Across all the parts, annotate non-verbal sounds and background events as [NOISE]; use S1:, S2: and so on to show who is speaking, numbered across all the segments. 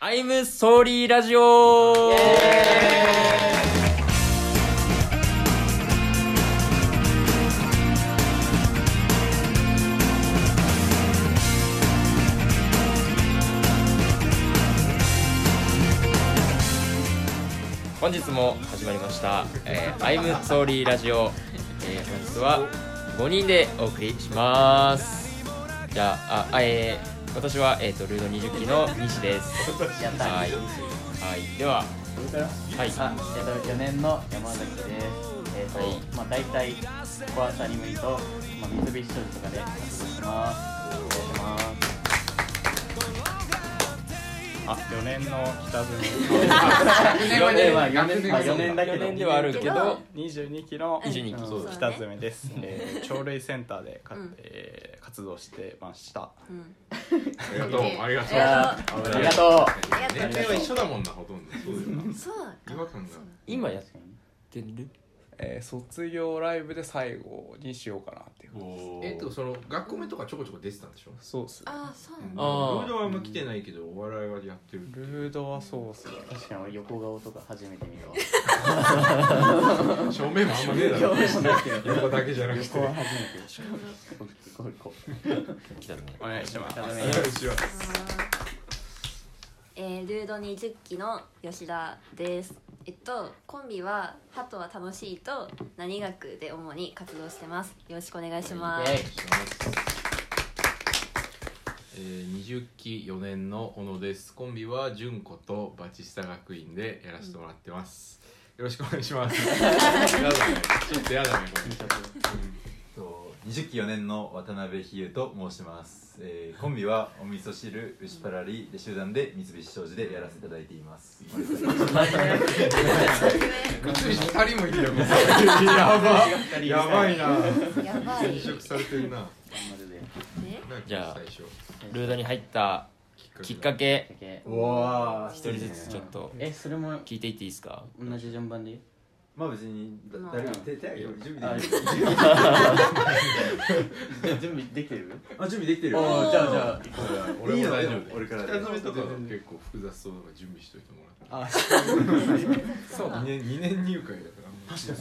S1: アイムストーリーラジオ本日も始まりました「えー、アイムストーリーラジオ」えー本日は5人でお送りしますじゃあああえー私は、えー、とルード20期の西です
S2: やった
S1: はい、はい、でははい
S2: あ、えっと、4年の山崎です。えっ、と、
S1: はい
S2: まあ、大体、コアサリムリと、まあ、三菱商事とかで活動してます。お願いします。
S3: あ、4年の北分
S1: 4年
S2: は
S1: は
S2: 4年、まあ、4年だけ
S1: 4
S2: ど。
S1: 年ではあるけど
S3: 22期の
S1: 22期
S3: うん
S1: そうだね
S3: 北詰です、えー、鳥類センターでか、えー活動してました
S4: うん
S5: ありがとう、ありがとう。
S4: あ
S2: ありがと
S5: 年齢は一緒だもんな、ほとんど。そうだよな。
S4: そう
S5: 違和感が。
S1: 今や
S2: う。
S1: ってる
S6: えー、卒業ライブで最後にしようかなっていう
S5: えっと、その学校名とかちょこちょこ出てたんでしょ
S6: そうっすね
S4: あーそうなんだ
S1: あ
S5: ードはあんま来てないけど、お笑いはやってる。
S6: ルードはそうっすね
S2: 確かに俺横顔とか初めて見るわ。
S5: 正面はあんまねえだろ。横だけじゃなくて。
S2: 横は初めて。こうこう
S1: あ来たね
S3: お願いします
S4: えー、ルード20期の吉田ですえっとコンビは「ハトは楽しい」と「何学」で主に活動してますよろしくお願いします
S1: イエイ
S5: えー、20期4年の小野ですコンビは純子とバチスタ学院でやらせてもらってます、よろしくお願いしますやだねちょっとやだねこれ
S7: と20期4年の渡辺比喩と申します、えーコンビはお味噌汁牛パラリで集団で三菱商事でやらせていただいています
S5: 三菱二人もいるよやばやばいな
S4: やばい
S5: 移植されてるな
S2: まるで。
S4: え
S1: じゃあ
S5: 最初
S1: ルードに入ったきっか
S5: け
S1: け
S2: だけ
S7: わ
S1: 一人ずつちょっと
S2: え、それも
S1: 聞いていっていいですか
S2: 同じ順番で
S7: まあ別にだ
S4: まあ
S7: 誰も手手挙げる準備
S2: あ
S7: できてる [LAUGHS]
S2: 準備できてる
S7: あ準備できてる
S2: おーじゃあじゃあ
S5: 俺
S7: いい
S5: も大
S7: よで
S5: 丈
S7: も
S5: 夫
S7: 俺から
S5: 北
S7: で
S5: 詰とかは結構複雑そうだから準備しといてもらって
S4: そう
S5: 2年二年入会だから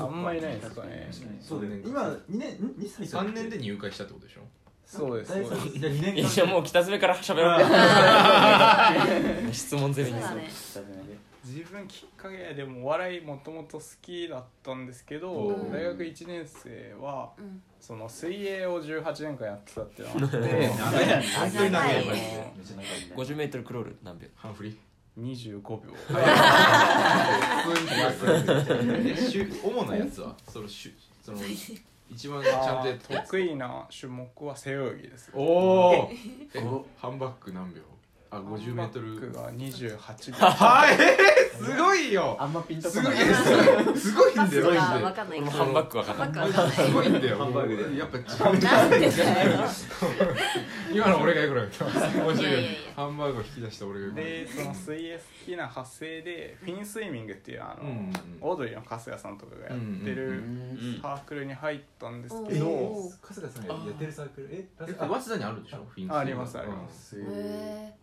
S3: あんまいないですかね
S7: そうだよね
S5: 三年
S7: 今2年ん2歳
S5: 3年で入会したってことでしょ
S3: そうです
S7: 大
S3: そうで
S7: 卒じゃあ2年
S1: いやもう北爪から喋ろう質問
S4: そ
S1: 攻
S4: う
S1: めに
S4: だね
S2: 下詰めです
S3: 自分きっかけでもお笑いもともと好きだったんですけど、
S5: うん
S3: 大学1年生は
S4: うん
S3: その水泳を18年間やってたっていうのがあって
S5: [LAUGHS]
S7: で長い
S4: 本当に長いよね
S7: めっちゃ長い
S1: 50m クロール何秒
S5: ハンフリー
S3: 25秒
S5: で主主なやつはその主その一
S3: [LAUGHS]
S5: 番ちゃんとやったやつ
S3: 得意な種目は背泳ぎです
S5: おおえハンバック何秒あ五十メート
S3: バック
S5: ル
S3: が28秒
S5: はいえーすごいよ
S2: あんまピンとこ
S5: [LAUGHS] すご
S2: ないい
S5: えすごいすごいんだよ
S4: そうだ
S5: マ
S4: わかんない
S1: 俺もハンバックわかんない
S4: ハンバックわかんない
S5: ジですごいんだよ
S7: ハンバーグで
S5: やっぱ違う
S4: [LAUGHS] なんでだよ
S5: 今の俺がよくなかった面白い
S4: いやいやいや
S5: ハンバーグを引き出した俺がよくなかっ
S3: でその水泳好きな派生でフィンスイミングっていうあ
S5: た
S3: の、
S5: うん
S3: オードリーの春日さんとかがやって
S5: うん
S3: る
S1: ん
S3: サークルに入ったんです
S7: え
S3: け
S7: ー
S3: ど、
S4: おー
S7: 春日さんがやってるサークルえラ
S5: え
S7: ス
S5: 早稲田にあるでしょフィンス
S3: あありますあります
S7: す
S4: へ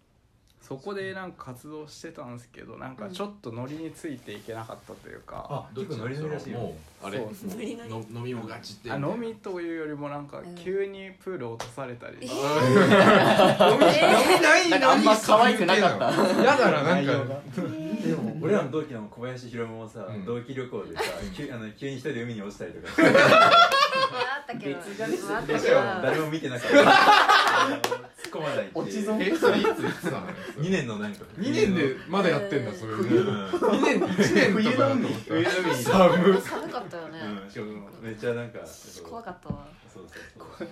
S3: そこでなんか活動してたんですけどなんかちょっとノリについていけなかったというか、
S7: あ
S5: どっ
S7: 結
S5: ち
S7: 構ノリノリらしいよ
S5: もうあれ
S3: そう
S4: ノリノリ
S5: の飲みもガチって
S3: あ飲みというよりもなんか
S4: うん
S3: 急にプール落とされたり、
S5: ない
S2: なんかあんま可愛くなかった
S5: たやだななん
S2: 内容が
S5: か
S7: でも俺らの同期の小林弘美もさ、
S5: うん
S7: 同期旅行でさ、急あの急に一人で海に落ちたりとか
S4: ーあったけど
S2: 別じゃね
S4: あった
S7: し
S4: け
S7: か
S4: ど
S7: も誰も見てなかったあの突っ込まないっていう
S2: 落ち損
S5: えそれいついつなの
S7: 2年のなんか
S5: 2年でまだやってんだそれ
S7: う
S5: 2
S7: ん、うん、
S5: 年1年とかだと思った
S7: 冬の海に
S4: 寒かったよね
S7: しかもめっちゃなんか
S4: 怖
S7: か
S4: かったわ
S7: そうそうそう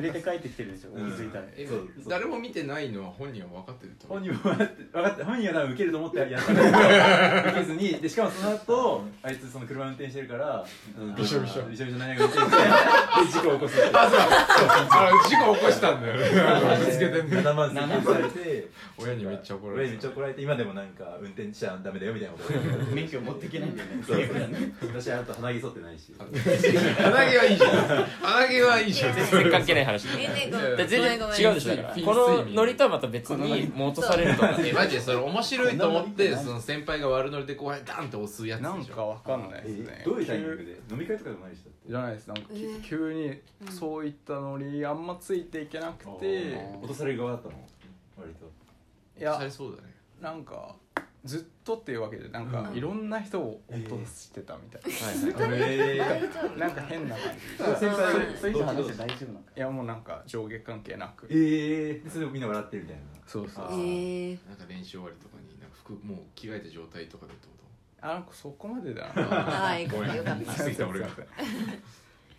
S2: 濡れて帰ってきてるでしょ気
S7: うん
S2: づいたら
S5: え
S7: そうそう
S5: 誰も見てないのは本人は分かってると思
S7: 本
S5: う
S7: 人も分かって分かって本人は多分受けると思ってやったんだけど受けずにでしかもその後あいつその車運転してるからあの
S5: びしょびしょ
S7: びしょびしょ何が運転してで事 [LAUGHS] 故起こすっていう
S5: [LAUGHS] あそうそうあ事故起こしたんだよねぶつけてね
S7: 7万円されてて
S5: 親にめっちゃ怒ら
S7: 親
S5: れ
S7: にめ
S5: て
S7: っちゃ
S5: た
S7: 怒られて今でもなんか運転しちゃダメだよみたいなこと言われて
S8: 免許持っていけないんだよね
S2: [LAUGHS]
S7: そう私あと鼻毛剃ってないし
S5: 鼻毛はいいじゃん鼻毛はいいじゃん
S4: 全
S1: 全然関係ない話
S4: 全然ご
S1: だ
S4: め
S1: 全
S4: ん
S1: 然
S4: ごめんごめん
S1: 違うでしょだから
S5: ピン
S1: このノリとはまた別
S8: このノ
S1: に
S8: リ
S1: 戻されるとは
S5: えマジでそれ面白いと思っ
S8: こんな
S5: て
S8: ノリって何
S5: その先輩が悪ノリで後輩ダンって押すやつで
S3: なん
S5: し
S3: か
S5: ょ
S3: わかんないですね
S7: えどういうタイミングで飲み会とかでもないでし
S3: 急じゃないですなんか、き
S4: えー
S3: 急に
S4: うん
S3: そういったノリあんまついていけなく
S7: たってて落とされる側だったの割と
S3: い
S5: 押
S3: や
S5: されそうだね
S3: なんかずっとっていうわけでなんか
S4: うん
S3: いろんな人を落としてたみたい
S7: え
S4: 大丈夫
S3: な、なんか変な感じ
S8: 先輩
S4: そう
S8: それ以上話して大丈夫なのか
S3: いやもうなんか上下関係なく
S7: えー、でそれをみんな笑ってるみたいな
S3: そうそう
S7: あ
S4: えー、
S5: なんか練習終わりとかになんか服もう着替えた状態とかでってこ
S3: あなんかそこまでだ
S5: と
S3: な
S4: はい
S5: ごめん
S4: よかった
S5: 言い過ぎた俺が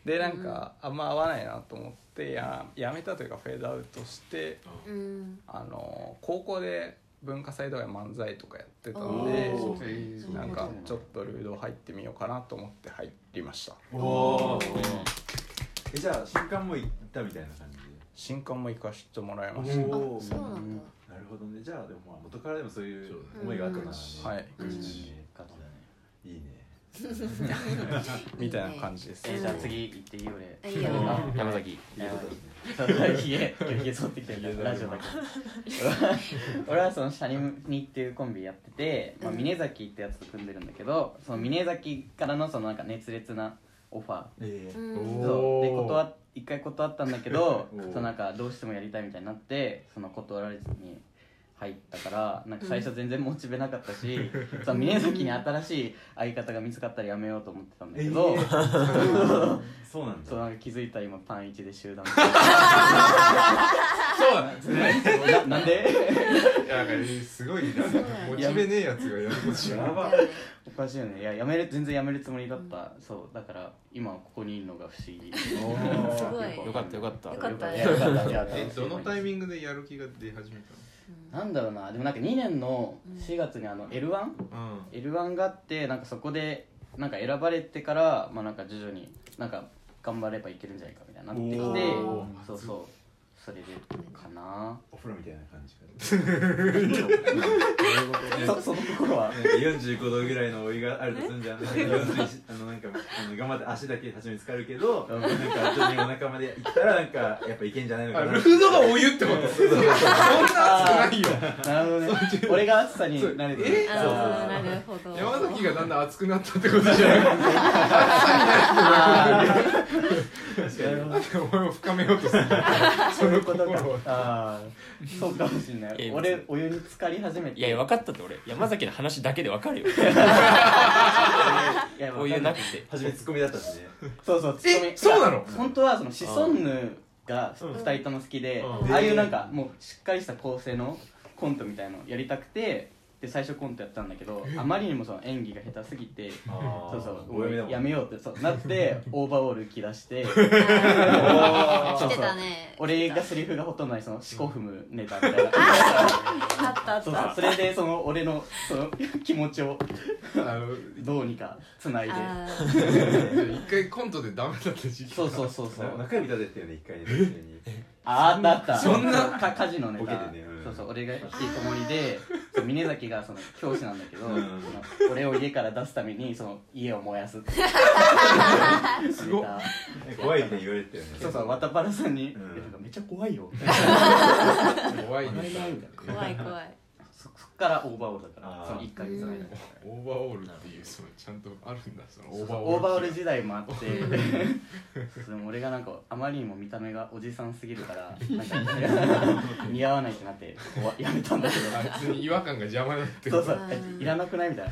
S3: でなんかあんま合わないなと思ってややめたというかフェードアウトして
S4: うん
S3: あの高校で文化祭とか漫才とかやってた
S4: お
S3: んで
S4: ー
S5: えー
S3: なん
S4: な
S3: か
S4: るほ
S3: ちょっとルード入ってみようかなと思って入りました
S7: おおえじゃあ新刊も行ったみたいな感じ
S3: 新刊も行かせてもらいまし
S7: で
S4: あ
S7: お
S4: そうなんだ
S7: なるほどねじゃあでもまあ元からでもそういう
S5: そうだね
S7: 思いがあったな
S3: たはい
S4: うん
S8: 勝ちだね
S7: いいね
S3: みたいな感じです
S8: えーじゃあ次行っていい俺
S4: いいよ
S8: あ
S1: 山崎
S8: いやばいひげひげ剃ってきてるラジオだけど俺はそのシャリムニっていうコンビやってて、まあ、
S4: うん
S8: 峰崎ってやつと組んでるんだけどその峰崎からのそのなんか熱烈なオファー
S7: え
S4: う
S7: え
S4: ん
S8: そうで
S5: おー
S8: 断っ一回断ったんだけど
S7: おー
S8: そうなんかどうしてもやりたいみたいになってその断られずに入ったからなんか最初全然モチベなかったし、その峰崎に新しい相方が見つかったらやめようと思ってたんだけど、
S7: えーそうなん
S8: そう
S7: だ
S8: なんか気づいたら今パン1で集団
S5: そうなんですね
S8: ななんで
S5: いやなんかねすごいなモチベねえやつがやることし
S7: や
S5: な
S7: ば
S8: おかしいよねいややめる全然やめるつもりだった、そうだから今ここにいるのが不思議
S4: すごい
S1: よかったよかった
S4: よかった
S8: いやよかったよかった
S5: えどのタイミングでやる気が出始めた
S8: なんだろうなでもなんか2年の4月にあの L1、
S5: のうん
S8: L1 があってなんかそこでなんか選ばれてから、まあ、なんか徐々になんか頑張ればいけるんじゃないかみたいになってきて
S4: お
S8: そうそうそれでかな
S7: お風呂みたいな感じか
S8: そその心は
S5: [LAUGHS]
S7: なんか45度ぐらいのお湯があるとするんじゃん41あのなんかあの頑張って足だけ初めに浸かるけどなんか徐々にお腹まで行ったらなんかやっぱいけんじゃない
S5: [LAUGHS]
S7: のかな
S5: ルードがお湯ってことそんな
S8: あ
S5: ないよ
S8: ーなるほどね俺が暑さに慣れてる
S4: あーなるほど
S5: [LAUGHS] 山崎がだんだん熱くなったってことじゃない
S8: あ
S7: 確かに
S5: [LAUGHS] なんでお前を深めようとするの
S8: ーそういうこと
S5: [LAUGHS]
S8: か
S5: 心は
S8: あーそうかもしんないい
S1: や
S8: 俺お湯に浸かり始めて
S1: いやいや分かったって俺山崎の話だけで分かるよ
S8: いやわかん
S1: こういうなくて
S7: 初めツッコミだったしね
S8: そうそうツッコミ
S5: えそうな
S8: い
S5: の
S8: や本当はそのシソンヌが2人とも好きで、
S5: うん
S8: ああいうなんかもうしっかりした構成のコントみたいのやりたくてで最初コントやったんだけどあまりにもその演技が下手すぎてそうそうも
S7: お嫁だ
S8: う
S7: もん
S8: やめようってそうな
S5: [LAUGHS]
S8: ってオーバーオール着出して
S4: あー
S8: そうそう
S4: 来てたね
S8: 俺がセリフがほとんどないその四股踏むネタみたいな
S4: あったあっ
S8: そうそう
S4: た
S8: それでその俺のその気持ちを
S5: あの
S8: どうにかつないで
S4: あ
S5: 一回コントでダメだった時期
S8: そうそうそうそう
S7: な中指立てたよね一回ね普通に
S8: ああったあった
S5: そんな
S8: か家事のネタ
S7: ボケてねうん
S8: そうそう俺が引きこもりでそう峰崎がその教師なんだけど、
S7: うん
S8: その俺を家から出すためにその家を燃やすってす
S5: ごっ
S7: 怖いって言われてたよね
S8: そうそう渡原さんに、
S7: う
S8: い
S7: ん
S8: やなんかめっちゃ怖いよ
S5: 怖いね
S4: ー怖い怖い
S8: そそっからオーバーオールだか
S7: あ
S8: ら
S7: ー
S8: その1ヶ月の間
S5: オーバーオールっていうそのちゃんとあるんだそのオーバー
S8: オーバーオール
S5: 時
S8: 時代もあってでも俺がなんかあまりにも見た目がおじさんすぎるからなんか似合わないってなっておわやめたんだけど
S5: 代別に違和感が邪魔だって
S8: そうそう
S4: あ、
S8: え
S4: ー
S8: いらなくないみたいな。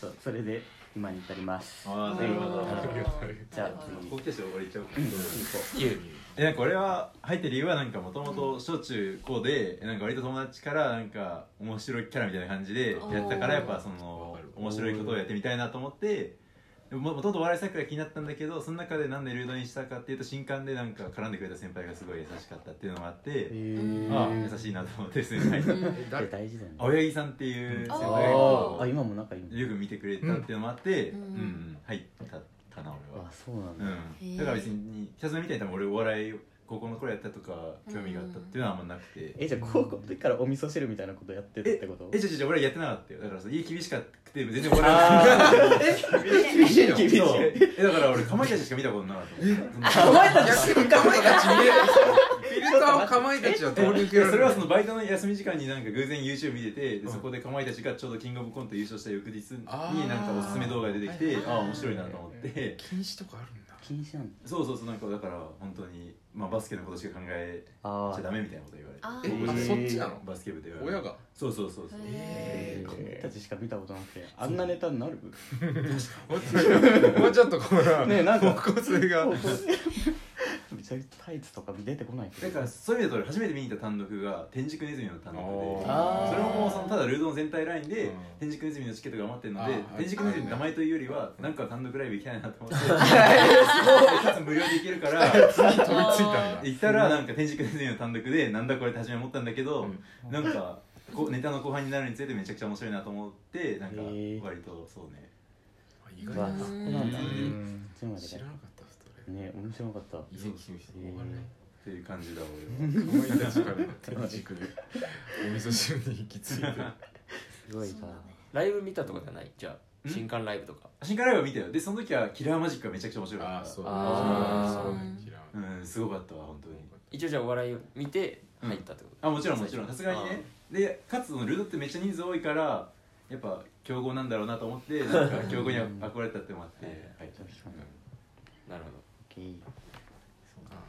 S8: そう、それで今に至ります。
S7: あーなるほ
S4: あ
S7: ど
S4: ー
S8: じゃあ
S4: なるほど
S8: 次
S7: 高級賞俺行っちゃおうか
S5: 急
S7: えなんか俺は入った理由はなんかもともと小中高でえなんか割と友達からなんか面白いキャラみたいな感じでやってたからやっぱそ
S5: わ
S7: の
S5: かる
S7: 面白いことをやってみたいなと思ってでももともとお笑いサークルが気になったんだけどその中でなんでルードにしたかっていうと新刊でなんか絡んでくれた先輩がすごい優しかったっていうのもあって
S4: ー
S7: ああ優しいなと思ってですね
S4: うん
S8: で大事だよね。
S7: 青柳さんっていう先
S4: あ
S7: 輩
S4: ー
S8: あ、
S7: が
S8: 今も仲いいんだ。
S7: よく見てくれたっていうのもあって
S4: う
S7: うんん、入ったかな俺は
S8: あ、。そうなんだ。
S7: うんだから別に北園みたいに多分俺お笑い高校の頃やったとか興味があったっていうのはあんまなくて、
S2: えじゃあ高校の時からお味噌汁みたいなことやってたってこと
S7: えじゃじゃ俺はやってなかったよだからさ家厳しかくて全然俺はえ厳しいの
S2: 厳しい
S7: そうえだから俺かまいたちしか見たことなかった
S2: かまいたちしか見た
S5: か
S2: こ
S5: まい
S2: と
S5: たち見れ
S2: フ
S5: フィルターをかまいたちはどうに受けられ
S7: そ
S5: る
S7: れはそのバイトの休み時間になんか偶然 YouTube 見ててでそこでかまいたちがちょうどキングオブコント優勝した翌日
S5: あ
S7: に
S5: ー
S7: なんかおすすめ動画が出てきて
S5: はい
S7: ああ面白いなと思って
S5: 禁止とかあるんだ
S2: 禁止なんだ
S7: そうそうそうなんかだから本当にまあバスケのことしか考え
S2: あ
S7: ちゃ
S2: ー
S7: ダメみたいなこと言われて
S4: あ
S5: え
S2: ー
S5: あそっちなの
S7: バスケ部で言われて
S5: 親が
S7: そうそうそうそう
S4: へ
S2: かまいたちしか見たことなくてあんなネタになる
S5: もうちょっとこの
S2: ねえなんか
S5: 高校生が
S2: 高校めちゃくちゃタイツとか出てこないけど
S7: だからそういう意味で俺初めて見に行った単独が天竺ネズミの単独で
S2: あー
S7: それももうそのただルードン全体ライン
S5: う
S7: で
S5: ん
S7: 天竺ネズミのチケットが余ってるの
S5: あ
S7: で
S5: ー
S7: 天竺ネズミの名前というよりはなんか単独ライブ行きたい
S5: [LAUGHS]
S7: なと思って [LAUGHS] かつ無料で行けるから
S5: 飛びついたんだ
S7: 行ったらなんか天竺ネズミの単独でなんだこれって初め思ったんだけ
S5: う
S7: ど
S5: ん
S7: なんかこうネタの後半になるにつれてめちゃくちゃ面白いなと思ってなんか
S2: へー
S7: 割とそうね
S5: 意
S2: う
S5: 外
S2: わ
S5: だ
S2: そ
S5: な
S2: こなんだ
S5: う
S2: そ
S5: ん
S2: っちまで
S5: 知
S2: だ
S5: らなかったそれ
S2: ね面白かった
S5: 以前聞いた人わかんない
S7: っていう感じ
S5: [LAUGHS]
S7: だ
S5: かまいたちからの軸でお味噌汁に行き着いて
S2: すごいさ
S1: ライブ見たとかじゃないじゃあ新刊ライブとか
S7: 俺新刊ライブは見たよでその時はキラーマジックがめちゃくちゃ面白
S5: あ
S7: か
S5: あ
S7: っ
S5: そう
S1: あー
S5: そうね嫌わ
S7: たうんすごかったわ本当に
S1: 一応じゃあお笑いを見て入ったってこと、
S7: あもちろんもちろんさすがにねでかつそのルドってめっちゃ人数多いからやっぱ強豪なんだろうなと思ってなんか強豪に憧れたってのもあって入った
S1: なるほ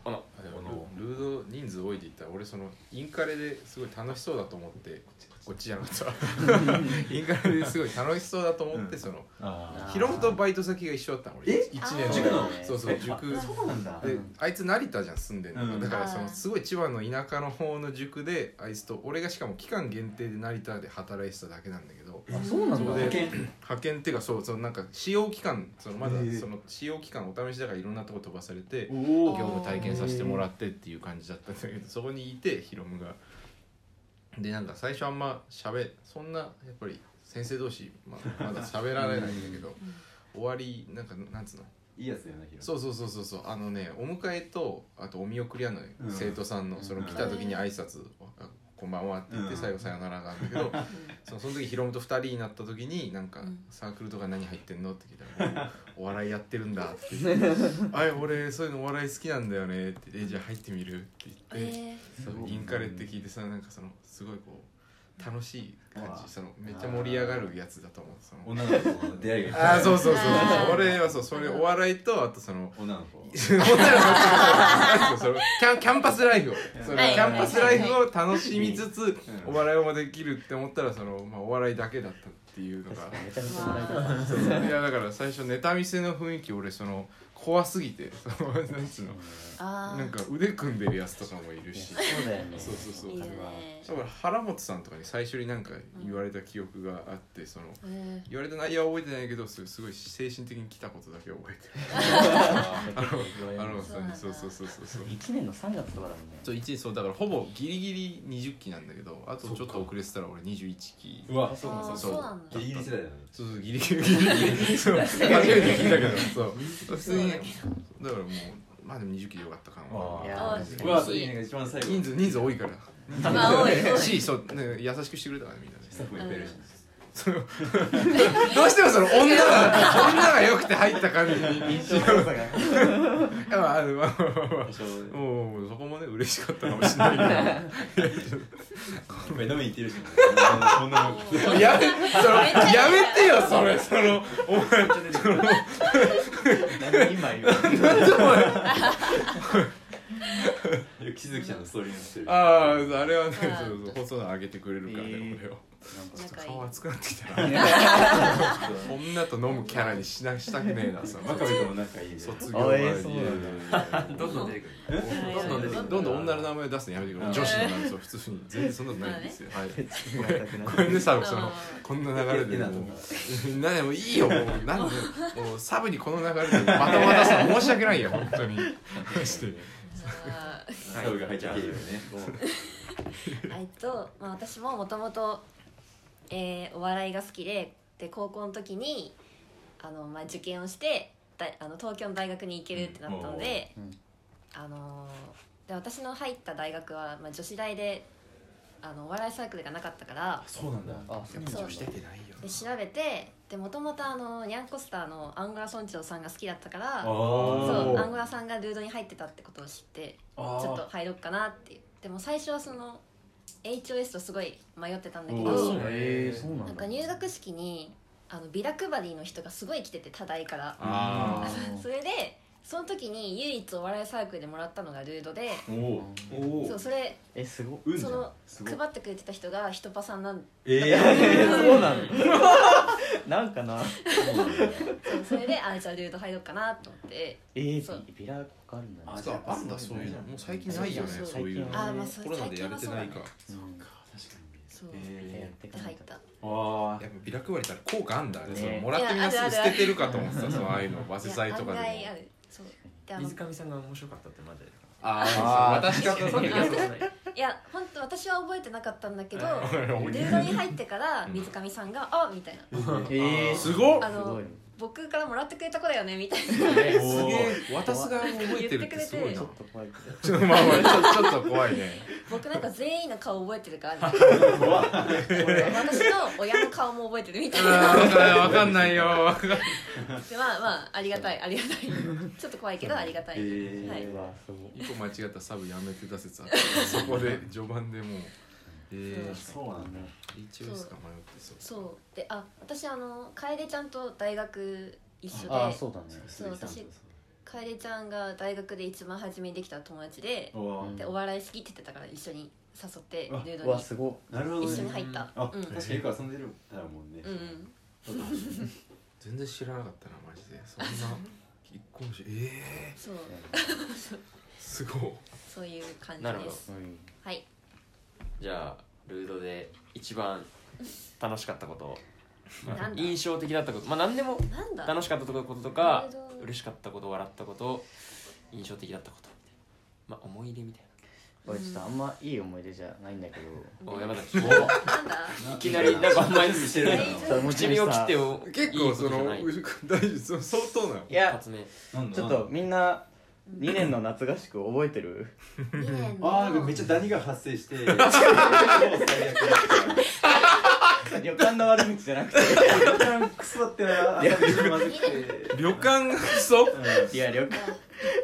S5: あ
S1: ど
S5: でもルルード人数多いで言ったら俺そのインカレですごい楽しそうだと思ってこっちじゃなかったインカレですごい楽しそうだと思っ
S7: う
S5: て
S7: ん
S5: その
S7: あ
S5: ヒロムとバイト先が一緒だったの俺
S7: え
S5: 一
S4: あ
S5: 年
S4: ー
S7: 塾の
S5: そうそう塾
S7: そうなんだ
S5: であいつ成田じゃん住んでんの、
S7: うん
S5: だからそ
S4: あ
S5: の
S4: ー
S5: すごい千葉の田舎の方の塾であいつと俺がしかも期間限定で成田で働いてただけなんだけど
S2: あそうなんだ
S5: そう
S7: 派
S5: で
S7: 遣
S5: 派遣っていうかそうそのなんか使用期間そのまだ
S7: へえ
S5: その使用期間お試しだからいろんなとこ飛ばされて
S7: お
S5: 業
S7: お
S5: 務体験させてもらってっていう感じだったんだけどそこにいてヒロムがでなんか最初あんま喋そんなやっぱり先生同士ままだ喋られないんだけど終わりなんかなんつうの
S7: いいやつだよねヒロ
S5: そうそうそうそうそうあのねお迎えとあとお見送りあんのよ、
S7: うん
S5: 生徒さんのその来た時に挨拶あこんばんはって言って
S7: うん
S5: 最後さよならがあるんだけど、そのその時ヒロムと2人になった時になんか
S4: うん
S5: サークルとか何入ってんのって聞いた
S7: [LAUGHS]
S5: ら「お笑いやってるんだ」って言って「 [LAUGHS] あい俺そういうのお笑い好きなんだよね」って「えじゃあ入ってみる?」って
S4: え
S5: 言って、
S4: ー
S5: そうインカレって聞いてさなんかそのすごいこう楽しい感
S7: うわ
S5: じそのめっちゃ盛り上がるやつだと思うその
S7: 女の子の出会いが
S5: あーそうそうそう
S4: あ
S5: そう
S4: ー
S7: [LAUGHS]
S5: 俺はそうそれお笑いとあとその
S7: 女
S5: [LAUGHS]
S7: の子
S5: モデルの人そのキャンキャンパスライフをその
S4: は
S5: キ
S4: いはい
S5: ャンパスライフを楽しみつつ
S7: ん
S5: お笑いもできるって思ったらその、まあ、お笑いだけだったっていうのが
S2: めちゃめちゃ笑い方
S5: そういやだから最初ネタ見せの雰囲気俺その怖すぎて [LAUGHS] そのなんつうの
S4: あ
S5: なんか腕組んでるやつとかもいるし
S2: そうだよね
S5: そうそうそ
S4: ーい
S5: う
S4: いよ
S5: だ
S4: ね
S5: から原本さんとかに最初になんか言われた記憶があってその
S4: え
S5: 言われた内容は覚えてないけどすすごい精神的に来たことだけ覚えてる原本さんに
S4: そなんだ
S5: そううそうそうそうそう
S2: 1年の3月とかだもんね
S5: そう1そうだからほぼギリギリ20期なんだけどあとちょっと遅れてたら俺21期
S7: うわ
S4: ーあー
S5: そう
S4: そうなんだ
S7: ギリギリ世代だね
S5: そうそうギリギリギリギリそう初めて聞いたけどそう普通にだからもうまあでも20期でよかったか
S7: あ
S5: も
S7: ー
S2: い
S4: あ
S2: や
S4: ー
S7: うわいいね一番最後
S5: 人数人数多いから
S4: あ多い多い
S5: しそう、ね、優しくしてくれたからみんなね
S7: スタッフいっぱいいるし
S5: そのどうしてもその女が女が良くて入った感じに
S2: 印象操作が
S5: まああのまあまあまあま
S7: 多少
S5: あもうそこもね嬉しかったかもしれないけど
S7: 目の前に行ってるし女の子
S5: やめそのやめてよそれそのお前
S2: 何今言う
S7: 木月ちゃんのストーリーにしてる
S5: あああれはね
S4: あー
S5: そうそう細野上げてくれるからね、
S2: えー
S5: 俺をちょっと
S4: 仲いい
S5: 顔熱くなってきた [LAUGHS] な女と飲むキャラにしなしたくねえな
S7: [LAUGHS]
S5: その
S7: 真壁とも仲いいね
S5: 卒業前に、
S2: あえーそう
S1: どどんどん出てくる
S4: どんどん出てくる
S5: どんどん女の名前出すのやめてくれ、
S7: うん
S5: 女子の名前そう普通に全然そんなことないんですよ、はい
S2: 別に全くない
S5: ごめんねサブそ
S4: あ
S5: の
S4: ー
S5: こんな流れでもう
S7: 変な
S5: 何でもいいよもうなんでもうサブにこの流れでまた渡すの申し訳ないよ本当にマジで
S4: あー
S7: サブが入っちゃうよね
S4: [LAUGHS] えっと、まあ、私ももともと、えーお笑いが好きでで高校の時にあの、まあ、受験をしてだあの東京の大学に行けるってなったので、
S2: うん
S4: あのーで私の入った大学は、まあ、女子大であのお笑いサークルがなかったから
S7: そうなんだ
S8: あそうなんだ
S4: そう
S5: てないよ
S4: で調べてでもともとあのニャンコスターのアンゴラ村長さんが好きだったからそうアンゴラさんがルードに入ってたってことを知ってち
S7: あー
S4: ょっと入ろうかなっていうでも最初はその HOS とすごい迷ってたんだけ
S7: あそう
S4: ど
S7: なんだ
S8: えー、そうなんだ
S4: なんか入学式にあのビラ配りの人がすごい来てて多大から
S5: あ
S4: [LAUGHS] それでその時に唯一お笑いサークルでもらったのがルードで
S7: おお
S8: お
S7: お
S4: そうそれ
S8: えすごっ
S7: うんじゃ
S4: そ
S7: ん
S4: の
S7: すごい
S4: 配ってくれてた人がひとぱさんなん
S7: え [LAUGHS] ー
S8: そうなのなんかな
S4: そうそれであじゃあルード入ろうかなと思って
S8: えー
S4: そう
S8: ビラがあるんだね
S5: あそうあんだそういうのもう最近ないよね
S4: そうそう
S5: そ
S4: そう
S5: うい
S8: 最
S5: う
S8: 近
S5: の
S4: あーまあそ
S5: コ
S4: う
S5: ロナ
S4: 最
S5: でや
S4: 近は
S5: れて
S4: そうだ
S5: ない
S4: ね
S5: か
S8: うん
S4: そう
S8: やっ
S7: え
S8: て
S4: で
S8: かな
S4: 入った
S7: ーわ
S5: やっぱビラ配りたら効果あんだね
S8: ね
S5: それもらってみんなすぐ捨ててるかと思ってたそうああいうのバス
S4: い
S5: 剤
S4: や
S5: と
S4: 案
S5: かでも
S4: 外あるそうであの
S9: 水上さんが面白かったってまだや
S5: あ
S7: あ
S5: あ
S7: ー
S5: 渡し方とか
S9: るから
S4: いや本当私は覚えてなかったんだけど
S5: 俺
S4: [LAUGHS] ルードに入ってから水上さんが「あみたいな
S8: えー、す
S5: すごっ
S4: あ
S8: すご
S4: の
S8: い
S4: 僕からもらってくれた子だよねみたいな
S5: [LAUGHS] えすげえ渡す側も覚えてるってすごい
S4: ち
S5: な
S4: ょ
S8: ちょっと怖いけど
S5: ちょっとまあまあちょちょっと怖いね
S4: 僕なんか全員の顔覚えてるからみたいな私の親の顔も覚えてるみたいな
S5: わかんないよわかんないよ
S4: でまあまあありがたいありがたいちょっと怖いけどありがたい、
S7: えー
S4: はいう
S8: わすごい
S5: 一個間違ったサブやめてた説あったからそこで序盤でもうえー
S7: そうなんだ
S5: 一応ですか迷ってそう
S4: そうであ私あの楓ちゃんと大学一緒で
S8: ああそうだね
S4: そう私楓ちゃんが大学で一番初めにできた友達で
S7: うわ
S4: でお笑い好きって言ってたから一緒に誘って
S7: あ
S4: ルー
S8: う
S4: ド
S8: わ
S4: に
S8: すごっ
S7: なるほど
S4: 一緒に
S7: ね
S4: 入った
S7: あ
S4: うん
S7: 確かによく遊んでるだもんね
S4: うんうん
S7: そうだ
S5: 全然知らなかったなマジでそんな一個もしええ
S4: そう
S5: すごい
S4: そういう感じ
S1: なるほ
S4: で
S1: ど
S4: すはい
S1: [LAUGHS] じゃあルードで一番楽しかったことまあ
S4: なんだ
S1: 印象的だったことまあ何でも
S4: なんだ
S1: 楽しかったこととか
S4: ルード
S1: 嬉しかったこと笑ったこと印象的だったことみたいなまあ思い出みたい
S8: これちょっとあんまいい思い出じゃないんだけど
S1: なお山 [LAUGHS] 崎
S4: なんだ
S1: いきなりなんかあんまり
S7: してる
S4: 大丈
S8: ちょっと
S1: 唇を切っても
S5: 結
S1: いい
S5: 構
S1: こと
S5: そ
S1: じゃ
S5: の
S1: ない一
S5: 大丈夫相当なの
S8: いや
S1: 発目
S7: なんだ
S8: ちょっとみんな2年の夏合宿覚えてる
S4: 2年の
S7: ああめっちゃダニが発
S4: [LAUGHS]
S7: 生してもう最悪
S8: 旅館の悪口じゃ
S4: [LAUGHS]
S8: なくて
S7: 旅館クソだってな朝飯まずくて
S5: 旅館がそう
S8: いや旅館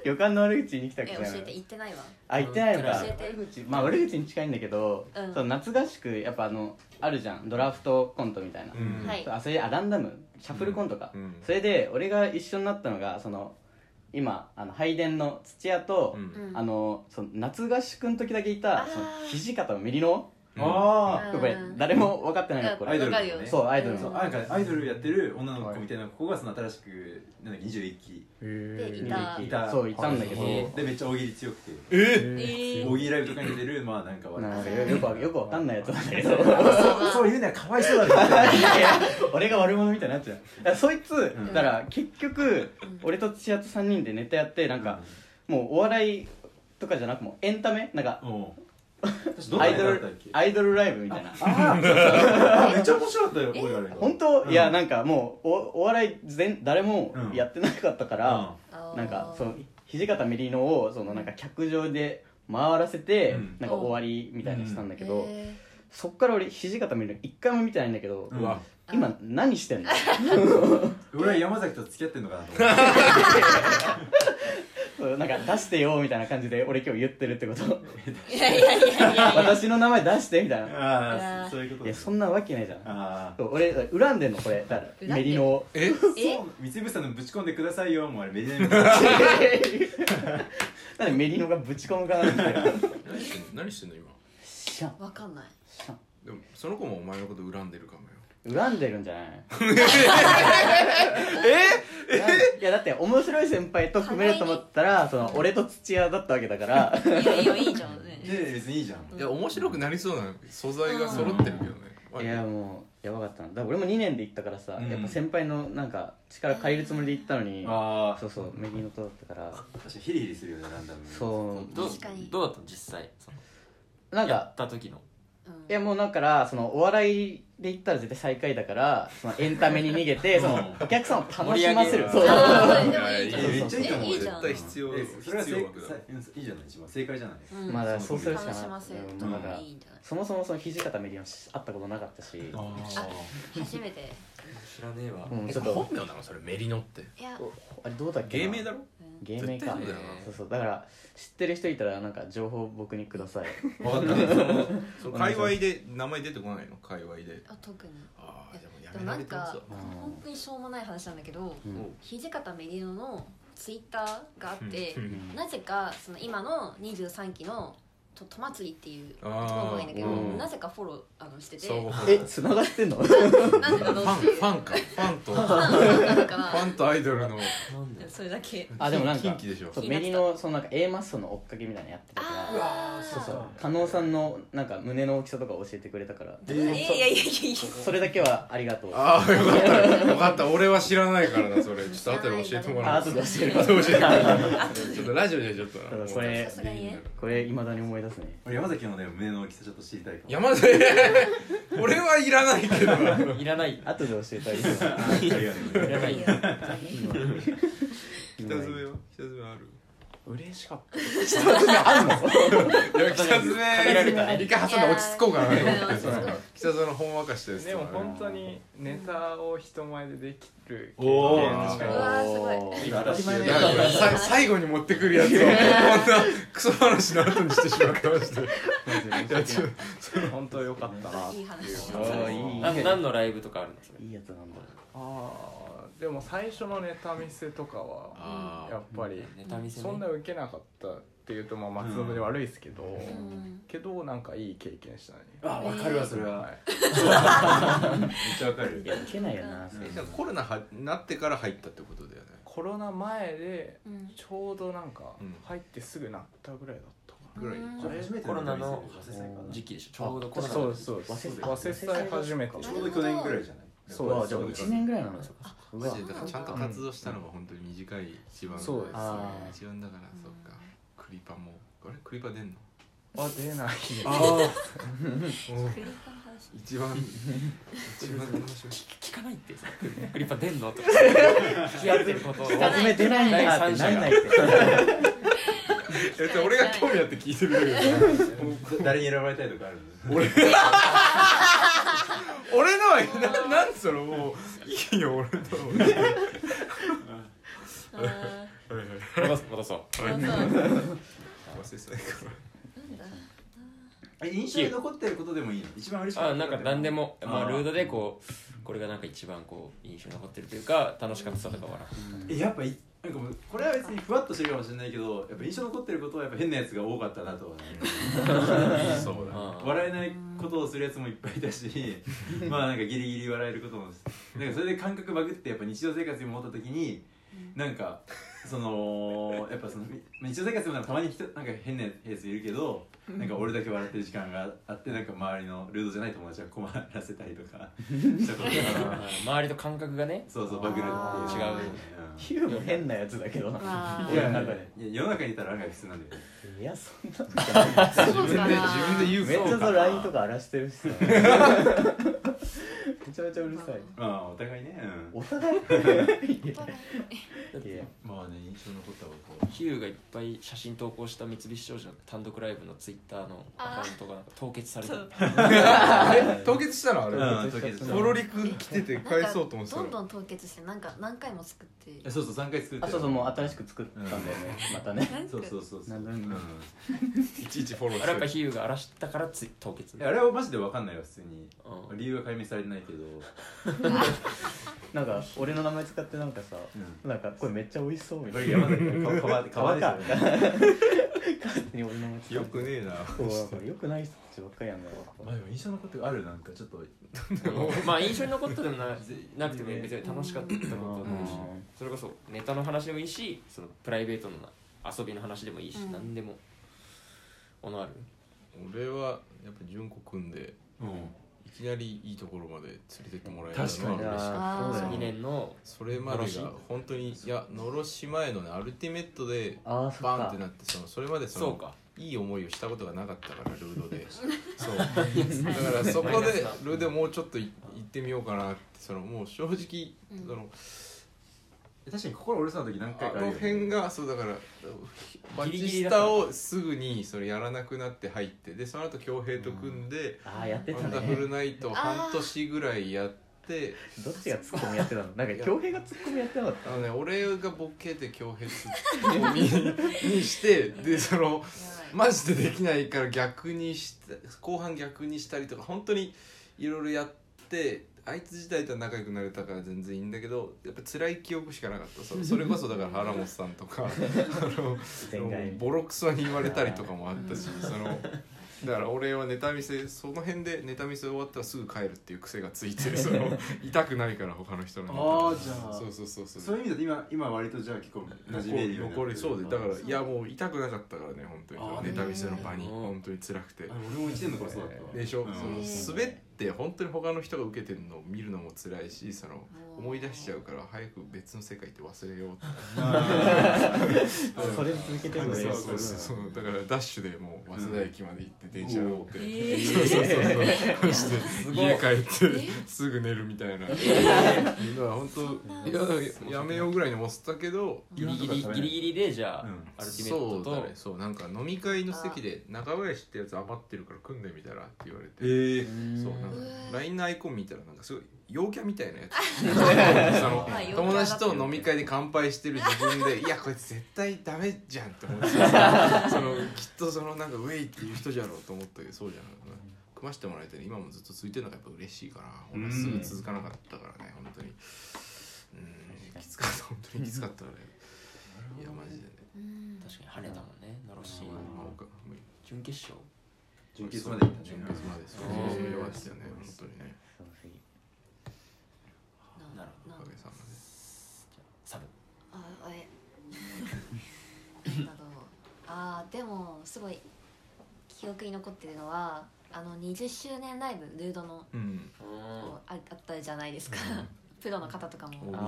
S8: 旅館の悪口に来たく
S4: え
S8: じゃ
S4: 教
S8: ない
S4: えて言ってないわ
S8: あ言ってないのか
S4: 教えて
S8: 悪口まあ悪口に近いんだけど、
S4: うん
S8: その夏合宿やっぱあのあるじゃんドラフトコントみたいな、
S5: ん
S4: はい
S8: あそれあランダムシャッフルコントか、
S5: うんうん
S8: それで俺が一緒になったのがその今あの拝殿の土屋と、
S5: うん
S8: あのその夏合宿の時だけいた
S4: あー
S8: その土方のメリノ
S7: あ
S4: う
S7: あ
S4: ん
S8: これ誰も分かってないのこ
S7: アイド
S8: れ
S7: ル
S4: わかるよ
S7: ね
S8: そうアイドル
S7: そう
S8: の
S7: なんかアイドルやってる女の子みたいな子がその新しくなんだっけ21期
S4: でい
S8: 見
S4: た
S8: に
S7: いた
S8: そういたんだけど
S1: へ
S7: でめっちゃ大喜利強くて
S4: えー
S7: 大喜利ライブとかに出るまあなんか
S8: なん
S7: 笑
S8: かよよくわよく分かんないやつなんだけど
S7: [LAUGHS] そうそう言うのはかわいそうだね
S8: いやいや俺が悪者みたいになっちゃうだからそいつ、
S7: ん
S8: だから結局俺と土屋と3人でネタやってなんか、もうお笑いとかじゃなくもうエンタメなんか
S7: うん私どん
S8: ア
S7: な
S8: イド
S7: 歌だったっ
S8: ル
S7: け
S8: アイドルライブみたいな
S7: あーめっちゃ面白かったよ俺あれ
S8: [LAUGHS] 本当、いや
S7: ん
S8: なんかもうおお笑い全誰もやってなかったから、
S4: [LAUGHS] あー
S8: なんかその土方メリーノをそのなんか客上で回らせて、
S7: うん
S8: なんか終わりみたいにしたんだけど、
S4: え
S8: そっから俺土方メリーノ一回も見てないんだけど、
S7: うわ
S8: 今何してんの [LAUGHS]
S7: 俺は山崎と付き合ってんのかなと思って
S8: そうなんか出してよみたいな感じで俺今日言ってるってこと
S4: ーいやいやいやいやいや
S8: [LAUGHS] 私の名前出してみたいな
S7: ああそういうこ
S8: い
S7: と
S8: やそんなわけないじゃん
S7: あ
S8: そう俺恨んでんのこれだ
S4: でる
S8: メリノ [LAUGHS] を
S5: え
S7: あ
S4: え
S7: そう三井物産のぶち込んでくださいよもうあれメディアにあ
S8: なんでメリノがぶち込むかなんて
S5: 何してんの何してんの今
S8: シャン
S4: わかんない
S8: シャン
S5: でもその子もお前のこと恨んでるかもよ
S8: 恨んでるんじゃないええいやだって面白い先輩と組めると思ったらその俺と土屋だったわけだから
S4: いやいやいいじゃんね [LAUGHS]
S7: で別にいいじゃん
S5: いや面白くなりそうな素材が揃ってるけどねまあ
S8: いやもうやばかったなだから俺も2年で行ったからさ、
S7: うん
S8: やっぱ先輩のなんか力借りるつもりで行ったのに
S7: ああ
S8: そうそうメリノとだったから
S7: 確かにヒリヒリするよねランダムに
S8: そう
S1: どう
S4: 確かに
S1: どうだったの実際その
S8: なん
S1: や
S8: か
S1: った時の
S4: うん
S8: いやもうだからそのお笑いで行ったら絶対最下位だからそのエンタメに逃げてそのお客さんを楽しませる
S1: 盛
S8: そう
S1: り上げる
S4: あーでも
S5: や
S4: い
S5: い
S4: いじ
S5: や
S4: ゃん
S7: めっちゃいいと思う
S4: えい
S7: よ
S4: いじゃん
S5: 絶対必要
S7: えそれは
S5: 必
S7: せ
S5: 要
S7: い
S5: 枠だ
S7: さいいじゃない一番正解じゃない
S4: うん
S8: まだそうするしか
S4: 楽
S8: ない
S4: しませる
S8: うん
S4: と
S8: だ
S4: か
S8: か
S4: が
S8: ら
S4: いいんじゃない
S8: そもそもその土方メリオンし会ったことなかったし
S7: あ
S4: 初めて
S7: 知らねえわ
S8: うん
S5: え
S8: ちょっと
S5: 本名なのそれメリノって
S4: いや
S8: あれどうだっけ
S5: 芸
S8: な
S5: 名だろ
S4: うん
S8: 芸名か
S5: 絶対そうだよな
S8: そうそうだから知ってる人いたらなんか情報僕にください
S7: 分かった
S5: その界隈で名前出てこないの界隈で
S4: あ特に
S5: ああでもや
S4: でも
S5: め
S4: な
S5: ら
S4: ん
S5: れてま
S4: か
S5: すわ
S4: 本当にしょうもない話なんだけど
S8: うん
S5: お
S4: 土方メリノのツイッターがあって
S5: うん
S4: なぜかその今の23期のととまつりっていうところ
S5: あ
S4: がいいんだけど
S8: うん
S4: なぜかフォローあのしてて
S5: そう
S8: え繋がってんの
S4: [LAUGHS] なんでかどう
S5: ファン
S4: して
S5: ファンかファンとフ
S4: ファンなのか
S5: ァンとアイドル
S4: な
S5: の
S4: それだけ
S8: あでもなんか
S5: 近畿でしょ
S8: そうメリのそのなんか A マッソの追っかけみたいなのやってたから
S4: ああ
S8: そうそう加納さんのなんか胸の大きさとか教えてくれたから
S4: いやいやいやいやいや
S8: それだけはありがとうあ
S5: ああよかったよかった俺は知らないからなそれちょっと後で教えてもらおう
S8: 後で教えるわ
S5: 後で教えてもらおうちょっとラジオでちょっとな
S8: だからこれ
S4: さすがにね
S8: これいまだに思い出すね
S7: 俺山崎のね胸の大きさちょっと知りたいかも
S5: 山崎 [LAUGHS] 俺はいらないけど
S1: いらない
S8: 後で教えたい
S7: ありがとうございます
S4: いやいや
S5: 北爪は北爪ある
S3: 嬉しかった
S5: いや北爪
S8: られたね
S5: 一回挟んで落ち着こうかな
S4: うん落ち着こ
S5: 北爪のほんわかしたやつ
S3: でも本当にネタを人前でできる経
S7: おー
S3: 験し
S4: うう
S3: か
S4: わーすごい
S7: 素晴らしい
S5: いやいやさ最後に持ってくるや [LAUGHS] つをこんなクソ話の後にしてしまってまして
S3: 本当良かったなって
S4: い
S3: い
S4: いう話
S8: あいい
S1: 何何のライブとかあるんです
S8: いいやつなんだ
S3: ああでも最初のネタ見せとかは
S5: あ
S3: やっぱり
S1: ネタ見せね
S3: そんな受けなかったっていうとまあ松延で悪いですけど、
S4: うん
S3: けどなんかいい経験したね、
S7: あ分かるわそれは
S3: は
S7: めっ
S3: い
S7: ちゃ分かる
S8: いや受けないよなそれ
S5: えじゃあコロナはなってから入ったってことだよね
S3: コロナ前で
S4: うん
S3: ちょうどなんか
S5: うん
S3: 入ってすぐなったぐらいだったか
S5: ぐらい
S4: うん
S7: じゃあ初めて
S1: コロナの
S7: 女性かな
S1: 時期でしょちょうどコ
S3: な
S1: ロナ
S3: そうですそうで
S8: 早
S3: す
S8: 稲
S3: 早稲祭初めて
S7: ちょうど去年ぐらいじゃない
S3: そう
S8: わじゃあ1年ぐらいなのう
S5: マ
S8: わ
S5: ジでだからちゃんと活動したのが本当に短い一番
S3: そうです
S8: あー
S5: 一番だからそっかクリパもあれクリパ出んの
S3: あ出ない
S5: あ
S4: クリスタの話
S5: 一番 [LAUGHS] 一番楽しみ
S1: 聞かないってさクリッパ出んのとか聞き合ってることを
S8: 二つ目出ないんだってなんないって
S5: えじゃあ俺が興味あって聞いてるだけだよ
S1: [LAUGHS]
S7: 誰に選ばれたいとかある
S5: 俺俺のはななんそのもういいよ俺のは
S4: あ
S5: はいはい
S1: 戻そう戻そう
S4: ーそう
S5: 忘れてたから
S7: え印象に残ってることでもいいの一番嬉しかった
S1: あなんか何でもま
S7: あ
S1: あ
S7: ー
S1: ルードでこうこれがなんか一番こう印象に残ってるというか楽しかったとか笑
S7: えやっぱいなんかもうこれは別にふわっとしてるかもしれないけどやっぱ印象残ってることはやっぱ変なやつが多かったなとはね
S5: そうだ
S1: う
S7: 笑えないことをするやつもいっぱいいたしまあなんかギリギリ笑えることもなんかそれで感覚バグってやっぱ日常生活に戻った時になんかそのやっぱそのまあ日常生活でもなんかたまに人なんか変なやついるけどなんか俺だけ笑ってる時間があってなんか周りのルードじゃない友達が困らせたりとかしたこと
S1: [LAUGHS]
S7: が
S1: 周りと感覚がね
S7: そうそうバグるっていう
S1: 違う
S7: うん
S8: ヒューも変なやつだけどな
S4: まあ
S7: いやなんかねいや世の中にいたら案外普通なんだよね
S8: いやそんな [LAUGHS]
S4: そうか
S5: 自分で自分で言う
S8: めっちゃその LINE とか荒らしてるし [LAUGHS] さめちゃめちゃうるさい
S7: まあお互いねうん
S8: お互いいや
S7: まあね印象残ったこと
S1: ヒューがいっぱい写真投稿した三菱商事の単独ライブのツイッターのアカウントがなんか凍結されて
S4: そう
S5: え凍結したのあれ
S7: うん凍結した
S5: ボロリク来てて返そうと思ってた
S4: どんど
S5: の
S4: ん凍結してなんか何回も作って
S7: えそうそう3回作って
S8: あそうそうもう新しく作ったんだよねまたね
S7: そうそうそうそう
S8: なんだ
S7: う
S8: ろうね
S7: ん
S5: いちいちフォロー
S1: あ
S5: し
S1: れやっぱ
S5: て
S1: ヒューが荒らしたからつい凍結
S7: えあれはマジで分かんないわ普通に
S1: うん
S7: 理由は解明されてないけど
S8: なんか俺の名前使ってなんかさ
S7: う
S8: なんかこれめっちゃ美味しそうみ
S7: こ
S8: たい
S7: れ
S8: な
S7: 山崎の川川
S8: 川
S7: で
S8: か
S7: すよね
S8: 勝手に俺の名前使
S5: よ
S8: って
S5: くねえな
S8: そうよくない人たちばっかりやんだよ
S7: まあでも印象残ったことあるなんかちょっと
S1: うんまあ印象に残ったでもななくても別に楽しかったことでもいいし
S8: うん
S1: それこそネタの話でもいいしそのプライベートの遊びの話でもいいし、
S4: うん
S1: 何でもおのある
S5: 俺はやっぱ純子組んで
S7: うん
S5: いきなりいいところまで連れてってもらえた
S7: 確かに
S5: のは
S4: あー
S8: そうだよ
S1: 2
S8: ね
S1: 年の
S5: それまでが本当にいやのろし前のねアルティメットで
S8: あーそっ
S5: バンっ
S8: か
S5: てなってそのそれまでそ
S1: そう
S5: の
S1: か
S5: いい思いをしたことがなかったからル
S4: [LAUGHS]
S5: ードでそうだからそこでルードもうちょっとい行ってみようかなってそのもう正直、
S4: うん
S5: その
S7: 確かに心折れそうな時何回
S5: あ
S7: かある
S5: の
S7: よ、ね、
S5: 辺がそうだからバ
S1: ギリ
S5: チ
S1: ギリ
S5: ス
S1: だから
S5: タをすぐにそれやらなくなって入ってでその後恭平と組んで
S2: ああやっ
S5: 「
S2: て
S5: ワ
S2: た
S5: ンダフ
S2: ね
S5: ルナイト」半年ぐらいやって
S2: どっちがツッコミやってたのなんか恭平がツッコミやってなかっ
S5: あのね俺がボケて恭平ツッコミにしてでそのマジでできないから逆にして後半逆にしたりとか本当にいろいろやってあいつ自体とは仲良くなれたから全然いいんだけどやっぱ辛い記憶しかなかったそ
S7: [LAUGHS]
S5: それこそだから原本さんとかあの
S2: た前回
S5: ボロクソに言われたりとかもあったしその
S7: [LAUGHS]
S5: だから俺はネタ見せその辺でネタ見せ終わったらすぐ帰るっていう癖がついてそ
S7: [LAUGHS]
S5: の痛くないから他の人のネタ
S7: ああじゃあ
S5: そうそうそうそう
S7: そういう意味だと今今割とじゃあ結構馴染めるようになってる
S5: 残りそうでだからいやもう痛くなかったからね本当に
S7: あー
S5: ネタ見せの場に
S7: うん
S5: 本当に辛くて
S7: あ俺も1年の頃そうだったわ
S5: でしょ、
S7: うん
S5: その滑って本当に他の人が受けてるのを見るのも辛いしその思い出しちゃうから早く別の世界って忘れようって
S2: たそれ続けてるのね
S5: そうそうそうだからダッシュでもう早稲田駅まで行って電車乗って、 [LAUGHS]
S4: えー
S5: そうそうそうそうして家帰ってすぐ寝るみたいなだから本当いやだからやめようぐらいに思ってたけど
S1: ギリギリギリギリでじゃあ、
S7: うん
S1: アルティメット
S5: そう
S1: と
S5: だねそうなんか飲み会の席で「中林ってやつ余ってるから組んでみたら」って言われて、
S7: ええ
S5: そうなんか LINE のアイコン見たらなんかすごい陽キャみたいなやつ
S1: [LAUGHS]
S5: その
S4: まあ陽キャだ
S5: 友達と飲み会で乾杯してる自分で「いやこいつ絶対ダメじゃん」って思って
S1: [LAUGHS]
S5: そのきっとそのなんかウェイっていう人じゃろうと思ったけどそうじゃなくて組ましてもらえてね今もずっと続いてるのがやっぱ嬉しいから俺はすぐ続かなかったからね本当にうんきつかった本当にきつかったねいやマジでね
S4: うん
S1: 確かに跳ねたもんねナロシー
S5: まあおかもう
S1: 準決勝
S7: 準決まで行ったね
S5: 準決までそう
S1: うん
S5: そう弱いですよね本当にね
S1: なる
S5: お
S4: な
S5: かげさまで
S1: サブ
S4: あえなんだろうあーでもすごい記憶に残ってるのはあの20周年ライブルードの
S5: うん
S4: こうああったじゃないですかプロの方とかも
S5: OB と
S4: あ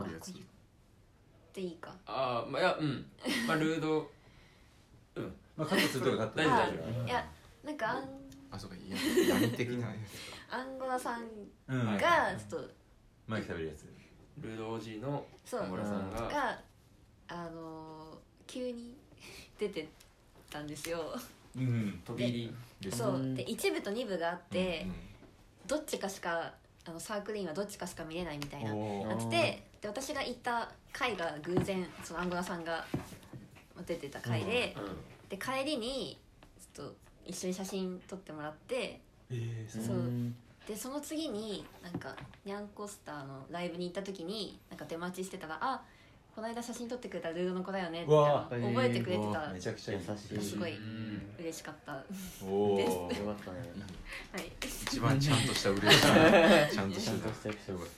S5: か来るや
S4: こ
S5: つ
S4: う言っていいか
S1: ああまあいやうんまあルードうん
S7: まあカットするとこカット
S1: 大丈夫大丈
S4: いやなんかアン
S5: あそうかいや闇的なや
S4: アンゴラさん
S7: 夫うん
S4: がちょっと
S7: マイク食べるやつ
S1: 夫ルード OG の
S4: そう
S1: 小村さんが
S4: があのー急に出てたんですよ
S7: うん
S1: 飛び入り
S5: つ
S4: そうで1部と2部があって、
S5: うん
S4: どっちかしかあのサークル員はどっちかしか見れないみたいな
S7: お
S4: なっててで私が行った回が偶然そのアンゴラさんが出てた回で、
S1: う
S4: で帰りにちょっと一緒に写真撮ってもらって
S7: ええ
S4: そううでその次になんかニャンコスターのライブに行った時になんか出待ちしてたら「あこの間写真撮ってくれたルードの子だよね」って
S7: うわ
S4: 覚えてくれてた
S7: わめちゃくちゃいい
S2: 優しい
S4: すごい
S1: ん
S4: 嬉しかったは
S5: おお
S2: よかったね
S4: い
S5: 一番ちゃんとした嬉 [LAUGHS] しいちゃんとしてた
S2: ちゃんとした
S5: よかっ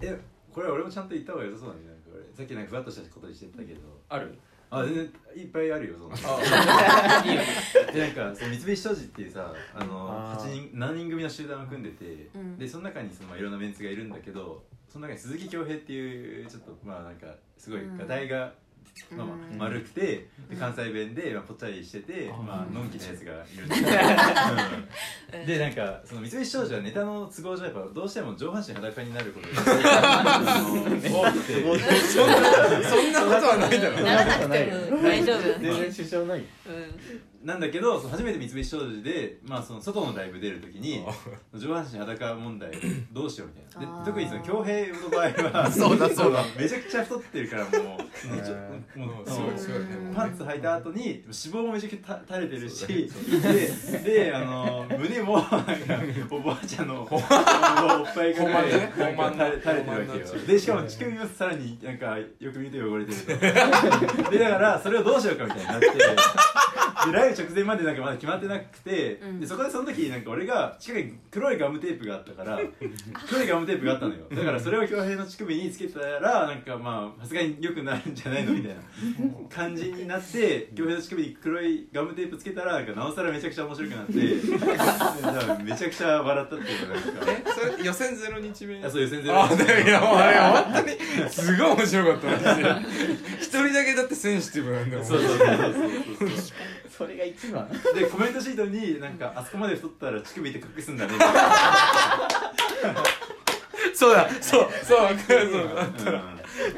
S5: たな
S7: えこれ俺もちゃんと言った方が良さそうだねなんか俺さっきなんかふわっとしたことしてたけど
S1: ある
S7: あ全然いっぱいあるよそんな [LAUGHS] でなんかその三菱商事っていうさあの
S2: あー
S7: 八人何人組の集団を組んでて、
S4: うん
S7: でその中にそのまあいろんなメンツがいるんだけどその中に鈴木恭平っていうちょっとまあなんかすごい
S4: うん
S7: 画題が、まあまあ
S4: うん
S7: 丸くて、
S4: うん
S7: で関西弁で、まあ、ぽっちゃりしてて、まあのんきなやつがいるんだけど、うんでなんかその三菱商事はネタの都合上やっぱどうしても上半身裸になることが
S2: [LAUGHS]
S7: [LAUGHS] 多くて。
S5: そんなそんなことは [LAUGHS] ないだろ
S4: ならなくても大丈
S3: [LAUGHS]
S4: 夫
S2: 全然主張ない
S4: うん
S7: なんだけどその初めて三菱商事で、まあ、その外のライブ出るときに
S5: あ
S7: 上半身裸問題どうしようみたいな
S4: あー
S7: で特にその恭平の場合
S5: [LAUGHS]
S7: は
S5: そうだそうだ
S7: めちゃくちゃ太って
S5: [LAUGHS]
S7: るからもうそのちょもう
S5: す
S7: そ
S5: ご
S7: の
S5: い [LAUGHS] すごいねもうね
S7: パンツ履いた後に脂肪もめちゃくちゃ垂れてるしでであの胸もなんかおばあちゃん
S5: [LAUGHS]
S7: のおっぱいが
S5: ほんまね
S7: なんか垂れ垂れてるわけ
S5: ほんま
S7: よ
S5: ね
S7: でしかも乳首をさらになんかよく見ると汚れてるとでだからそれをどうしようかみたいになってでライブ直前までなんかまだ決まってなくて、
S4: うん
S7: でそこでその時なんか俺が近くに黒いガムテープがあっ
S4: [LAUGHS]
S7: たから黒いガムテープがあったのよだからそれを恭平の乳首につけたらなんかまあさすがに良くなるんじゃないのみたいな感じに
S4: [LAUGHS]
S7: なって恭平の乳首に黒いガムテープつけたらなんかなおさらめちゃくちゃ面白く
S4: [LAUGHS]
S7: なってで多分めちゃくちゃ笑ったっていうかなんか
S4: [LAUGHS]
S5: えそれ予選ゼロ日目
S7: いやそういう全然
S5: あでもいやもうあれ本当にすごい面 [LAUGHS] 白かったマジで一人だけだってセンシティブなんだもん
S7: そうそうそうそうそうそう
S8: それが一番
S7: でコメントシートになんかあそこまで太ったら乳首で隠すんだね
S10: そうだそう
S7: [LAUGHS]
S10: そう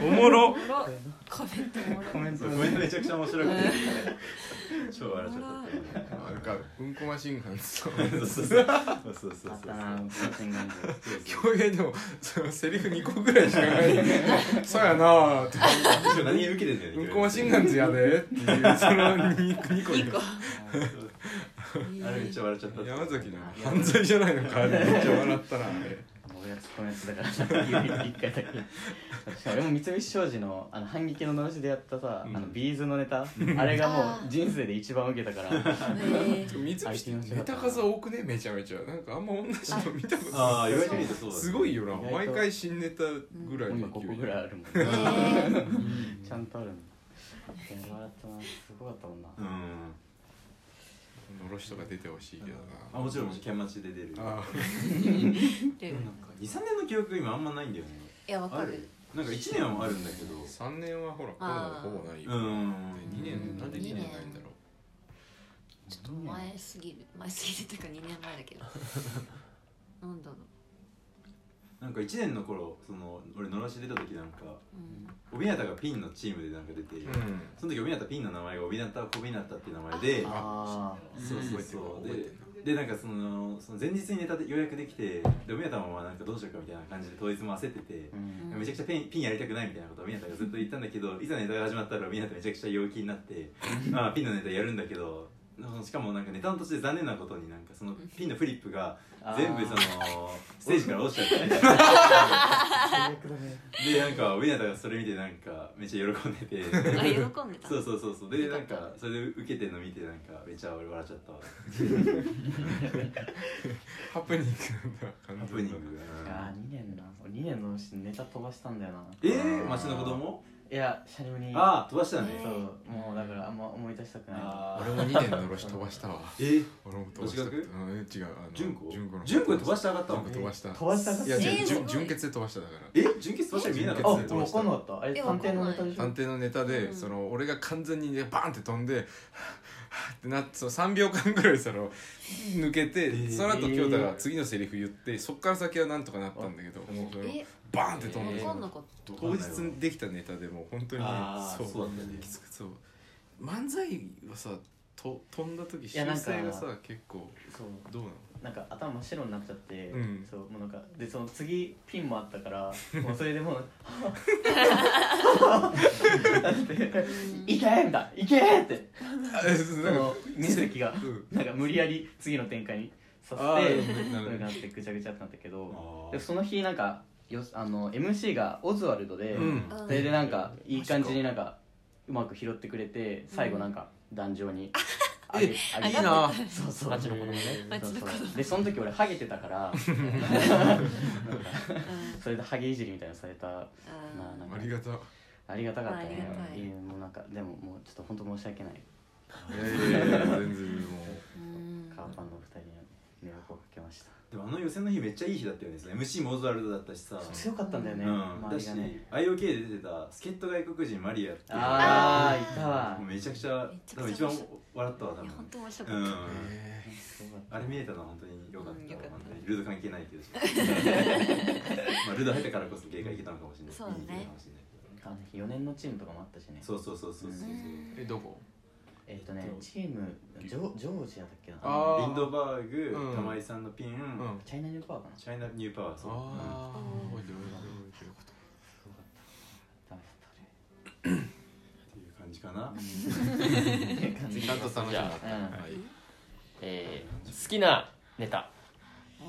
S10: おもろ
S4: おもろコメントおもろ
S8: コメント
S7: うんコメントめちゃくちゃ面白くて超笑っちゃっ
S5: なんかうんこマシンガンズと
S7: たそうそうそうそうそうそう
S8: あったな温泉ガンジ
S10: 表現でもそのセリフ2個ぐらいしかないそうやなぁって
S7: そう何受けてんだよ
S10: う
S7: ね
S10: んこマシンガンズやでっていうその 2, 個
S4: いい子
S7: あれめっちゃ笑っちゃった
S10: 山崎の犯罪じゃないのかってめっちゃ笑ったな
S8: 俺がツッコミやつだからさ唯一一回だけしかも俺も三菱商事のあの反撃ののしでやったさ、あのビーズのネタあれがもう人生で一番受けたから
S4: へー
S10: 三菱ってネタ数多くねめちゃめちゃなんかあんま同じの見たことない
S7: ああ言われてみるとそうだね
S10: すごいよな
S8: 意外と
S10: 毎回新ネタぐらい
S8: 今
S10: の
S8: こ
S10: 勢
S8: こ
S10: い
S8: ぐらいあるもん
S4: へー
S8: [LAUGHS] ちゃんとあるのいや笑ったなすごかったもんな
S7: うん
S10: のろしとか出てほしいけどな
S7: あもちろんもちろんキャンマチで出る
S10: あ
S4: で
S7: なんか23年の記憶今あんまないんだよね
S4: いやわか
S7: あ
S4: る
S7: るなんか1年はあるんだけど
S5: 3年はほらコロナ
S4: あー
S5: ほぼないよ
S7: う
S5: 2
S7: ん
S5: 年なんで2年ないんだろ
S4: ちょっと前すぎる前すぎるというか2年前だけどなんだろう
S7: なんか1年の頃その俺のろし出た時なんか
S4: うん
S7: 帯タがピンのチームでなんか出て、
S5: ううん
S7: その時帯タピンの名前が帯タ小日向っていう名前で
S8: あ
S7: そうそうそう
S10: 覚えてる
S7: ででなんかそのその前日にネタで予約できてで帯タもまあなんかどうしようかみたいな感じで当日も焦ってて
S8: あ、う、ん、
S7: めちゃくちゃピンピンやりたくないみたいなことを湊がずっと言ったんだけどいざネタが始まったら湊めちゃくちゃ陽気になってまあピンのネタやるんだけどしかもなんかネタの途中で残念なことになんかそのピンのフリップが全部そのステージから落ちちゃって
S8: 最悪だね
S7: でなんかウィナタがそれ見てなんかめっちゃ喜んでて
S4: あ喜んでた
S7: そうそうそうそうでなんかそれで受けてるの見てなんかめっちゃ俺笑っちゃったわ
S10: ハプニングな感
S7: ハ
S10: じ
S7: プニングが
S8: あー2年な2年のうちネタ飛ばしたんだよな
S7: えー、町の子供
S8: いやシャリムに
S7: ああ飛ばしたね
S8: そうもうだからあんま思い出したくない
S7: あ
S5: 俺も2年のろし飛ばしたわ
S7: えー、
S5: 俺も飛ばした
S7: どっち
S5: うん違うあの
S7: 純子
S5: 純子の
S7: 純子飛ばして上がった
S5: 純
S7: の
S5: 子飛ばした
S8: 飛ばしたかっ
S5: いや
S4: え
S5: じ
S4: ー
S5: ゅ
S4: す
S5: 純
S4: ごい
S5: 純潔で飛ばしただから
S7: え純潔飛ばしたら見えなか
S8: あ、
S7: っ
S5: え
S7: た
S5: 純
S8: 分
S5: 潔
S8: かんなかった。あれ
S4: え
S8: 探偵のネタでしょ。
S5: 探偵のネタで、
S4: うん
S5: その俺が完全にねバーンって飛んでってなってその3秒間ぐらいその抜けて、
S7: ー
S5: その後京太が次のセリフ言ってそっから先はなんとかなったんだけどもうそれを
S4: え
S5: バーンって飛んで、
S4: わかんなかっ
S5: 当日できたネタでもう本当にね
S7: あーそうだったね
S5: きつくそう漫才はさと飛んだ時
S8: やな
S5: 修
S8: んか
S5: 正がさ結構
S8: そう、
S5: どうな
S4: [LAUGHS]
S5: の
S8: なんか頭真っ白になっちゃって、
S5: うん
S8: そう、もうなんか、で、その次ピンもあった
S5: [LAUGHS]
S8: から、もうそれでも
S4: [LAUGHS]
S8: う。だって、 [LAUGHS] いけんだ、いけんって、
S5: あえそ
S8: そう
S5: なんか
S8: の水木が
S5: う、ん
S8: なんか無理やり次の展開にさ
S5: あ
S8: せて、
S5: ーなるほど
S8: そうなってぐちゃぐちゃってなったけ
S7: あ
S8: ど。
S7: ー
S8: で、その日なんか、よし、あの、M. C. がオズワルドで。
S5: うん
S4: た、うん、
S8: それでなんかいい感じになんかうまく拾ってくれて最後なんか壇上にあげあげ
S5: いいな
S8: そうそう
S5: 町の子供ね
S8: そうそうでその時俺ハゲてた
S4: [LAUGHS]
S8: からそれでハゲいじりみたいなのされたな
S4: あ
S8: なん
S5: あ
S8: か
S5: りがた
S8: ありがたかったね
S4: ありがたい
S8: やもうなんかでももうちょっと本当申し訳ない
S5: いやいやいや全然も
S4: ーうん
S8: カーパンのお二人には迷惑をかけました
S7: でもあの予選の日めっちゃいい日だったよねその MC モーズワルドだったしさ
S8: 強かったんだよね
S7: うん、だ
S8: 周り
S7: し
S8: がね
S7: IOK で出てた助っ人外国人マリアっていうのが
S8: ああいたわ
S7: もうめちゃくちゃ多分一番笑ったわ多
S4: いや本
S7: 分
S4: 当面白
S7: う
S4: かっ
S7: ん
S4: た、
S5: う
S8: すごかった
S7: あれ見えたのは本当に良かった,、
S4: うん良かった
S7: 本当にルード関係ないけ
S4: [LAUGHS]
S7: どまあルード入ったからこそ芸会行けたのかもしれない
S4: そうだね
S7: いい芸かもしれないけ
S8: あの日4年のチームとかもあったしね
S7: どそうそうそうそうそう、
S4: うん
S5: えどこ
S8: えっとねチームジョジョージアだっけな
S5: あー
S7: リンドバーグ、
S5: うん
S7: 玉井さんのピン、
S5: うん
S8: チャイナニューパーかな
S7: チャイナニューパワーそう、うん
S5: ああ覚えてる覚えてる
S8: ダメだった
S7: っていう感じ
S5: 覚
S7: かな、
S5: えてるちゃんと楽しみだった
S8: うん
S5: はい
S1: えー好きなネタ
S4: お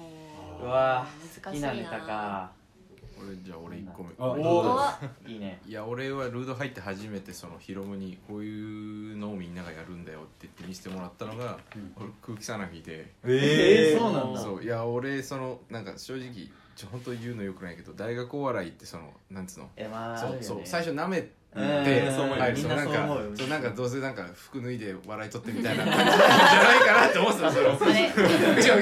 S8: うわ
S4: ー
S8: 好きなネタか
S5: 俺じゃあ俺1個目
S7: あ
S4: お
S7: どうぞ
S4: ー
S8: いいね
S5: いや俺はルード入って初めてそのヒロムにこういうのをみんながやるんだよって言って見せてもらったのが、
S8: うん
S5: 俺空気さなぎで、
S8: え
S7: え
S8: ーそうなんだ
S5: そういや俺そのなんか正直ちょ本当言うのよくないけど大学お笑いってそのなんつうの
S8: えまあ
S5: そうそう最初なめて
S8: うん
S5: で
S7: そう思うよ
S5: 入る
S8: みん
S5: そう
S8: なそ
S5: なん
S8: う思う
S5: か
S8: よ
S5: そうなんかどうせなんか服脱いで笑い取ってみたいな感じなんじゃないかなって思ってたその
S4: あれ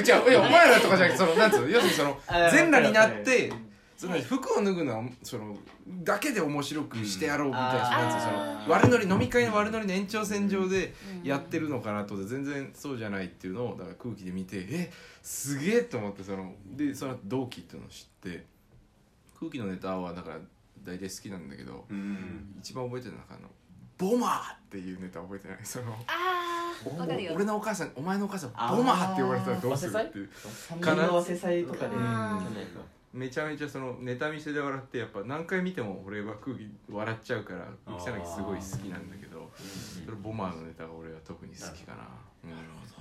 S5: 違う違
S7: [LAUGHS]
S5: ういやお前らとかじゃなくてそのなんつうの要するにその
S8: あー
S5: 全裸になってその服を脱ぐのはそのだけで面白くしてやろうみたいな,、
S3: うん
S5: なんつうのそ
S4: あ
S5: の
S4: ー
S5: 悪乗り飲み会の悪乗りの延長線上で
S4: うん
S5: やってるのかなと思って全然そうじゃないっていうのをだから空気で見てえすげえと思ってそのでその後同期っていうのを知って空気のネタはだから大体好きなんだけど
S7: うん
S5: 一番覚えてるのはあの「ボマー!」っていうネタ覚えてないその
S4: あーわかるよ
S5: 俺のお母さんお前のお母さんボマーって呼ばれたらどうするっていう
S8: 三年の忘れ祭とかで、
S4: うん
S5: めちゃめちゃそのネタ見せで笑ってやっぱ何回見ても俺は空気笑っちゃうから
S7: あー
S5: 草薙すごい好きなんだけどそれボマーのネタが俺は特に好きかななるほど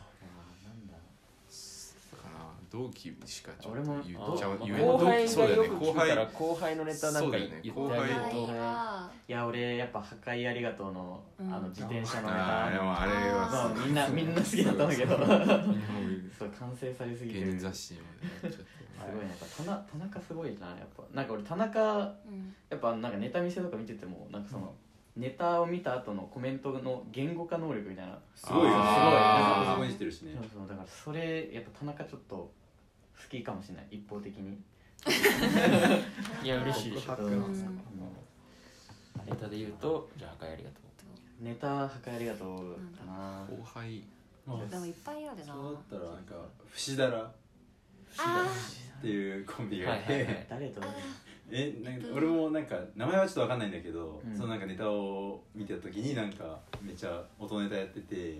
S5: かな同期しかちょっと
S8: 俺も
S5: 言っちゃう言え
S1: 後輩
S5: そ
S1: が
S5: うだよ
S1: よ
S5: ね
S1: く
S5: 後
S1: 聞くから
S5: 輩
S1: 後輩のネタなんか言ってあげる
S5: そうだよね後
S4: はいはい
S8: や俺やっぱ「破壊ありがとうの」
S4: うん
S8: あの自転車のネ
S5: ああでもあれ
S8: タ
S5: は
S8: そうみんなみんな好きだったんだけどそう完成されすぎて
S5: 芸
S8: る
S5: 人
S8: す
S5: 雑誌までちょっ
S8: ごいねやっぱ田中田中すごいなやっぱなんか俺田中
S4: うん
S8: やっぱなんかネタ見せとか見ててもなんかその、ネタを見た後のコメントの言語化能力みたいな
S7: すごいよ
S8: あー
S7: すごいパソコンいじってるしね
S8: そうそうだからそれやっぱ田中ちょっと好きかもしれない一方的に
S1: いや嬉しいでしょ
S8: 告白
S4: う
S8: あ
S4: ん
S8: の
S1: ネタで言うとじゃあ破壊ありがと
S8: ネタ破壊ありがとうかな
S5: と後輩
S7: まあ
S4: でもいっぱいあるな
S7: そうだったらなんか不死だら
S4: あ
S7: っていうコンビ
S1: う
S7: が
S1: はい
S7: い
S1: はいは
S7: て
S1: い
S8: 誰と誰
S7: えなんか俺もなんか名前はちょっとわかんないんだけど、
S8: うん
S7: そのなんかネタを見た時になんかめっちゃ音ネタやってて、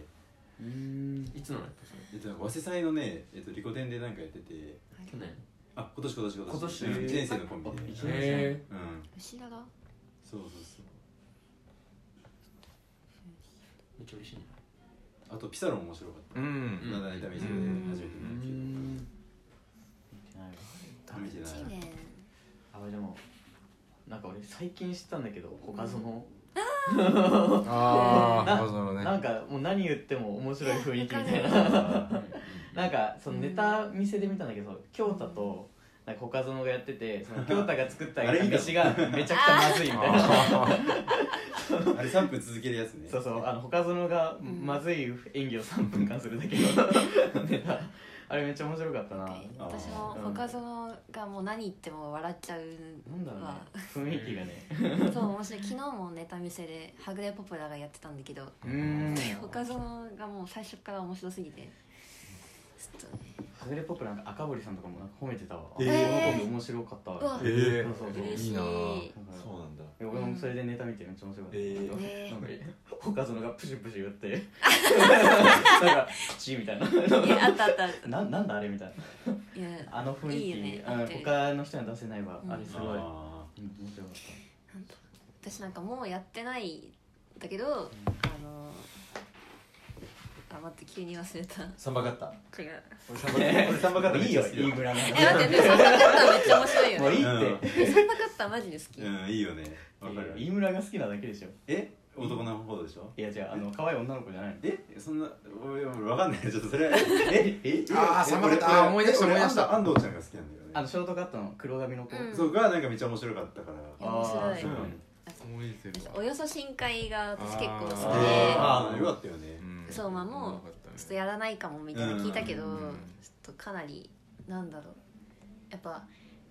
S8: うーん
S1: いつのやつ
S7: えっと、早稲祭のね、えっと、リコ展でなんかやってて
S1: 去年
S7: あ今年今年今年
S1: 今年
S7: うん一年生のコンビで、
S8: あへ
S7: うん、
S4: 後ろが
S7: そうそうそう
S1: めっちゃ嬉しいね
S7: あとピサロも面白かっ
S5: う
S7: た、
S5: ん
S7: なだいた目で初めて
S8: うー
S7: 見
S8: んないわ
S7: たけど見てない
S4: 1年
S8: あでもなんか俺最近知ったんだけど他その
S5: ああ
S8: な
S5: なるほどね
S8: なんかもう何言っても面白い雰囲気みたい
S4: わ
S8: な
S7: あ
S8: なんかそのネタ見せで見たんだけど京太となんか他園がやっててその京太が作った
S7: あれ見た
S8: 飯がめちゃくちゃまずいみたいな
S7: ー [LAUGHS] あれ3分続けるやつ
S8: [LAUGHS]
S7: ね
S8: そうそうあの他園が
S4: ん
S8: まずい演技を3分間するだけのネタあれめっちゃ面白かったな
S7: あー
S4: 私も他園がもう何言っても笑っちゃう
S8: なんだろうね
S4: わ
S8: 雰囲気がね
S4: そう面白い昨日もネタ見せで「はぐれポプラ」がやってたんだけど
S8: うーん
S4: 他園がもう最初から面白すぎてちょっとね
S8: はぐれポップなんか赤堀さんとかもなんか褒めてたわ
S4: ー
S7: え
S8: この子面白かった
S4: うわ
S8: わ
S7: えー
S8: そうそうそう
S4: 嬉し
S5: いい
S4: い
S5: な
S8: なんか
S7: そうなんだ
S8: で俺もそれでネタ見てめっちゃ面白かった、
S7: えー
S4: ね
S8: なんか他そのがプシュプシュ言って
S4: [LAUGHS]
S8: なんかプチみたいない
S4: やあったあったあっ
S8: ななんだあれみたい
S4: たいや
S8: なあの雰囲気
S4: いいよね
S8: あの
S4: 合ってる
S8: 他の人には出せないわ、
S4: うん
S8: あれすごい、うん、面
S7: あ
S8: 白かっ
S4: 私なんかもうやってないんだけど、あのあ待って急に忘れた
S7: ーサンバカッタ
S4: 違う
S7: 俺サンバカッタ俺サンバカッ
S8: た
S7: タ
S8: いい
S7: めっちゃ
S8: よ
S7: 好きだ
S8: いい村なん
S4: え待ってでもそんなカッターめっちゃ面白いよ
S8: も [LAUGHS] う
S4: ね
S8: いいって、
S4: えそんなカッターマジで好き、
S7: うんいいよねわかる
S8: いい村が好きなだけでしょ
S7: え男の方でしょ
S8: いや違うあの可愛い女の子じゃないの
S7: えそんな俺俺わかんないちょっとそれええ
S5: あーサンバカッタ
S7: 俺
S5: あー思い出した
S7: 俺
S5: 思い出した
S7: 安藤安藤ちゃんが好きなんだよね
S8: あのショートカットの黒髪の子、
S4: うん
S7: そうがなんかめっちゃ面白かったから
S4: いや面白い
S8: あーそう
S5: 思い出てるわ
S4: およそ深海が私結構好きで
S8: あ
S7: ああよかったよね
S5: うん
S4: 相馬も
S5: うまかたね
S4: ちょっとやらないかもみたいな聞いたけど、
S5: うん
S4: ちょっとかなりなんだろうやっぱ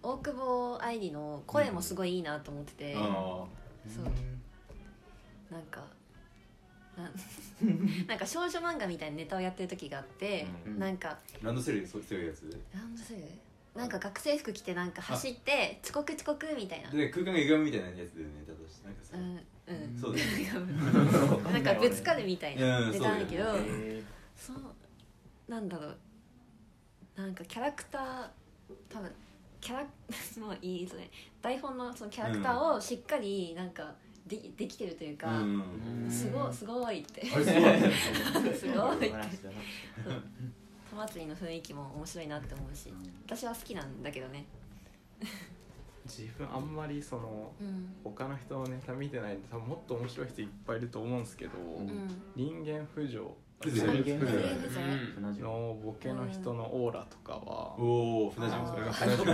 S4: 大久保愛理の声もすごいいいなと思ってて、
S7: あ
S4: そうなんかなん
S7: [LAUGHS]
S4: なんか少女漫画みたいなネタをやってる時があって、
S8: うん
S4: なんか
S7: ーランドセルそう強いやつ
S4: なんだそれなんか学生服着てなんか走って遅刻遅刻みたいな。
S7: で空間が歪むみたいなやつでねだとしてなんかさ
S4: うんうん、
S7: そうだよね
S4: なんかぶつかるみたいな
S7: うん
S4: ネタなんだけど、
S7: そうだよ
S8: え
S4: そうなんだろうなんかキャラクター多分キャラ [LAUGHS] もういいですね台本のそのキャラクターをしっかりなんかできできてるという
S7: う
S4: か、
S7: ん
S8: ん
S4: す [LAUGHS] ごいすごいって
S8: [LAUGHS]
S7: あれすごいね
S4: すごい
S8: ー、話だな
S4: 戸祭りの雰囲気も面白いなって思うし私は好きなんだけどね
S3: 自分あんまりその
S4: うん
S3: 他の人のネタ見てないんで多分もっと面白い人いっぱいいると思うんですけど、
S4: うん
S3: 人間浮上
S7: 人間
S4: 不
S7: 不
S4: 条
S1: うん
S8: 船島
S3: のボケの人のオーラとかは、い
S7: おお船島それ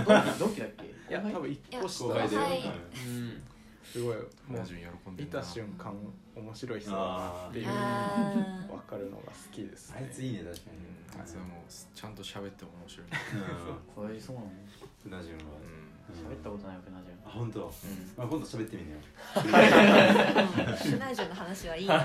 S7: が
S4: あ
S8: どどっちだっけ
S3: や多分一個下
S7: 後輩で
S4: 後
S7: う
S4: 輩
S7: ん
S1: うん
S3: すごいもう
S5: 同じように喜んで
S3: 見
S5: るな
S3: た瞬間面白い人だなっていう
S4: あー
S3: 分かるのが好きです
S7: あい
S3: ね
S7: ついいね確か
S5: うんあいつはもうちゃんと喋っても面白い、
S7: にうん
S8: そうそうなのね
S7: 船島は
S5: うん
S8: 喋っったことない僕なじゃん
S7: あ本当、まあ今度喋ってみんなよ
S4: シナジオの話はいいから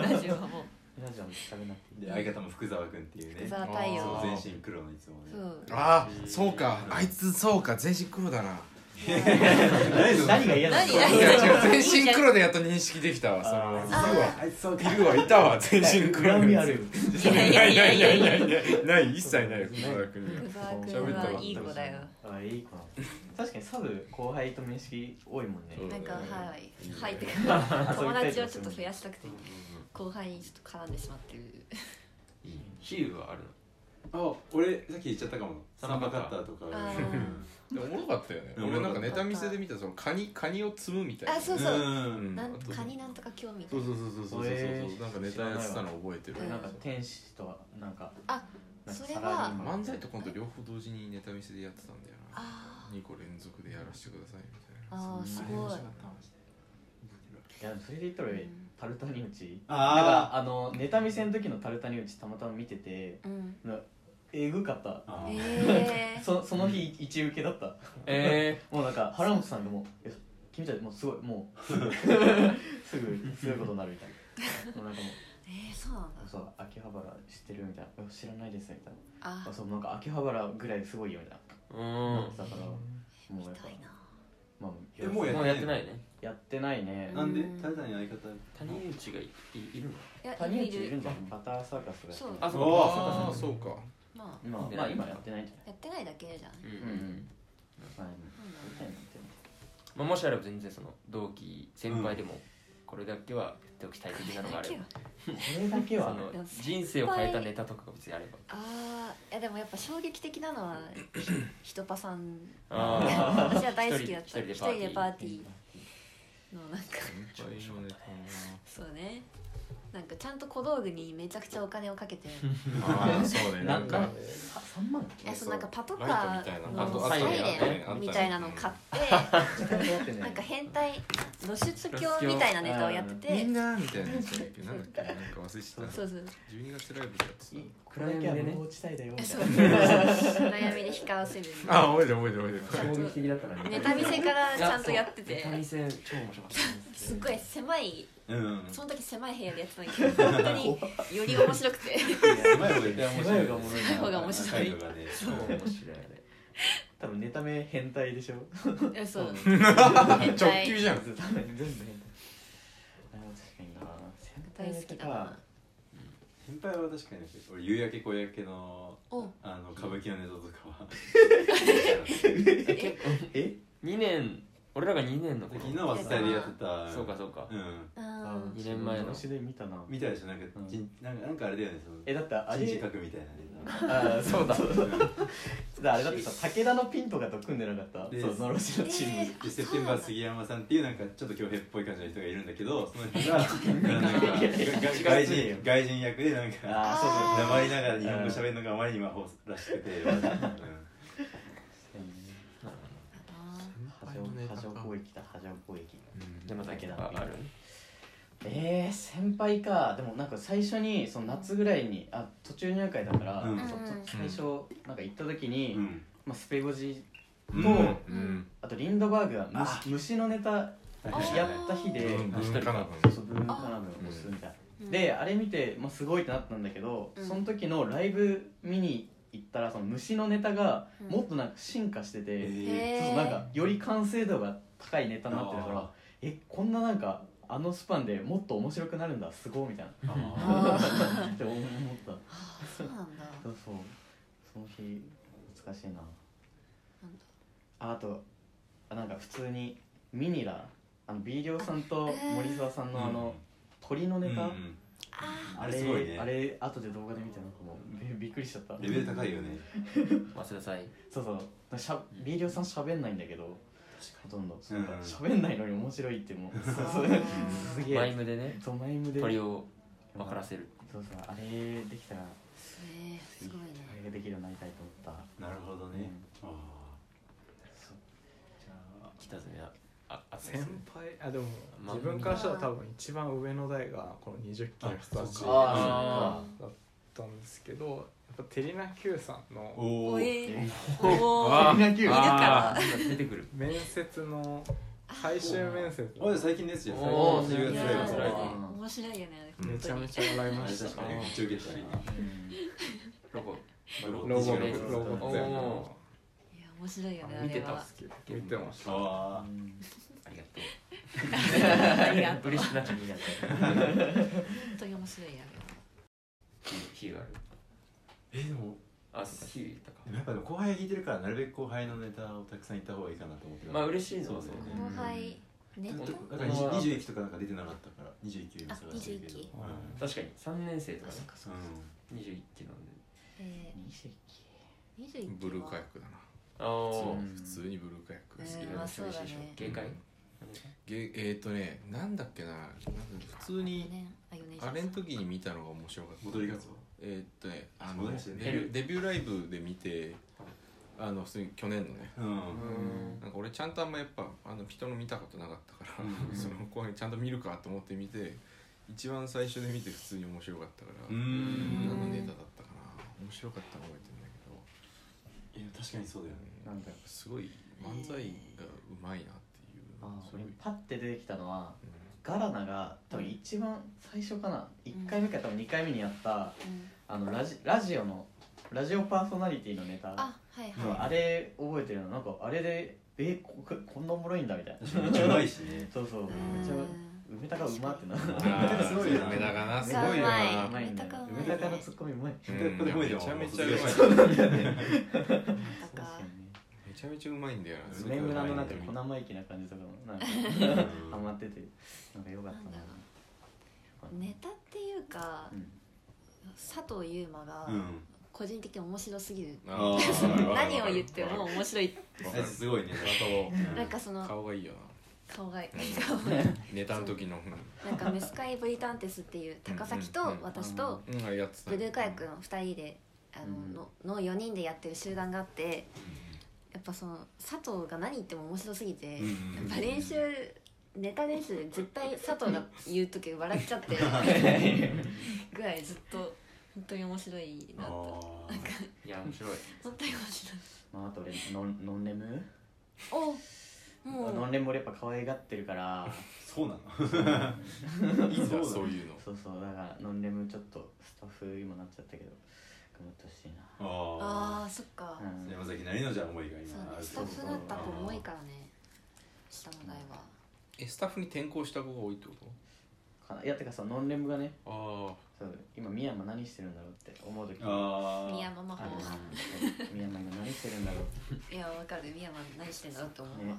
S4: ラジオはもう
S8: ラジオの食べなくていい
S7: [LAUGHS] で相方も福沢君っていうね
S4: 福沢太
S7: そう
S4: 陽
S7: 全身黒のいつもね
S4: そう
S6: ああそうかあいつそうか全身黒だな
S7: 何その
S8: 何が嫌なの
S4: 何何
S6: いや違う全身黒でやっと認識できたわその
S7: あいつそうか
S6: いるわいたわ全身黒
S8: 恨みあるよ
S4: いやいやいやいやいや
S6: いやいやない一切ないよ福沢君には
S4: 福沢君はいい子だよ
S8: あいい子なの確かにサブ後輩と面識多いもんね
S6: そう
S4: なんかはい入ってくる
S8: 遊
S4: 友
S8: びたい
S4: 達
S8: と
S4: を
S8: か
S4: ちょっと増やしたくて後輩にちょっと絡んでしまってる
S1: 比喩はあるの
S7: あ俺さっき言っちゃったかもサナバカッターとか
S4: あ
S6: でもおもろかったよね
S7: うん
S6: 俺なんかネタ見せで見たそのカニカニを積むみたい
S4: ー
S6: な
S4: あそうそううん
S6: ん
S4: なん
S6: あと
S4: カニなんとか興味
S6: そうそうそうそうそうそうそう、
S8: えー
S6: なんかネタやってたの覚えてる
S4: うん
S8: なんか天使とはなんか
S4: あ
S8: なんか
S4: それは
S8: サラリーマン
S6: 漫才とコント両方同時にネタ見せでやってたんだよな
S4: あ
S6: 2個連続でやらせてくださいみたいな
S4: あーすごい
S8: いやそれで言ったら俺タルタニウチなん
S7: あ
S8: かあのネタ見せの時のタルタニウチたまたま見てて
S4: ーうん
S8: えぐかった
S7: ーあー
S4: えー
S8: そその日一受けだった
S1: え
S8: もうなんか原本さんがもうえ「君たちもうすごいもう
S4: [LAUGHS]
S8: すぐすごいことになる」みたいなもうなんかも
S4: えーそうなんだ
S8: う「そう秋葉原知ってる?」みたいなえ「知らないです」みたいな
S4: あ
S8: あそうなんか秋葉原ぐらいすごいよ」みたい
S1: ー、う
S8: な、
S1: ん
S8: だからもう
S4: 見
S8: やったぱ
S4: いな
S8: まあ
S7: えもう
S1: もうやってないね
S8: やってないね
S4: うん
S7: なんでタルタに相方
S1: 谷口がいいいるの
S4: いや
S8: 谷
S4: い
S8: 口
S4: るい
S8: いる
S4: る
S8: んじゃないバターサーカスとかやってる
S4: そう
S1: あ
S7: お
S1: そうか
S6: ああそうか
S4: まあ
S8: 今まあ今やってないんじゃ
S4: やってないだけじゃない
S1: うん
S8: ないうんまあや
S4: なんだろう
S8: りたいなやりたいな
S1: まあ、もしあれば全然その同期先輩でもこれだけは言っておきたい的なのがあれば、
S8: これだけは
S4: [LAUGHS]
S1: その人生を変えたネタとかが別にあれば
S4: あーいやでもやっぱ衝撃的なの
S6: [CLEARS THROAT]
S4: はひとぱさん
S1: あ
S4: [LAUGHS] 私は大好きだっ
S1: 一
S4: た
S1: 人
S4: 一
S1: 一
S4: 人
S1: 人
S4: で
S1: で
S4: パ
S1: パ
S4: ー
S1: ー
S4: ティーのなんか
S6: 先輩のネタ
S4: そうねなんかちゃんと小道具にめちゃくちゃお金をかけてい
S6: ああ [LAUGHS] そうね
S8: な
S6: なんん
S8: か
S6: か
S8: あ3万
S4: やそうなんかパトカ
S6: ライトみたい
S4: ー
S6: なあ
S4: の
S6: と
S4: サ
S6: あ
S4: イ
S6: とね
S4: レ
S6: あったね
S4: ンみたいなのを買って
S8: ね
S4: なんか変態露出狂みたいなネタをやって
S6: み
S4: て
S6: んなみたいなやつだっけなんだっけなんか忘れてたな
S4: そうそう
S6: 12月ライブだってさ
S8: いいこれだけは無法地帯だよみ
S4: そう
S8: た
S4: [LAUGHS]
S8: い
S4: 悩みで光ら
S6: [LAUGHS]
S4: せる
S6: ああ覚えてる覚えてる覚えてる
S8: な衝撃的だったから
S4: ネタ見せからちゃんとやって
S1: ネタ見
S4: て
S1: せ超面白かったです
S4: すっごい狭い
S7: うんうん
S4: その時狭い部屋でやってたんだけど本当により面白くて
S7: 前ほがい
S8: 狭い方がおもろいな
S4: 方が面白い
S7: 若のがね
S1: 超面白いあれ
S8: 多分ネタ目変態でしょ
S4: いやそう変
S6: 直球
S4: 態
S6: じゃん
S8: 全部変態あでも確かにな
S4: 大好きだな
S7: 先輩は確かに俺夕焼け小焼けの
S4: お
S7: あの歌舞伎のネタとかは
S8: え
S1: 2年俺らが2年の頃
S7: 昨日はスタイルやってた
S1: そうかそうか
S7: うん
S4: うん
S1: 二年前の
S8: 面白い見たな
S7: みたいでしょなんか
S8: うん
S7: じんなんかなんかあれだよねその
S8: えだってあ
S7: 人事
S8: れ
S7: 学みたいなネタ
S8: あそうだあれだって [LAUGHS] さ武田のピンとかと組んでなかった
S7: で
S8: そうのろしのチーム
S7: でセプテンバー杉山さんっていうなんかちょっと強兵っぽい感じの人がいるんだけどその人がなんか外人外人役でなんか
S8: あそう
S4: あー
S7: 黙りながら日本語喋るのがあまりに魔法らしくて、うん
S8: 波状波状攻撃だ波状攻撃
S1: でまた
S8: 武
S1: け
S8: 田
S1: な
S8: の
S1: あ
S8: ピン
S1: る
S8: えー、先輩かでもなんか最初にその夏ぐらいにあ途中入会だから、
S7: うん
S8: そうと最初なんか行った時に、
S7: うん
S8: まあ、スペゴジと、
S7: うん
S6: うん
S8: あとリンドバーグが
S7: あ
S8: 虫虫のネタ
S4: あー
S8: やった日で
S6: うん文化なの
S8: そうそうブームカナブンをするみたいな、
S4: うん
S8: であれ見て、まあ、すごいってなったんだけど、
S4: うん
S8: その時のライブ見に行ったらその虫のネタが
S4: うん
S8: もっとなんか進化してて、
S4: へー
S8: そうそうなんかより完成度が高いネタになってるか
S7: あー
S8: らえこんななんかあのスパンでもっと面白くなるんだすごいみた
S4: [LAUGHS]
S8: いな
S7: あ
S4: あ
S8: って思った
S4: ーそうなんだ
S8: そうそうその日難しいな
S4: なんだ
S8: ああとあなんか普通にミニラあの B 涼さんと森沢さん
S7: ー
S8: のあの鳥のネタ、
S7: うんうん
S8: あ
S7: あ
S8: れ
S7: れすごいね
S8: あれ後で動画で見てなんかもうびびっくりしちゃった
S7: レベル高いよね
S1: 早稲田祭
S8: そうそうしゃ B 涼さん喋んないんだけどほとんどそうなんか
S7: うん
S8: 喋んないのに面白いってもうそうそう
S4: ー
S8: すげえ
S1: マイムでね
S8: そうマイムで
S1: 鳥を分からせる
S8: そうそうあれできたらあ
S4: えーすごいね
S8: れができるようになりたいと思った
S7: なるほどねあ
S8: そう
S1: 北爪はああそうで
S3: 先
S1: す
S3: 輩あでも
S1: まあ
S3: 自分からしたら多分一番上の代がこの20期の人たち
S7: あ
S3: だ
S7: そ
S3: っ
S7: っか
S3: たんですけどやっぱテリナ Q さん
S7: お
S3: の
S4: お
S7: お
S4: えお
S8: あ
S4: お
S8: みん
S4: いる
S8: な9
S4: か
S7: 出てくる
S3: 面接の最終面接
S7: あで最近ですよ
S8: おー
S7: 最近
S4: らい
S7: 10
S4: や
S7: 月ぐらい
S8: あ
S7: に
S8: ー
S4: ー面白いよねあれ
S3: めちゃめ
S4: ち
S3: ちゃ笑い
S7: あ
S3: ま
S7: れ
S3: した
S7: 確かにめっちゃウケたしロボ
S3: ロボ
S7: ロ
S3: ロ
S7: ボ
S3: ボットや
S1: お
S4: ゃいや面白いよねあ
S3: 見て
S4: れ
S3: た
S4: は
S3: っすけど見てました
S7: あ
S1: ありがと
S4: ありがとう
S1: 嬉しくなっちゃう
S4: 本当に面白いあれは
S1: ヒールある
S7: ーえでも
S1: あそうかヒールいったか
S7: でもやっぱでも後輩が聞いてるからなるべく後輩のネタをたくさん言った方がいいかなと思って
S1: まあ嬉しいの
S7: そ
S1: は
S7: う
S1: ね
S7: そう
S4: 後輩ネ
S7: だ
S4: ッ
S7: か
S4: ト
S7: ら21期とかなんか出てなかったから21期今
S4: あ
S7: 探してるけど
S4: 21
S7: うん
S1: 確かに3年生とかね
S7: う
S1: 21期なんで
S4: えー21
S5: ブルーカヤッ
S4: は
S5: クだな
S1: ああ
S5: 普通にブルーカヤックが好き
S4: う
S1: 今
S4: ん
S1: の厳しいでしょ
S4: まあそうだね
S1: 警戒
S5: げえー、っとねなんだっけななんだ普通
S4: 4
S5: に
S4: 年あ4年生
S5: あれの時に見たのが面白かった
S7: 戻りがつお
S5: えー、っとねあ
S7: そ
S5: の
S7: う
S5: デ
S7: で
S5: ビ
S7: すよね
S5: ューデビューライブで見てあの普通に去年のね
S7: うん
S1: うん
S5: なんか俺ちゃんとあんまやっぱあの人の見たことなかったから、
S7: うん
S5: その後輩ちゃんと見るかと思って見て一番最初で見て普通に面白かったから、
S7: う
S4: うん
S7: ん
S5: 何のネタだったかな面白かったの覚えてるんだけど
S7: いや確かにそうだよね
S5: なんかやっぱすごい漫才がうまいなっていう、
S8: あー
S5: すごい
S8: 俺パッて出てきたのはガラナが多分一番最初かな1回目か多分2回目にやった
S4: うん
S8: あのラジラジオのラジオパーソナリティのネタ
S4: あはい
S8: そう
S4: は
S8: あれ覚えてるのなんかあれでえここんなおもろいんだみたいな
S7: 確かにめっちゃうまいしね
S8: そうそう
S4: い
S8: めっちゃ梅高うまってな
S7: 確かに
S5: あー
S7: すごいな
S5: 梅田がなすごい
S4: が
S5: な
S4: うまい梅高うまい
S8: 梅高のツッコミうまい
S5: うん
S7: これ褒め
S5: め
S7: ても
S5: ちゃめちゃうまい
S4: とか
S5: めちゃめちゃうまいんだよな
S8: 梅村のなんか
S5: すごい
S8: 小
S5: な
S8: 生意気な感じとかもなんかハマっててなんかよかったな
S4: ネタっていうか
S8: うん
S4: 佐藤優馬が
S7: うん
S4: 個人的に面白すぎる
S5: あー
S7: その
S4: 何を言っても面白い
S7: あいつすごいね
S4: なんかそ
S5: あと
S4: の
S5: 顔がいいよな
S4: 顔がいい
S5: うん
S4: 顔がいい
S5: ネタの時の
S4: なんかメスカイ・ブリタンテスっていう高崎と私と
S5: うんうんあやってた
S4: ブルーカヤックの2人であののの4人でやってる集団があってやっぱその佐藤が何言っても面白すぎてやっぱ練習ネタ練習で絶対佐藤が言う時笑っちゃってぐらいずっと本当に面白いな
S7: あ
S4: と
S1: いや面白い
S4: 本当に面白い
S8: まああと俺ノンノンレム
S4: おも
S8: ノ
S4: う
S8: ンレム俺やっぱ可愛がってるから
S7: そうなの
S5: いいんだそういうの
S8: そうそうだからノンレムちょっとスタッフにもなっちゃったけど頑張ってほしいな
S7: あ
S4: あーそっか
S8: う、ん
S7: 山崎なりのじゃ思いが
S4: そうね
S7: 今
S4: スタッフだった子も多いからね下の代は
S5: えスタッフに転校した子が多いってこ
S8: か
S5: と
S8: ないやてかさノンレムがね
S5: あ
S8: そう今深山何してるんだろうって思う時
S7: あ
S4: 宮山真
S8: あの
S4: 帆
S8: 深山今何してるんだろう
S4: いやわかる宮山何してんだろうって思うわ、
S8: ね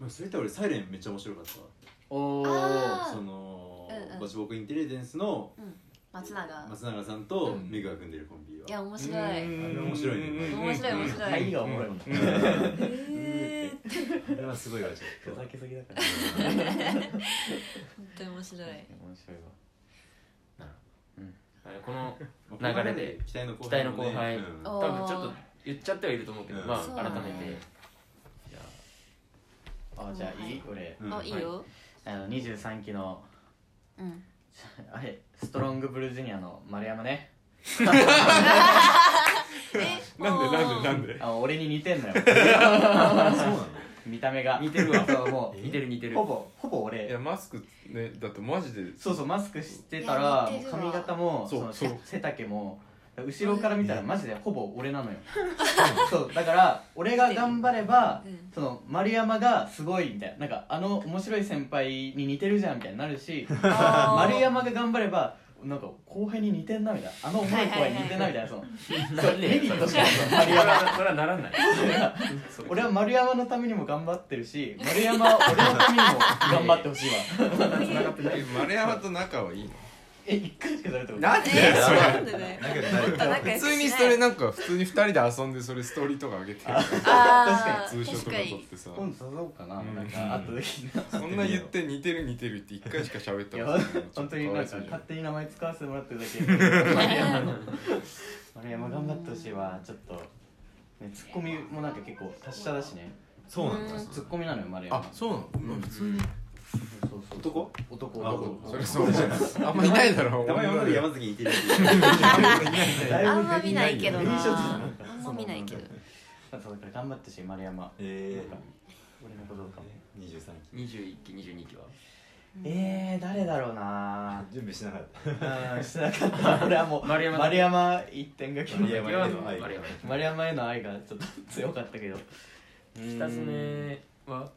S7: あそれって俺サイレンめっちゃ面白かったわ
S8: お
S4: あー
S7: その
S4: うんうん
S7: バチボークインテリジェンスの
S4: 松永
S7: 松永さんとメグが組んでるコンビはい
S4: や面白い
S7: あれ面白いね
S4: 面白い面白
S8: 会
S4: い
S8: 議がおもろいもん
S4: えー
S7: あれはすごいわちょ
S8: ふ
S7: っと
S8: ざけすぎだから
S4: 本当に面白い
S8: 面白いわ
S1: あれこの
S7: 流れで期待の後輩もね
S1: 期待の後輩
S7: うん
S4: お
S1: 多分ちょっと言っちゃってはいると思うけど
S7: うん
S1: まあ
S4: そう
S1: 改
S4: だね
S1: めてじゃ
S8: あじゃあい
S4: はい
S8: い俺
S7: うん
S4: あいいよ
S8: あの23期の
S4: うん
S8: あれストロングブルージュニアの丸山ね
S4: えなんでなんで
S5: んで
S8: あ俺に似てん [LAUGHS] のよ
S7: あそうなの
S8: 見た目が
S1: 似てるわ
S8: そうも
S1: あ似てる似て
S8: う
S1: る
S8: ほぼほぼ
S5: いや
S8: 俺
S5: マスクねだってマジで
S8: そうそうマスクしてたら
S4: いや似てるわ
S8: 髪型も
S5: そう
S8: その
S5: そう
S8: 背丈も後ろから見たらマジでほぼ俺なのよ [LAUGHS] そうだから俺が頑張れば
S4: うん
S8: その丸山がすごいみたいななんかあの面白い先輩に似てるじゃんみたいになるし
S4: あー
S8: 丸山が頑張ればなんか後輩に似てんなみたいなあの重い子は似てんなみたいなそのそうメリットしかない
S1: あそれはそれはならない
S8: 俺は丸山のためにも頑張ってるし丸山は俺のためにも頑張ってほしいわ
S5: え丸山と仲はいいの
S8: [LAUGHS] え一回しか誰とも
S5: なん
S4: え
S5: で
S4: ー
S5: それ
S4: なんでねもっと仲良
S5: 普
S4: くしない
S5: 通にそれなんか普通に二人で遊んでそれストーリーとか上げてる
S4: あー
S5: ツーショッ
S4: 確
S5: トと
S4: か
S5: か撮っ
S4: に
S5: てさ
S8: 今度誘おうかな
S5: うん
S8: なんかあとで
S5: そんな言って似てる似てるって一回しか喋
S8: い
S5: った
S8: や
S5: ことない
S8: 本当になん
S5: ち
S8: か
S5: ょっとかわいそうじゃん
S8: 勝手に名前使わせてもらってるだけ丸山の丸山頑張ってほしいわちょっと、ね、ツッコミもなんか結構達者だしね
S7: そうなんだ
S4: うん
S8: ツッコミなのよ丸山
S5: あそうなの、まあ普通に
S8: そうそう
S7: 男
S8: 男
S7: あ
S8: 男
S5: それそうじゃないあんまいないだろ
S7: 名前
S5: 女
S7: 呼んだ
S5: で
S7: ら山崎にいてる
S8: だいぶ
S4: あんま見ないけどな
S8: いいショットじゃい
S4: あんま見ないけど
S8: そうだから頑張ってし丸山
S7: [LAUGHS] え
S8: なんか俺のことかも
S7: え23期
S2: 21期22期は
S8: えー、誰だろう
S7: [LAUGHS]
S8: な
S7: 準備しなかった
S8: うんしてなかった俺はもう
S2: 丸山だ
S8: 丸山一点が決まっ
S7: 丸山への愛
S2: 丸山
S8: 丸山への愛がちょっと強かったけど
S1: 北爪は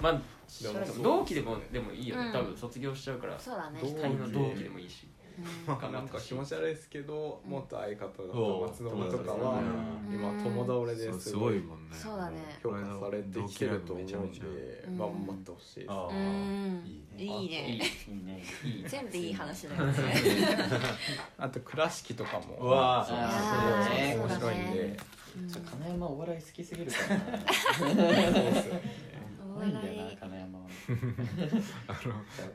S1: まあ
S5: でもそう
S1: 同期でもでもいいよね、
S4: うん
S1: 多分卒業しちゃうから
S4: そうだね
S5: どう
S1: 他人の同期でもいいし
S4: うん
S3: なんか気持ち悪いですけど元相方だ
S7: おう
S3: った松延とか
S7: う
S3: は
S7: ん
S3: 今友倒れで
S5: そう
S3: す
S5: す
S3: ご
S5: ごい
S3: い
S5: もんね
S4: そうだね
S3: 評価されてきてると思うんで
S5: 同期ライブ
S3: [LAUGHS]
S5: めちゃめち
S4: うん
S3: 頑張ってほしいです
S7: あ
S4: う
S7: あ
S4: ん
S7: いいね
S4: いいね
S8: いいね
S4: 全部いい話だよね
S3: あと倉敷とかも
S7: うわあ
S8: あーそうだね
S3: 面白いんで
S4: うん
S8: ちょ金山お笑い好きすぎるからな
S4: お
S8: ないんだよ
S4: 笑
S8: ない金山は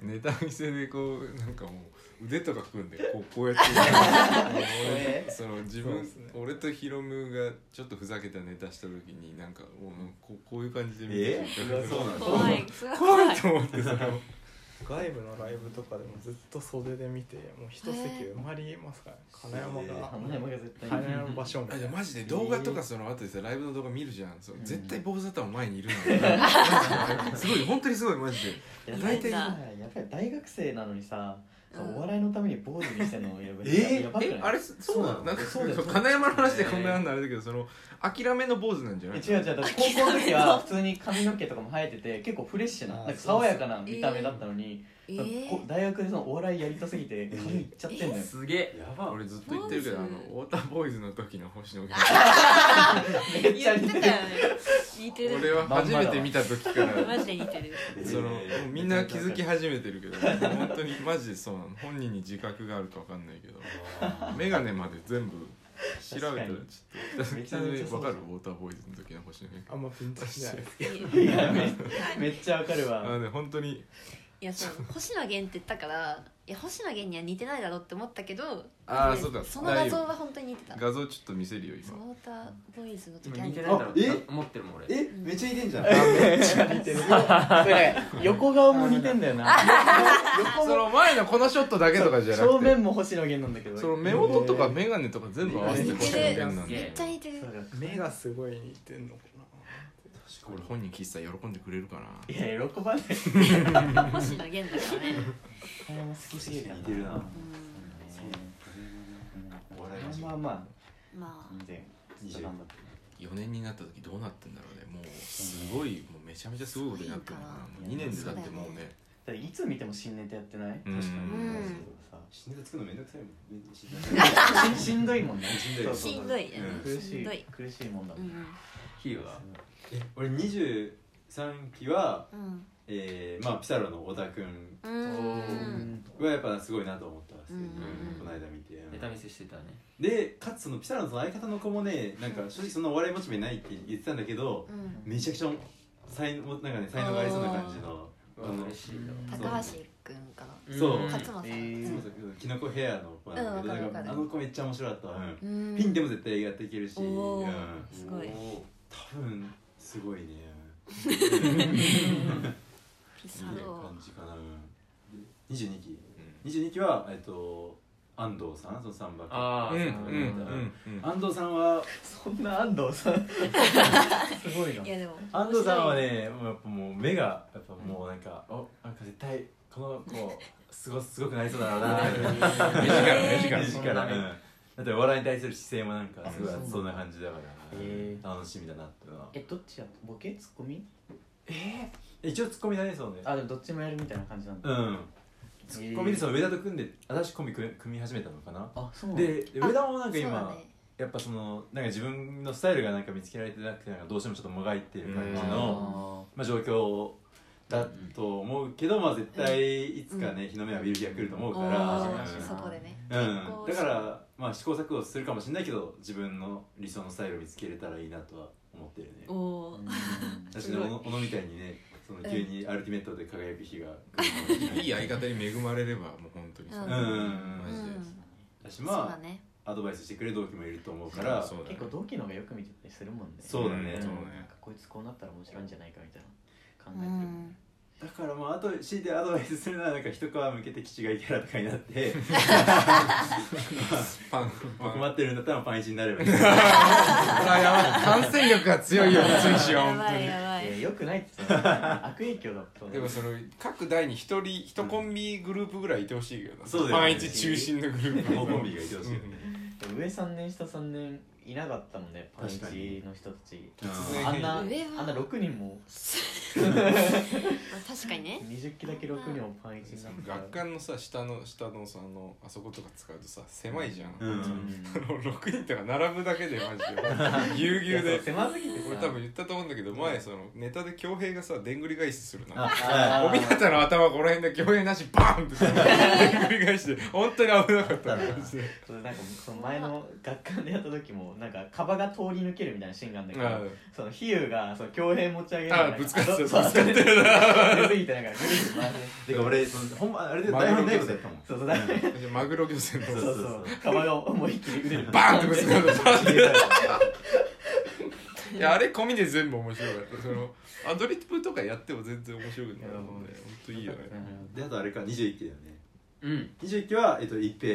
S5: ネタ見せでこうなんかもう腕とか組んでこうこうやって
S8: [LAUGHS]
S5: あの俺その自分、俺とヒロムがちょっとふざけたネタした時になんかもうここういう感じで見て
S7: えうわそうなん
S8: [LAUGHS]
S7: だ
S4: 怖いそれは怖い
S5: と思ってそれを
S3: 外部のライブとかでもずっと袖で見てもう一席埋まりますからね金山
S7: へ
S3: が
S8: 金山が絶対いい
S3: 金山場所み
S5: あ
S3: た
S5: じゃあ
S3: いな
S5: マジで動画とかその後でさライブの動画見るじゃんそう
S8: うん
S5: 絶対坊主頭前にいる [LAUGHS] のすごい本当にすごいマジで
S8: いや
S5: 大体
S8: やっぱり大学生なのにさ、そう
S4: うん
S8: お笑いのために坊主にしてんのやばい、
S7: え
S8: やばくない
S5: えあれそうなのなんか
S8: そうだよ
S5: 金山の話でこんなのあれだけどその諦めの坊主なんじゃ
S8: え
S5: ない
S8: 違う違うだって高校の時は普通に髪の毛とかも生えてて結構フレッシュな
S3: あー
S8: なんか爽やかな見た目だったのに、
S4: え
S8: なんか
S4: ー
S8: こ大学でそのお笑いやりたすぎて髪いっちゃってんのよ、
S1: すげえ
S7: やば
S5: 俺ずっと言ってるけどあのウォーターボーイズの時の星野源 [LAUGHS]
S8: めっちゃ似てる
S4: 言ってたよね似て
S5: 俺
S4: る
S5: は初めて見た時から
S4: マジで似てる
S5: そのもうみんな気づき始めてるけど本当にマジでそうなの本人に自覚があるかわかんないけど眼鏡まで全部調べたらちょっと
S8: めち
S5: 北
S8: ゃめちゃ
S5: 爪
S8: そう
S5: わかるウォーターボーイズの時の星野源
S3: あんまピンとしないですけ
S8: いやめめっちゃわかる
S5: あ
S8: わ
S5: のね本当に
S4: いやそう星野源って言ったからいや星野源には似てないだろうって思って思ったけど
S5: あーそうだ
S4: その画像は本当に似てた
S5: 画像ちょっと見せるよ
S4: ソ
S5: 今
S4: ーターボーイズの時
S1: 今
S4: あ
S1: 似て
S4: る
S1: ないだろうって
S7: あえ
S1: 思ってるもん俺
S7: えめっちゃ似てんじゃん
S8: [LAUGHS] それ横顔も似てんだよな横
S5: そ
S8: も
S5: の前のこのショットだけとかじゃな
S8: 正
S5: くて
S8: 面も星野源なんだけど
S5: その目元とか眼鏡とか全部合わせて星野源なん
S4: めっ
S5: で
S4: ちゃ似てる
S8: そうだ
S3: ど目がすごい似てんのか
S5: これ本人喫茶喜んでくれるかない
S8: や喜ばない
S4: 星野源だからね
S8: 金山好きすぎるから
S7: 似てるな
S4: う
S7: お笑い
S8: 金山はま
S4: んま
S8: あ全然ずっと頑張って
S5: 4年になった時どうなってんだろうねもうすごいもうめちゃめちゃすごいことになってるのかなもう2年でだってもうね
S8: だっていつ見ても新ネタやってない
S5: うん
S8: 確
S7: 死んで作るのめんどくさいもんめんどくさい
S8: かにししんどいもんね
S7: しんどい
S8: そう
S4: あ
S8: そう
S4: し
S8: そうん
S4: どいよね
S8: 苦
S4: し
S8: し
S4: ん
S8: い
S4: どい
S8: 苦しいもんだ
S4: う
S8: もん
S4: ん
S1: ヒーは
S7: 俺23期は
S4: うん
S7: えーまあピサロの小田君
S4: うーん
S7: はやっぱすごいなと思った普通に
S4: うんうんうん
S7: この間見て
S1: ネタ見せしてたね
S7: でかつそのピサロのその相方の子もねなんか正直そんなお笑いモチベないって言ってたんだけど
S4: うん
S7: めちゃくちゃ才能なんかね才能がありそうな感じの
S1: うわ
S7: あの
S1: 嬉しいよ
S4: 高橋くんかな
S7: そう
S1: うん
S4: 勝間さん
S8: えー
S7: そうそうキノコヘアの子なんだけど
S4: うんわかる
S7: な
S4: わ
S7: ん
S4: かる
S7: かあの子めっちゃ面白かったうん
S4: うん
S7: ピンでも絶対やっていけるし、うん、
S4: お
S7: 多
S4: ーすごい
S7: 分すごいね。
S4: ピ
S7: いい
S4: サ
S7: 感
S4: ロ
S7: じかな。二十二期、二十二期はえっと安藤さん、その三番。
S1: ああ
S5: うんうん
S1: そう
S5: う
S1: なんだ
S5: んうん
S7: 安藤さんは
S8: そんな安藤さんすごいない
S4: やでも
S7: 安藤さんはね、もうやっぱもう目がやっぱもうなんか、おなんか絶対この子すご [LAUGHS] すごくなりそうだろうな。
S5: 目力目力
S7: 目力ね。うんだってお笑いに対する姿勢もなんかすごい
S8: あそう
S7: そんな感じだから
S8: へー
S7: 楽しみだなっていうのは
S8: えどっちやボケツッコミ
S7: 一応ツッコミだねそうね
S8: あでもどっちもやるみたいな感じなんだ
S7: うん
S8: ツ
S7: コンビニその上田と組んで私コンビ組組み始めたのかな
S8: あそうなんだ
S7: でで上田もなんか
S4: そうだ
S7: 今、
S4: ね
S7: やっぱそのなんか自分のスタイルがなんか見つけられてなくてなんかどうしてもちょっともがいてる感じの、
S8: あ
S7: まあ、状況だと思うけど、まあ、絶対いつかね、日の目は見る日が来ると思う
S4: お
S7: か
S4: ー
S7: ら、
S4: そこでね
S7: うんだから、まあ、試行錯誤するかもしれないけど自分の理想のスタイルを見つけれたらいいなとは思ってるね
S4: おお
S8: ーうん
S7: 確かに
S4: すごい
S7: 小野小野みたいにねその急にアルティメットで輝く日が来るかもしれない
S5: いい相方に恵まれればもう本当にそううん
S7: うんうんうん
S5: マジで
S7: だし
S4: そうだ
S7: ま
S4: ね
S7: あアドバイスしてくれる同期もいると思うから
S5: そうだね
S8: 結構同期の方がよく見てたりするもんね
S7: そうだね
S8: ん
S5: そうね
S8: なんかこいつこうなったら面白いんじゃないかみたいな考
S4: う
S8: えてるもん
S4: ん
S8: ね
S7: だからまああと強いてアドバイスするならなんか一皮向けて気違いキャラとかになって
S5: パンパン
S7: 困ってるんだったらパンイチになればいい
S5: これはやばい感染力が強いよ追試は
S4: や
S5: 本
S4: ば
S5: 当
S4: い
S5: に
S4: やば
S8: いや
S4: い
S8: よくないって言って
S5: [LAUGHS]
S8: た悪影響だった
S5: でもその各台に一人一コンビグループぐらいいてほしいけどな
S7: そうだよね
S5: パンイチ中心のグループ
S7: もうコンビがいてほしいよね
S8: 上3年下3年いなかったもんねパンイ
S7: 確かに
S8: チの人たち
S5: うん
S8: あんなあん
S4: 上は
S8: な6人も
S4: まあ確かにね
S8: 20期だけ6人もパンイチになった
S5: 学館のさ下の下のさあのあそことか使うとさ狭いじゃん、
S7: うん
S5: あの6人とか並ぶだけでマジでぎゅうぎゅ
S8: い
S5: う
S8: や
S5: で
S8: そう狭すぎて
S5: 俺
S8: さ
S5: 多分言ったと思うんだけど前そのネタで恭平がさでんぐり返しするな
S8: あ
S5: 小日向の頭この辺で恭平なしバーンってさでんぐり返して本当に危なかったのマジで
S8: そうなんかその前の学館でやった時もなんかカバが通り抜けるみたいなシーンがあるんだけど、
S5: うん
S8: その比喩がその強兵持ち上げる
S5: あぶつかってたぶ
S8: ぶ
S5: つかって
S8: る
S5: るな
S8: すぎてなんかグリーン回して
S7: てか俺そのほんまあれで
S5: 前
S7: 台
S5: の
S7: 本ないことやったもん
S8: そうそうだ
S5: マグロ漁船の
S8: そう
S7: そう
S8: そうカバが思いっきり腕で
S5: バーンってぶつかってバーンって
S8: 入れた
S5: いやあれ込みで全部面白かったそのアドリブとかやっても全然面白くない
S8: いや
S5: もんね本当いいよね
S7: であとあれか21期だよね
S11: うん
S7: 21期は、えっと、一平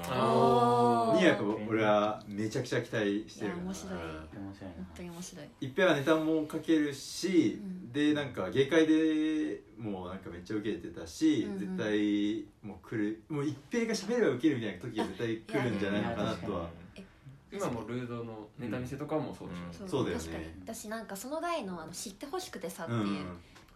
S4: おー
S7: にやっぱ
S4: 本
S7: 俺はめちゃくちゃ期待してる
S4: いや面白い
S7: うん
S12: 面白いな
S4: 当に面白い
S7: いっぺんはネタも書けるし、
S4: うん
S7: でなんか芸会でもうなんかめっちゃ受けてたし、
S4: うんうん
S7: 絶対もう来るもう一平が喋れば受けるみたいな時が絶対来るんじゃないのかなとは
S1: 今もルードのネタ見せとかもそうでしょ、
S5: うん
S7: そうだよね
S4: 確かに私なんかその代のあの知ってほしくてさって
S7: う
S4: い
S7: ん
S4: う、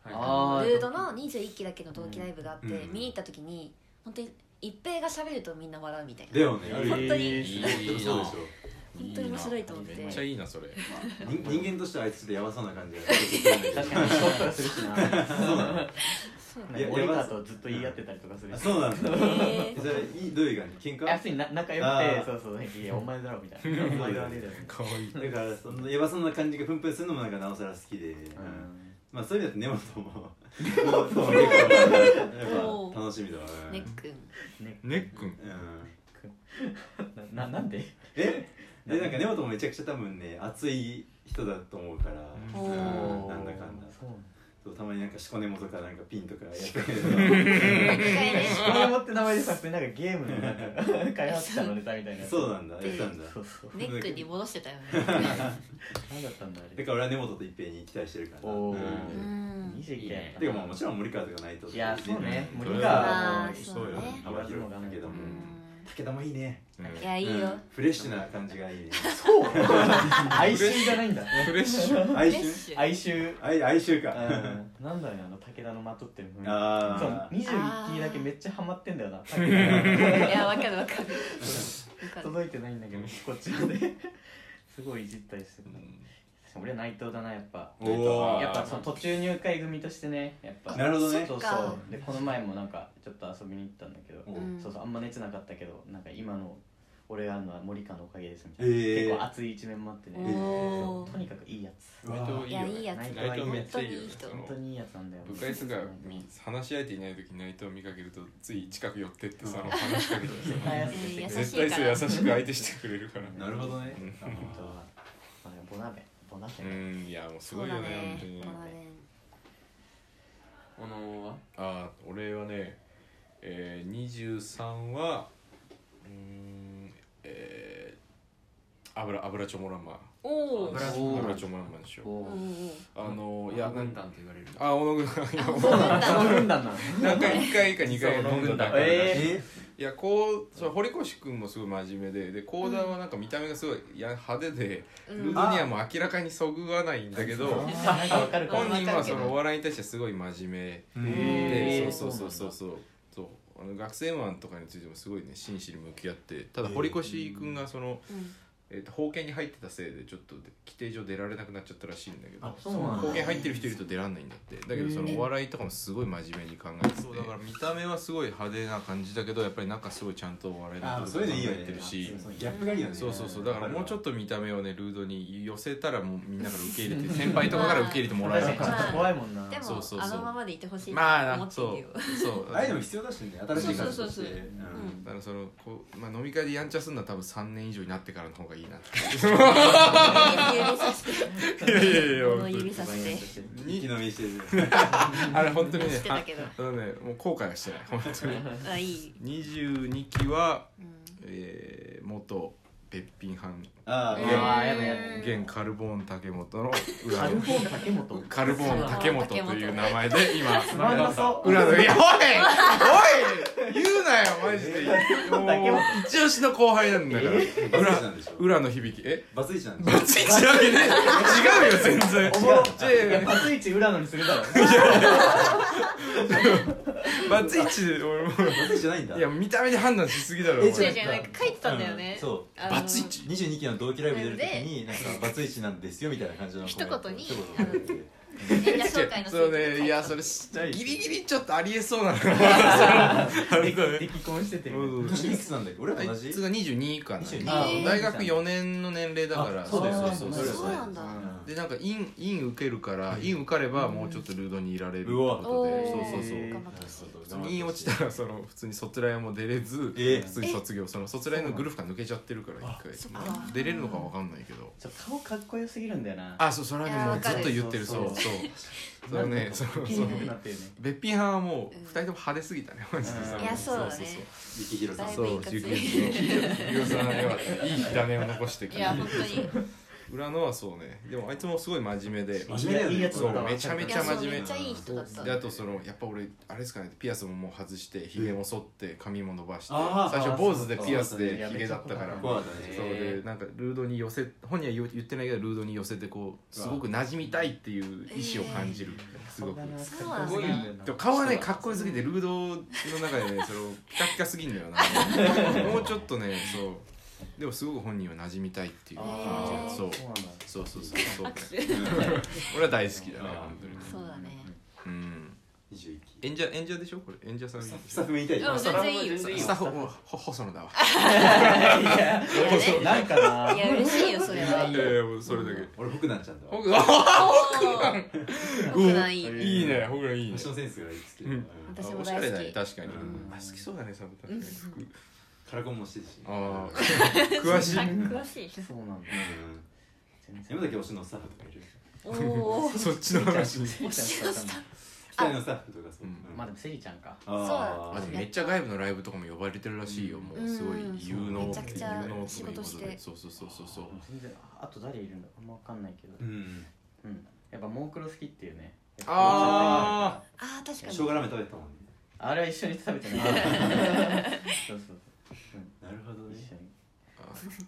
S1: は
S8: あー
S4: ルードの21期だけの同期ライブがあって、
S7: うん
S4: 見に行った時に本当に一平が喋るとみんな笑うみた
S7: [LAUGHS]
S4: いな
S7: だよね、
S4: 本当に、
S5: いい
S7: そうでしょ
S4: 本当に面白いと思って
S5: めっちゃいいなそれ
S7: 人人間としてはあいつちょっとやばそうな感じが
S8: 確 [LAUGHS] かにストップがするしな
S7: そうなの
S4: そう
S8: なん
S7: い
S8: か
S7: や
S8: 俺らとずっと言い合ってたりとかする
S7: あ
S8: し
S7: そうなんだ
S4: へー
S7: それいいどういう感じ喧嘩
S8: あ普通にな仲良
S7: あ
S8: くて
S7: ー
S8: そうそうなんかいやお前だろみたいなお前だろみたいな
S5: かわいい
S7: だからそのやばそうな感じがプンプンするのもなんかなおさら好きで、まあそういう意味だと根本も根本も結構やっぱ楽しみだわ
S4: ねっくん
S5: ねっくん
S7: うん
S8: なななんで
S7: えでなんか根本もめちゃくちゃ多分ね熱い人だと思うから、
S4: おー
S7: うんなんだかんだ
S8: そう
S7: そうたまになんかしこ根本かなんかピンとかやってる
S4: 一
S8: [LAUGHS]
S4: 回ね
S8: シコネモって名前でさ普通になんかゲームのなんか [LAUGHS] 開発者のネタみた [LAUGHS] いなやつ
S7: そうなんだやってたんだ
S8: そうそう
S4: ねっくんに戻してたよね
S8: 何だったんだあ
S7: だ
S8: れ
S7: から俺は根本と一平に期待してるから
S8: おー
S4: うん
S8: 21件
S7: てかまあ
S8: [LAUGHS]
S7: もちろん森川とかないと
S8: いやそうね
S7: うん
S8: 森川
S4: あ
S8: はも
S4: ー
S8: う
S4: そうね
S7: 幅広いけども
S4: う
S7: 武田もいいね
S4: んいやいいよ、
S7: うんフレッシュな感じがいいね
S8: そう哀愁じゃないんだ
S5: フレッシュ
S7: 哀
S4: フレッ
S7: 愁
S4: シュ
S8: 哀愁
S7: 哀哀愁
S8: う
S7: か
S8: んなんだろうねあの武田のまとってる雰囲気そう
S7: ああ
S8: 21期だけめっちゃハマってんだよな武
S7: [LAUGHS]
S4: いやわかるわかるわか
S8: 田
S4: る
S8: 届いてないんだけどこっちまですごいいじったりする俺は内藤だなやっぱ
S7: おお
S8: やっぱその途中入会組としてねやっぱ
S7: なるほどね
S8: そう
S4: そっ
S8: そ
S4: か
S8: うでこの前もなんかちょっと遊びに行ったんだけど、
S4: うん
S8: そうそうあんま熱なかったけどなんか今の俺があるのは森川のおかげですみたいな、
S7: ええ
S8: 結構熱い一面もあってね、
S4: お
S8: そ
S4: お
S8: うとにかくいいやつ
S5: 内藤
S4: いやいいやつ
S8: 内藤
S5: 内
S8: はいい
S5: 藤めっ
S8: 本
S5: ちゃいい
S4: 本当に
S5: よ
S4: いい人
S5: その
S8: 当にいいやつなんだよ
S5: 部活が話し相手いない時に内藤見かけるとつい近く寄ってってさあの話しかけて
S8: 絶対やつ
S4: いや
S8: で
S4: 優
S8: て
S4: し
S8: く
S4: い
S8: れる
S5: 絶対そう優しく相手してくれるから
S7: なるほどね
S5: うん
S7: あ
S8: 本当は
S7: ー
S8: まあでもボナベボナベ、
S5: うんいやもうす
S4: そ
S5: ご
S4: う
S5: いよ
S4: だ
S5: ね本
S4: ね
S5: 当に
S4: このね
S1: 小野は
S5: あー俺はね、えー、23はうーんえー、油油チョモランマ
S4: おお
S1: 油チョモランマ
S5: 油チョモランマにしよう
S1: お
S5: あのー、い
S1: いや
S5: や
S1: 軍
S5: 何
S1: 団と言われる
S5: あ小野軍団いや
S8: そうなんだその軍団
S5: [LAUGHS]
S8: なの
S5: なんか1回か2回飲んだだけだし
S8: え
S7: え
S5: いやこうそう堀越君もすごい真面目でで幸田はなんか見た目がすごいいや派手で、
S4: うん
S5: ルードにはもう明らかにそぐわないんだけど
S8: あーなんかわかるかも
S5: 本人はそのお笑いに対してすごい真面目
S8: へ
S5: で
S8: ー
S5: そうそうそうそうそうそうあの学生マンとかについてもすごいね真摯に向き合ってただ堀越君がその、
S4: うん
S5: えーと保険に入ってたせいでちょっとで規定上出られなくなっちゃったらしいんだけど
S8: あそうなんだ
S5: 保険入ってる人いると出らんないんだってだけどそ
S8: へ
S5: の
S8: ー
S5: お笑いとかもすごい真面目に考えててそうだから見た目はすごい派手な感じだけどやっぱり中すごいちゃんとお笑いのこと
S7: あーそういう
S5: 考
S7: のいいよね
S5: えてるし
S7: そうギャップがいいよね
S5: そうそうそうだからもうちょっ
S7: と
S5: と見た目をねルードに寄せたらもうみんなから受け入れ [LAUGHS] て先輩とかから受け入れてもらえる
S8: ちょ
S5: か
S8: っ
S5: ら
S8: と怖いもんな
S4: でも
S5: そうそうそ
S4: あ
S5: う
S4: のままでいてほしい
S5: まあ
S4: と
S5: な
S4: 思って
S5: そ
S4: [LAUGHS] るよ
S5: うそう
S7: ああいうのも必要だしね新しい感じ
S4: そう
S7: と
S4: そう
S7: し
S4: そ
S7: て
S4: うそう
S7: うん
S5: だからそのこう、まあ、飲み会でやんちゃすんのは多分3年以上になってからの方がいいな
S8: [LAUGHS]
S5: って
S4: 指さして
S5: いやいやいや
S4: こ
S5: 本当
S4: の
S5: に
S4: 指さしてし
S7: 生きのみしてる
S4: [LAUGHS]
S5: あれ本当にね
S4: てたけど
S5: あのねもう後悔はしてない本当に
S4: あいい、
S5: 22期は、
S4: うん
S5: えー、元べっぴん藩
S7: あ
S4: うわ
S7: あ
S4: ーやだやだ
S5: 現カルボーン竹本の裏
S8: カル
S5: の
S8: ボン竹本
S5: カルボーン竹本という名前で今
S8: つまんなそう
S5: 裏のいやおいおい言うなよ
S8: [LAUGHS]
S5: マジでもう一押しの後輩なんだから
S7: バツイチなんでしょ
S5: 裏の響きえ
S7: バツイチなんで
S5: バ
S7: しょ
S5: ツイチなわけねえ違うよ全然
S8: おもろ
S5: 違う
S8: いやバツイチ裏のにするだろ
S5: バツイチで俺も
S7: バツイチじゃないんだ
S5: いや見た目で判断しすぎだろ
S7: え
S5: お前
S4: 違う違うなんか書いてたんだよね、
S7: うんそ
S4: あの
S5: バツイチ
S7: う22期の同期ライブ出る時になんかバツイチなんですよみたいな感じの
S4: 一言に
S7: 一言
S4: 演者紹介の
S5: そうねいやそ
S4: れ
S5: れギリギリちょっとありえそうなの [LAUGHS]
S8: 離婚してて
S7: いくつなんだっけ俺ら
S5: あ
S7: 同
S5: い
S7: じ
S5: つが22かな
S7: 22
S5: あの大学4年の年齢だから
S7: あそうだよね
S5: そうう
S7: だ
S5: そ
S7: よ
S5: う
S7: ね
S4: そうなんだ
S5: でなんか院院受けるから院受かればもうちょっとルードにいられるってこと
S4: お
S5: で
S4: ー
S5: そうそうそう
S4: 頑張ってほしい
S5: 普通に院落ちたらその普通に卒ライも出れず
S7: ええ
S5: 普通に卒業その卒ライのグループが抜けちゃってるから一回
S4: か
S5: まあ出れるのかわかんないけど
S8: ちょ顔かっこよすぎるんだよな
S5: あそうそれはね
S4: いや
S5: もう
S4: わか
S5: ず
S4: る
S5: っと言ってるそ
S8: そうう
S5: そう
S8: そう
S5: そのねその
S8: ピ
S5: そ
S8: ン
S5: の
S8: クになってるね
S5: べっぴん派はもう
S4: うん
S5: 二人とも派手すぎたねマジで
S8: うん
S4: いやそうだね
S7: 力弘さん
S4: だい
S5: そ
S4: ぶ
S5: う
S4: い
S5: そ
S4: か
S5: う
S4: つい
S5: ゆきゆきさんよかったいい火種を残してく
S4: い
S5: れ
S4: や本当に
S5: 裏のはそうねでもあいつもすごい真面目で
S7: 真面目だよね
S8: いいやつだった
S5: そう
S8: わ
S5: めちゃめ
S4: い
S5: ち
S4: や
S5: ゃ
S4: そう
S5: 真面目
S4: めっちゃいい人だった
S5: であとそのやっぱ俺あれですかねピアスももう外してひげも剃って髪も伸ばして
S7: あー
S5: 最初坊主でピアス
S7: そう
S5: で
S7: だね
S5: ひげだったから
S7: 怖かった
S5: そ
S7: ね
S5: うでなんかルードに寄せ本人は言う言ってないけどルードに寄せてこうすごく馴染みたいっていう意思を感じるすごく
S8: 顔がな
S4: そうなん
S8: かっこよすぎるんだ
S4: だ
S8: よな
S5: でも顔はねかっこよすぎてルードの中でねそれをピカピカすぎんだよなもうちょっとねそうでもすごく本人は馴染みたいっていう感
S4: あー
S5: じがそう
S8: そうなんだ
S5: そうそうそうそう [LAUGHS] 俺は大好きだね本当に
S4: そうだね
S5: うん
S7: 21期
S5: 演者演者でしょこれ演者さん
S7: スタッフもいたい
S4: でも全然いいよ
S5: スタッフもほ細野だわ
S4: い
S8: なんかない
S4: や嬉 [LAUGHS] しいよそれはい
S5: やいやもうそれだけ
S7: 俺北南ちゃんだわ
S5: 僕あ
S4: 僕ないい
S5: いいね僕らいいね
S7: 私のセンスがいいですけど
S5: うん
S7: うん
S4: 私も
S5: おしゃ
S4: 大
S5: れ
S4: 好
S5: だね
S4: き
S5: 確かに
S7: うん
S5: あ好きそうだねサブ確かに服
S7: カラコンもしてるし
S5: あ
S7: う
S5: ー詳しい
S4: 詳しい
S8: そうなんだ
S7: ん山崎推しのスタッフとかいる
S4: おお
S5: [LAUGHS] そっちの
S4: [LAUGHS]
S5: 話に
S8: セリちゃん使ったんだ
S7: 機械のスタッフとかそう
S5: うん
S7: うん
S8: まあでもセリちゃんか
S7: あ
S5: あ
S7: ー
S5: でもめっちゃ外部のライブとかも呼ばれてるらしいよ、もうすごい有能、
S4: うんめちゃくちゃ
S5: 有能と
S4: 仕
S5: いうこ
S4: 事
S5: と
S4: し
S5: で
S4: て
S5: そうそうそうそうそう
S8: 全然あと誰いるんだあんまわかんないけど
S7: うん
S8: うんやっぱモークロ好きっていうね
S5: あ
S4: あー確
S7: 生
S4: かに
S7: 姜ラーメン食べてたもんね
S8: あれは一緒に食べて
S5: [LAUGHS]
S8: ないそうそう
S7: なるほ
S8: そう
S7: ど
S8: 一
S7: ね
S8: 緒に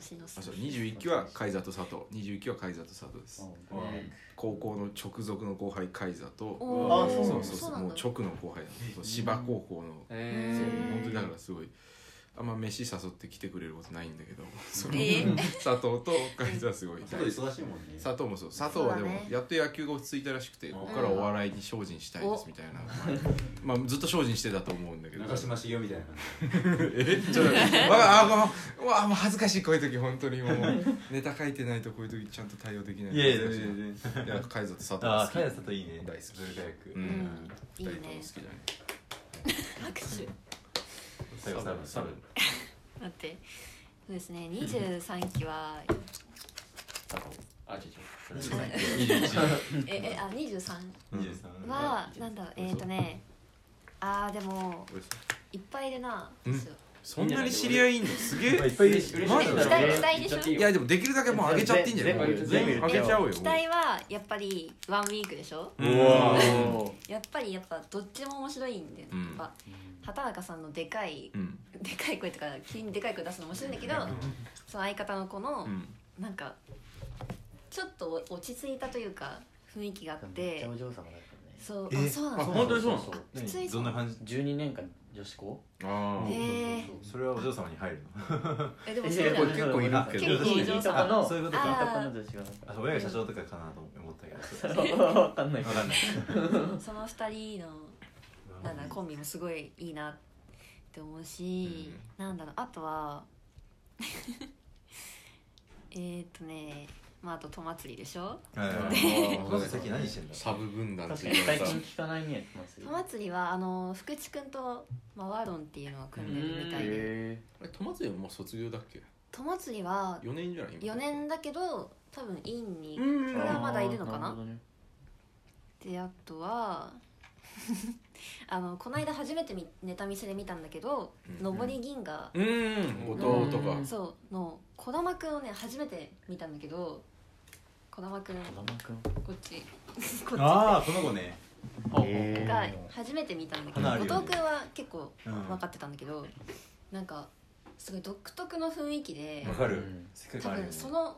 S4: 推しの
S5: あそう
S4: 好き
S5: 21期は海座と佐藤21期は海座と佐藤です
S8: あ
S7: うん
S5: 高校の直属の後輩海座と
S4: お
S8: あ
S5: そ
S8: そうう
S4: ー
S5: そうそ
S4: そ
S5: う
S4: うなん
S5: もう
S4: だ
S5: 直の後輩なんですそう芝高校の、
S13: え
S5: そう
S4: うん
S5: 本当にだからすごいあんま飯誘って来てくれることないんだけど [LAUGHS] その
S4: えー
S5: 佐藤と海座はすごい
S7: ちょっと忙しいもんね
S5: 佐藤もそう佐藤はでも
S4: そうだね
S5: やっと野球が落ち着いたらしくて、ここからお笑いに精進したいですみたいな、まあ、ずっと精進してたと思うんだけど
S7: 中島茂雄みたいな感
S5: えちょっ
S7: [LAUGHS]
S5: とわあごめんうわもう恥ずかしいこういう時本当にもうネタ書いてないとこういう時ちゃんと対応できない
S7: じいやいや
S5: 恥
S7: い
S5: ずかし
S7: や
S5: いや海賊と佐藤
S7: あ
S5: が
S7: あ
S5: 好
S7: 茅佐藤いいね
S5: 大好き
S7: ずる早く
S4: う
S5: う
S4: んん
S5: き
S4: いいね
S5: 二人とも好きじゃない
S4: 拍手
S7: 最後サブサブ
S4: 待ってそうですね23期は
S13: あ違う違う
S4: ええあ23
S7: 23
S4: はなんだろうえっ、ー、とねあーでもいっぱいいるな
S5: うん
S4: そう
S5: そんなに知り合いいんのすげえ
S7: いっぱいいるし
S5: マ
S4: 期待期
S5: ジ
S4: 待でしょ
S5: いやでもできるだけもう上げちゃっていいんじゃない
S8: 全部全部
S5: 上げちゃおうよ
S4: 期待はやっぱりワンウィークでしょ
S5: うん
S7: わ
S4: やっぱりやっぱどっちも面白いんだよね、
S5: うん
S4: やっぱ畑中さんのでかい
S5: うん
S4: でかい声とか急にでかい声出すの面白いんだけどその相方の子の
S5: うん
S4: なんかちょっと落ち着いたというか雰囲気があっ
S8: めっち
S4: て
S8: ゃお嬢様だったね
S4: そう
S7: え
S4: あそうなんだ
S7: 本当にそうなの
S8: そう
S4: 普通に
S7: どんな感じ
S8: 12年間女子校
S5: あ
S4: へえ
S7: それはお嬢様に入るの
S4: えでも
S8: い
S4: そ
S8: や
S4: う
S8: い
S4: だ
S8: や
S4: よ
S8: これ
S4: ね結
S5: 結構いるけど
S4: 構いる
S8: いいとこの
S7: そういうこと
S8: いい
S7: か
S8: とこの女子
S7: あ親が社長とかかなと思ったけど
S8: がわかんないけ
S7: 分
S8: ど
S7: かんない
S4: その二人のなんだコンビもすごいいいなって思うし、なんだろうあとは [LAUGHS] えーっとねまああと「戸祭り」でしょ
S7: はいまず先何してんだ
S5: サブ軍団っ
S8: 確
S5: て
S8: か
S5: い
S8: に最
S5: うかさ
S8: 近聞かないねマス
S4: 戸祭りはあの福地君と、まあ、ワロンっていうのを組んでるみたいで
S5: えトマツよもう卒業だっけ
S4: 友釣りは
S5: 4年じゃない今
S4: 4年だけど多分院に
S5: うん
S4: これはまだいるのかな
S8: あーるほどね
S4: であとは [LAUGHS] あのこの間初めてみネタ見せで見たんだけど「
S5: うん
S4: のぼり銀河
S5: うん後藤とか」
S4: そうの児玉くんをね初めて見たんだけど児玉くん
S8: 児玉くん
S4: こっちこっ
S7: ああこの子ね
S4: ちが初めて見たんだけど、
S7: 花あるよね
S4: 後藤くんは結構
S7: うん
S4: 分かってたんだけど、なんかすごい独特の雰囲気で
S7: わか
S8: う
S7: る
S8: ん
S7: 世界
S4: 多
S7: 観あるよ
S4: 分
S7: ね
S4: その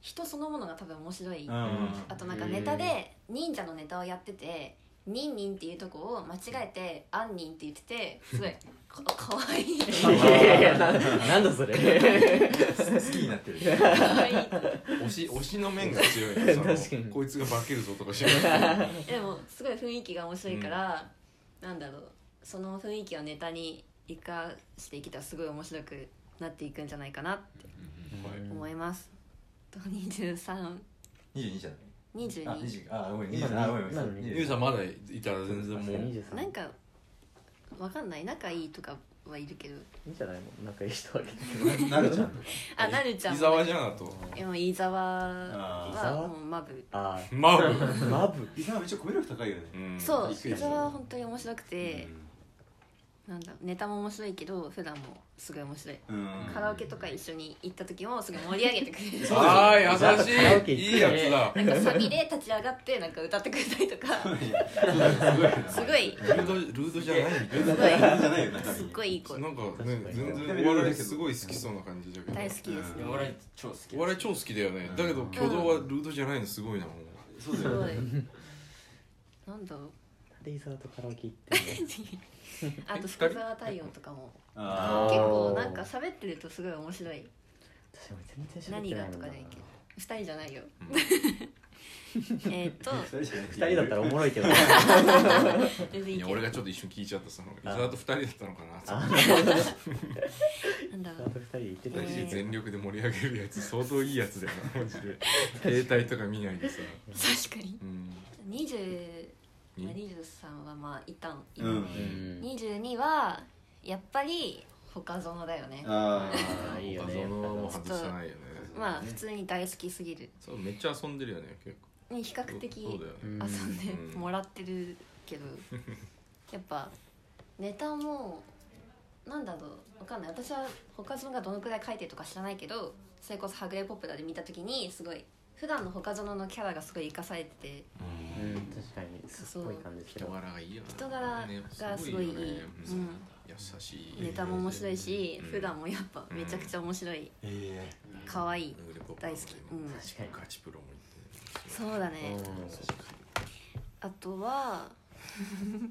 S4: 人そのものが多分面白い、
S7: うん
S4: あとなんかネタで忍者のネタをやってて「ニンニン」っていうとこを間違えて「アンニン」って言っててすごいか [LAUGHS] かわいい
S8: いやいやいやななんだそれ
S7: 好きに
S4: [LAUGHS]
S7: なってる
S4: かわいい
S5: 推し推しの面が強いねその
S8: 確かに
S5: こいつが化けるぞとか知らない
S4: でもすごい雰囲気が面白いから、なんだろうその雰囲気をネタに生かしていけたらすごい面白くなっていくんじゃないかなって思います、と2322
S7: 22じゃないあ20あごめん
S8: 今
S7: 23あごめん
S8: 今の20
S5: ゆうさんまだいたら全然もう
S8: 23
S4: なんかわかんない仲いいとかはいるけど
S8: いいんじゃないもん仲いい人はいる
S7: 23なるじゃん
S4: あなるちゃん
S5: 伊
S4: も
S5: 沢じゃなと
S4: でも飯沢
S7: あ
S8: ー
S4: はもうマブ
S8: あ
S5: マブ
S8: あマブ
S7: 伊沢めっちゃコミュ力高いよね
S5: うん
S4: そう
S7: びっくり
S4: 飯
S7: した
S4: 沢は本当に面白くて
S7: う、ん
S4: なんだろうネタも面白いけど普段もすごい面白い、
S7: うん
S4: カラオケとか一緒に行った時もすごい盛り上げてくれ
S5: [LAUGHS]
S4: る
S5: あ
S8: そう
S5: ー
S8: ですよ
S5: 優しいいいやつだ
S4: なんかサビで立ち上がってなんか歌ってくれたりとかすごい
S5: ルードルードじゃないみたい
S4: す
S5: な
S4: ごい
S7: じゃないよ中
S4: すっ
S7: 身
S4: ごいいい子
S5: なんかね
S8: 確かに
S5: 全然お笑いすごい好きそうな感じだけど
S4: 大好きですね
S1: お笑い超好き
S5: お笑い超好きだよねだけど挙動はルードじゃないのすごいなもう
S7: そう
S4: す
S7: だよ
S4: ごい
S7: ね
S4: なんだろう
S8: レイザーとカラオケ行ってんの
S4: あと福沢太陽とかも
S7: あ
S4: 結構なんか喋ってるとすごい面白い
S8: 私も全然喋っ
S4: 何
S8: て
S4: が
S8: ない
S4: と
S8: もん
S4: か
S8: な
S4: じゃないけど2人じゃないよえーっと
S7: ー二人じゃなくて
S8: 二人だったらおもろいけど
S4: 全然い
S5: い
S4: い
S5: や
S4: けど
S5: 俺がちょっと一瞬聞いちゃったその伊沢と二人だったのかな
S8: あ
S4: なんだろ
S8: あ
S4: う
S8: と二人で行ってた
S5: 大
S8: し
S5: 事全力で盛り上げるやつ相当いいやつだよな
S4: [LAUGHS]
S5: マジで携帯とか見ないでさ
S4: 確かに
S5: うん
S4: 20
S5: に
S4: まあ23はまあ一旦いい、
S7: うん
S8: うん
S4: 22はやっぱり他園だよね
S7: あ
S8: あーいいよ
S5: 画
S8: ね
S5: 像のもう外さないよね
S4: まあ普通に大好きすぎる
S5: そうめっちゃ遊んでるよね結構
S4: に比較
S5: そう
S4: 的
S5: だよ
S8: う
S5: ね
S8: ん
S4: 遊んで
S5: うん
S4: もらってるけどやっぱネタもなんだろうわかんない私は他園がどのくらい書いてるとか知らないけどそれこそ「はぐれポップだ」で見た時にすごい普段の他園のキャラがすごい生かされてて
S8: うん確かにすっごい感じする
S5: 人柄がいいよね
S4: 人柄がすごいいい、う
S5: ねうん
S4: ん、
S5: 優しい
S4: ネタも面白いし、
S5: うん
S4: 普段もやっぱめちゃくちゃ面白い
S7: ええ
S4: 可愛い大
S5: 大
S4: 好
S5: 好
S4: き
S5: き
S4: うん
S8: 確かに
S5: ガチプロもいて
S4: そうだねあとは [LAUGHS]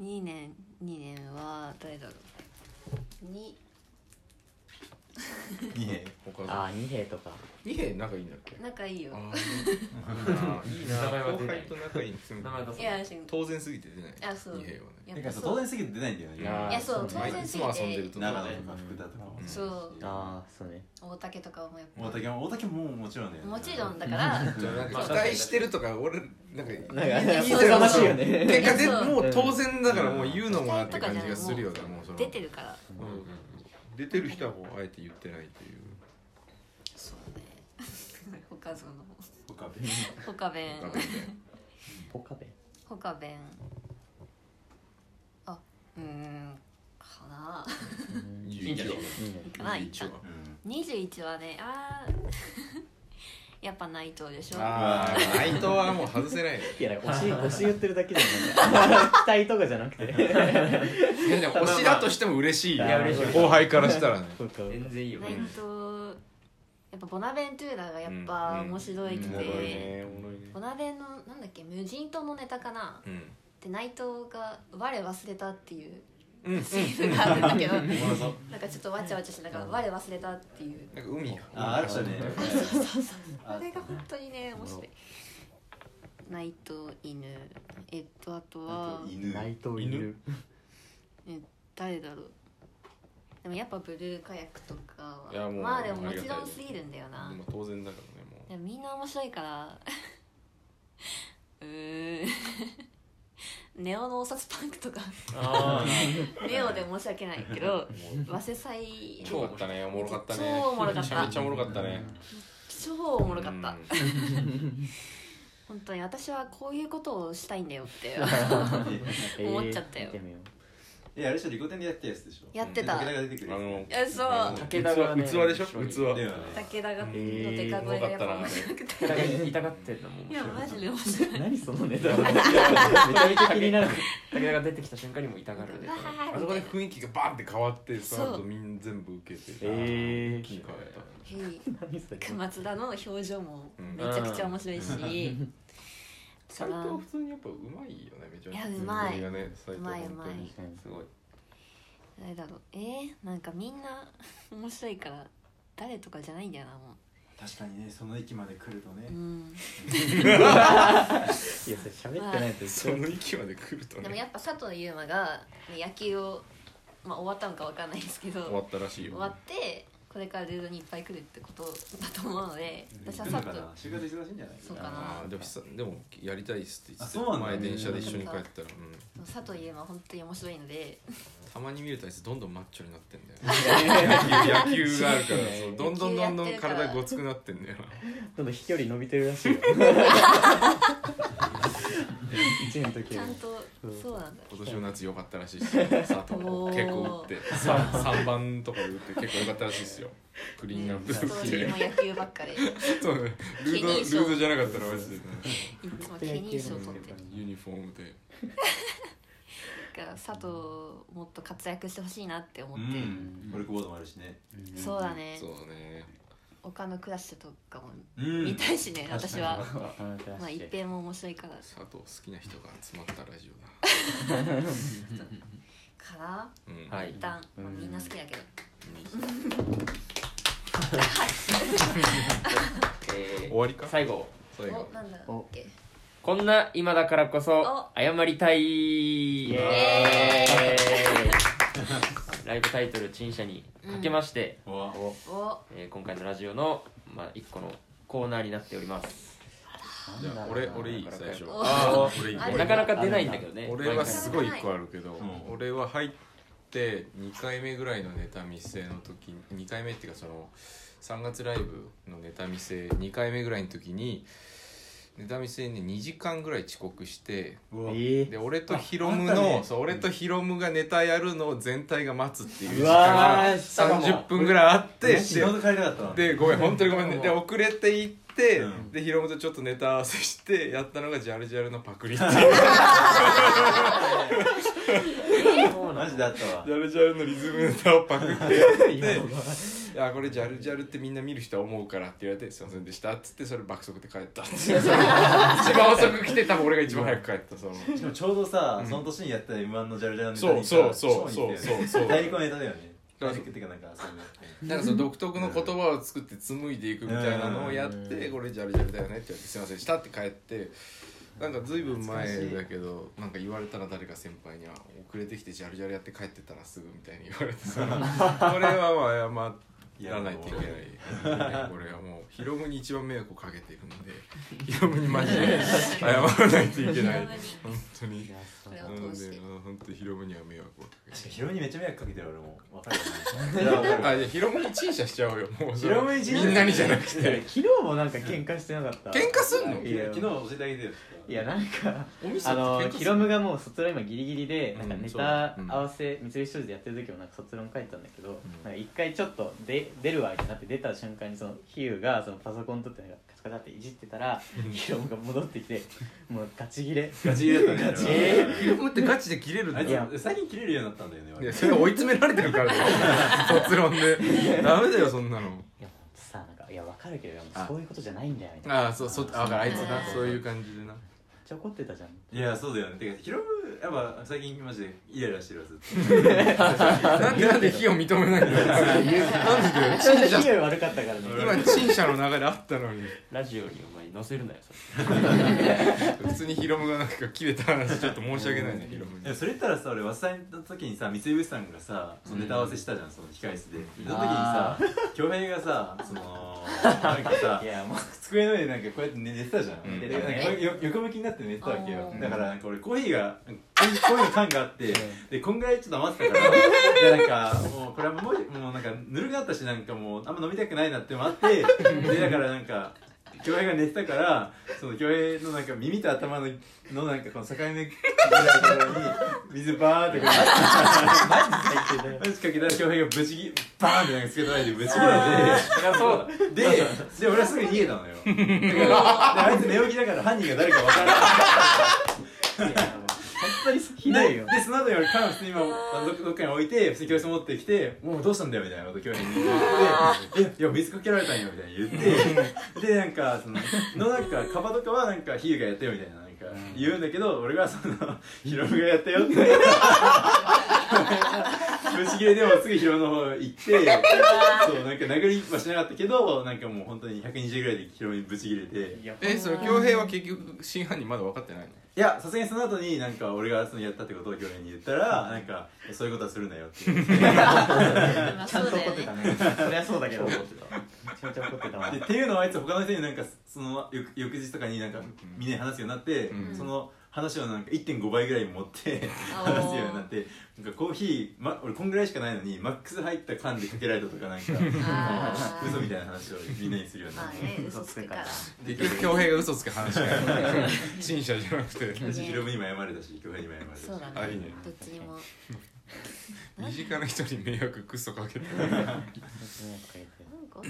S4: 2年2年は誰だろうに
S7: いいね
S5: 他
S8: ああ二兵とか
S5: 二兵仲いいんだっけ
S4: 仲いいよ
S5: ああいいな
S1: 名前は
S5: 後
S1: 出ない
S5: 輩と仲いいんですよ
S1: 名前出
S4: いや私
S5: 当然すぎて出ない
S4: あそう
S5: 二兵はね
S4: や
S7: な
S4: っ
S7: んか
S4: ぱ
S7: さ
S4: そ
S7: 当
S4: う
S7: 然すぎて出ないんだよね
S5: あー
S4: いやそう
S5: まあ
S4: 当然すぎて
S5: いつも遊んでると
S7: 長野とか福田とかも
S4: そう
S8: ああそうね
S4: 大竹とかもやっ
S7: 大竹も大竹ももちろんだよ
S4: ぱ
S7: ね
S4: もちろんだ
S7: [LAUGHS]
S4: から
S5: なんか期待してるとか俺なんか
S8: なんか
S4: や
S8: い
S4: そう
S8: やましいよね
S5: 結果で
S4: いやそう
S5: もう当然だからもう言うのもなって感じがするよねもうその
S4: 出てるから
S5: うん出てる人はもうあえて言ってないという
S4: そうだね [LAUGHS] 他その
S7: 岡部
S4: 他弁
S5: 場面で
S8: ポカベ
S4: 他弁あうーんかな
S1: いいんじゃない
S8: うん
S4: かな
S5: うん
S4: 一旦
S7: うん
S4: 21はねあー [LAUGHS] やっぱ内藤でしょ
S5: ああ内藤はもう外せないよ
S8: いやなんか推し推し言ってるだけじゃなくて期待とか [LAUGHS] じゃなくて
S5: いやでも推しだとしても嬉しいよ
S8: いや嬉しい
S5: 後輩からしたらね
S8: そうか
S1: 全然いいよ
S4: 内藤やっぱボナベントゥーラがやっぱ面白いくて、ボナベンのなんだっけ無人島のネタかな
S5: うん
S4: で内藤が「我忘れた」っていう
S5: うんうん
S4: セリフがあるんだけどなんかちょっとわちゃわちゃしながら「我忘れた」っていう
S5: なんか海
S7: あある人ね
S4: あれが本当にね面白い内藤犬えっとあとは
S7: 犬
S8: 内藤いる
S4: 誰だろうでもやっぱブルーカヤックとかはい
S5: やもう
S4: まあでもも
S5: あり
S4: ち
S5: がた
S4: ろ
S5: い
S4: んすぎるんだよな
S5: まあ当然だからねも
S4: でも [LAUGHS] みんな面白いからうーん [LAUGHS] ネオのお札パンクとか
S14: あ
S4: ネオで申し訳ないけ
S5: [LAUGHS]
S4: ど早稲祭
S5: 超かったねおもろかったね
S4: 超おもろかった
S5: めちゃめちゃおもろかったね
S4: 超おもろかっ
S5: う
S4: た
S5: ん
S4: 本当に私はこういうことをしたいんだよって
S5: [LAUGHS]
S4: 思っちゃったよ
S3: 見てみよう
S7: [LAUGHS] えあれでしょリコテンでやってたやつでしょ
S4: やってた
S7: 武田が出てくる
S5: あの
S4: えそう
S3: 武田がね
S5: 器器でしょ器
S3: 面
S7: だよね
S4: 武田がの
S3: ー
S4: デカ声がやっぱ面白くて、
S3: 武田が痛がってるのも
S4: い
S3: 面
S4: や
S3: 白い
S4: マジで面白い
S8: 何そのネタ [LAUGHS] めちゃめちゃ気 [LAUGHS] になる
S15: 武田が出てきた瞬間にも痛がるね
S4: わー
S5: あそこで
S4: み
S5: 雰囲気がバンって変わって
S4: そう
S5: その後みんな全部受けて
S8: えー
S5: 切り替え
S4: た
S5: た
S4: いなはい
S8: 何それ
S4: 熊津田の表情もめちゃくちゃ面白いし、
S5: 斎藤は普通にやっぱうまいよねめちゃめちゃ
S4: いやうまい
S5: 自分がね斎
S4: う
S5: 藤
S4: まいう
S5: 本
S4: ま
S5: 当
S4: い
S5: にすごい
S4: 誰だろうえー、なんかみんな [LAUGHS] 面白いから誰とかじゃないんだよなも
S7: 確かにねその駅まで来るとね
S4: う、う
S8: い
S4: ん、
S8: やそれ喋ってないと
S5: その域まで来ると
S4: でも
S5: ね
S4: やっぱ佐藤優馬がね野球を、まあ、終わったのかわかんないですけど
S5: 終わったらしい
S4: 終
S5: よ
S4: わってこれからルードにいっぱい来るってことだと思うので私は
S7: 行
S4: 佐
S7: くの
S4: 藤
S7: かな就活忙しいんじゃない
S4: そうかな
S5: あーでも久でもやりたいっすって言ってた
S7: あそうなんだ
S5: 前電車で一緒に帰ったら、うん、
S4: 佐藤優馬本当に面白いので
S5: たまに見るとあいつどんどんマッチョになってんだよ [LAUGHS] 野球野球があるからそうどんどんどんどん体ごつくなってんだよ
S8: どんどん飛距離伸びてるらしいよ [LAUGHS] [LAUGHS] 一年の時
S4: ち
S8: よ
S4: ゃん
S8: り
S4: とそうなんだ
S5: 今年の夏良かったらしいっすよ佐藤
S4: おー
S5: 結構打って3番 [LAUGHS] とかで打って結構良かったらしいっすよクリーンアップ
S4: 佐
S5: 打
S4: 藤優
S5: っ
S4: 馬野球ばっかで
S5: て [LAUGHS] そうねルードルードじゃなかったらマジでね
S4: いつもケニー賞取ってる
S5: ユニフォームで
S4: だから佐藤もっと活躍してほしいなって思
S7: う
S4: って、
S7: んオルクボードもあるしね
S4: そうだね
S5: そうだね
S4: 他のクラッシュとかも
S7: うん
S4: 見たいしね、私はまあ
S3: い
S4: 一平も面白いから
S5: 佐藤好きな人が集まったラジオだ
S4: から
S5: うん
S15: はい
S4: 一旦、まあ、みんな好きだけど
S1: え
S5: 終
S1: ー
S5: わりか
S1: 最後
S5: 最後
S4: おなんだっけ
S1: こんな今だからこそ謝りたい
S4: エ [LAUGHS]
S1: ライブタイトル「陳謝」にかけまして、
S7: う
S4: ー
S7: わ
S4: イお
S1: えー今回のラジオの、まあ、一個のコーナーになっております
S5: じゃあ俺俺いい最初
S4: お
S5: あー俺いい
S4: あれ
S1: なかなか出ないんだけどね
S5: 俺は
S1: 毎回
S5: すごい1個あるけど、
S7: うん
S5: 俺は入って2回目ぐらいのネタ見せの時2回目っていうかその3月ライブのネタ見せ2回目ぐらいの時にネタ見せに2時間ぐらい遅刻して
S7: うわ
S5: で俺とヒロム
S7: ああ
S5: の、
S7: ったね
S5: そう俺とヒロムがネタやるのを全体が待つっていう
S8: う
S5: 時間
S8: わ
S5: が
S8: ーしかも
S5: 30分ぐらいあってで
S7: 死ぬほど帰りたかったわ
S5: でごめん本当にごめんねで遅れて行って、
S7: うん
S5: でヒロムとちょっとネタ合わせしてやったのがジャルジャルのパクリっていう
S7: マジであったわ
S5: ジャルジャルのリズムネタをパクってやってあこれジャルジャルってみんな見る人は思うからって言われて「すいませんでした」っつってそれ爆速で帰ったっていう一番遅く来て多分俺が一番早く帰ったその
S7: しかもちょうどさその年にやった m 1のジャルジャルのネタに
S5: そうそうそう
S7: 超似てたよね
S5: そうそうそう
S7: 大陸のネタだよね
S5: そう
S7: 大陸っていうかなんかそういう
S5: なんかその独特の言葉を作って紡いでいくみたいなのをやって「これジャルジャルだよね」って言われて「すいませんでした」って帰ってなんか随分前だけどなんか言われたら誰か先輩には「遅れてきてジャルジャルやって帰ってたらすぐ」みたいに言われてさこれはまあ謝って。やらないといけないねこれはもうヒロムに一番迷惑をかけているのでヒロムにマジで謝らないといけない本当に
S4: これ
S5: な
S4: を
S5: の
S4: 通し
S5: で
S4: て
S5: 本当にヒロムには迷惑をかけ
S7: 確か
S5: て
S7: にヒロミにめっちゃ迷惑かけてる俺もわか
S5: [LAUGHS]
S7: る
S5: あ
S7: わね
S5: じゃあヒロムに陳謝しちゃおうよもうそ
S7: ヒ
S5: れ
S7: ロムに陳謝
S5: みんなにじゃなくて
S8: 昨日もなんか喧嘩してなかった
S5: 喧嘩すんの
S8: いや
S7: 昨日教えてあげてよ
S8: いやなんか
S5: お店
S8: あの
S5: 喧嘩す
S8: ヒ
S5: ん
S8: ロムがもう卒論今ギリギリでな
S5: う
S8: んんかネ
S5: そうだ
S8: タ
S5: うん
S8: 合わせ三菱商事でやってる時もなんか卒論書いてたんだけど
S5: ん
S8: なんか一回ちょっとで出るわってなって出た瞬間にそのヒューがそのパソコン取ってなんかカチャカチャっていじってたらヒロムが戻ってきてもうガチギレ
S7: ガチギレだったね
S8: ガチギ
S7: え
S8: レ
S5: ヒロムってガチで切れるんだよ
S8: いや
S7: あいつ最近切れるようになったんだよね
S5: い
S7: 俺
S5: やそれ追い詰められてる [LAUGHS] からだよ卒論でダメだよそんなの
S8: いやさなんかいやわかるけどいやもうそういうことじゃないんだよみたいなめっ
S5: ああそうそあだからあいつなそういう感じでな
S8: ちゃ怒ってたじゃん
S7: いやそうだよねてかヒロムやっぱ最近マジでイライラしてるわずっと
S5: なんでなんで火を認めないんだよなんでだよ
S8: ちょっと
S5: 陳
S8: ヒ
S5: 謝
S8: ュー悪かったからね
S5: 今陳謝の流れあったのに
S1: ラジオにお前載せるなよそれ
S5: [LAUGHS] 普通にヒロムがなんか切れた話ちょっと申し訳ないねヒロムに
S7: いやそれ言ったらさ俺和さんの時にさ三井物産がさそのネタ合わせしたじゃん、その控室でその時にさ恭平がさ
S8: [LAUGHS]
S7: そのなんかさ
S8: いやもう
S7: 机の上でなんかこうやって寝てたじゃん、
S5: うん
S7: でなんかよよ横向きになっって寝てたわけよ
S4: あー
S7: だからなんか俺コーヒーがコーヒーコーヒーの缶があってでこんぐらいちょっと余ってたから [LAUGHS] いやなんかもうこれはもうもうなんかぬるくなったしなんかもうあんま飲みたくないなってのもあってでだからなんか恭平が寝てたからその恭平のなんか耳と頭ののなんかこの境目ぐらいのところに水バーってこうマジかけたら恭平がぶちぎバーンってなんかつけたないでぶち切れてでで俺はすぐ逃げたのよだ [LAUGHS] からであいつ寝起きだから犯人が誰か分からない
S8: ひどい
S5: [LAUGHS]
S8: よ
S7: でその後に俺カン普通に今どどっかに置いて普通に教室持ってきて「もうどうしたんだよ」みたいなこと教員に言って「いやいや水かけられたんよ」みたいに言ってでなんかそののなんかカバとかはなんかヒューがやったよみたいななんか言うんだけど俺がその「ヒロムがやったよ」ってぶち切れでもすぐヒロムの方行ってそうなんか殴りはしなかったけどなんかもう本当に120ぐらいでヒロムにぶち切れて。
S5: えそれ恭平は結局真犯人まだ分かってないの
S7: いや、さすがにその後に、なんか、俺がそのやったってことを去年に言った
S4: [LAUGHS]
S7: ら、なんか、そういうことはするなよって言って。で
S4: まあ
S8: ちゃん
S4: そ
S8: と
S4: うだ
S8: 怒
S4: よ
S8: って
S4: ね
S8: たねそりゃそうだけどめちゃめちゃ怒ってたわ
S7: っていうのをあいつ他の人になんか、その翌翌日とかになんか、みんなに話すようになって、
S5: うん
S7: その話をなんか1.5倍ぐらい持
S4: [LAUGHS]
S7: って、話すようになって、なんかコーヒー、ま、俺こんぐらいしかないのに、マックス入った缶でかけられたと
S4: [LAUGHS]
S7: か、なんか、
S4: あー
S7: 嘘みたいな話をみんなにするようになっ
S4: まあ
S7: て。
S4: ね嘘つくから
S5: 結局恭平が嘘つく話が [LAUGHS] 陳謝じゃなくて
S4: ね
S7: 私、ヒロムにも謝れたし、恭平にも謝れたし。
S4: そうだ
S5: あいい
S4: ね
S5: ね
S4: どっちにも
S5: 身近な人に迷惑クソかけて
S4: なんかあったか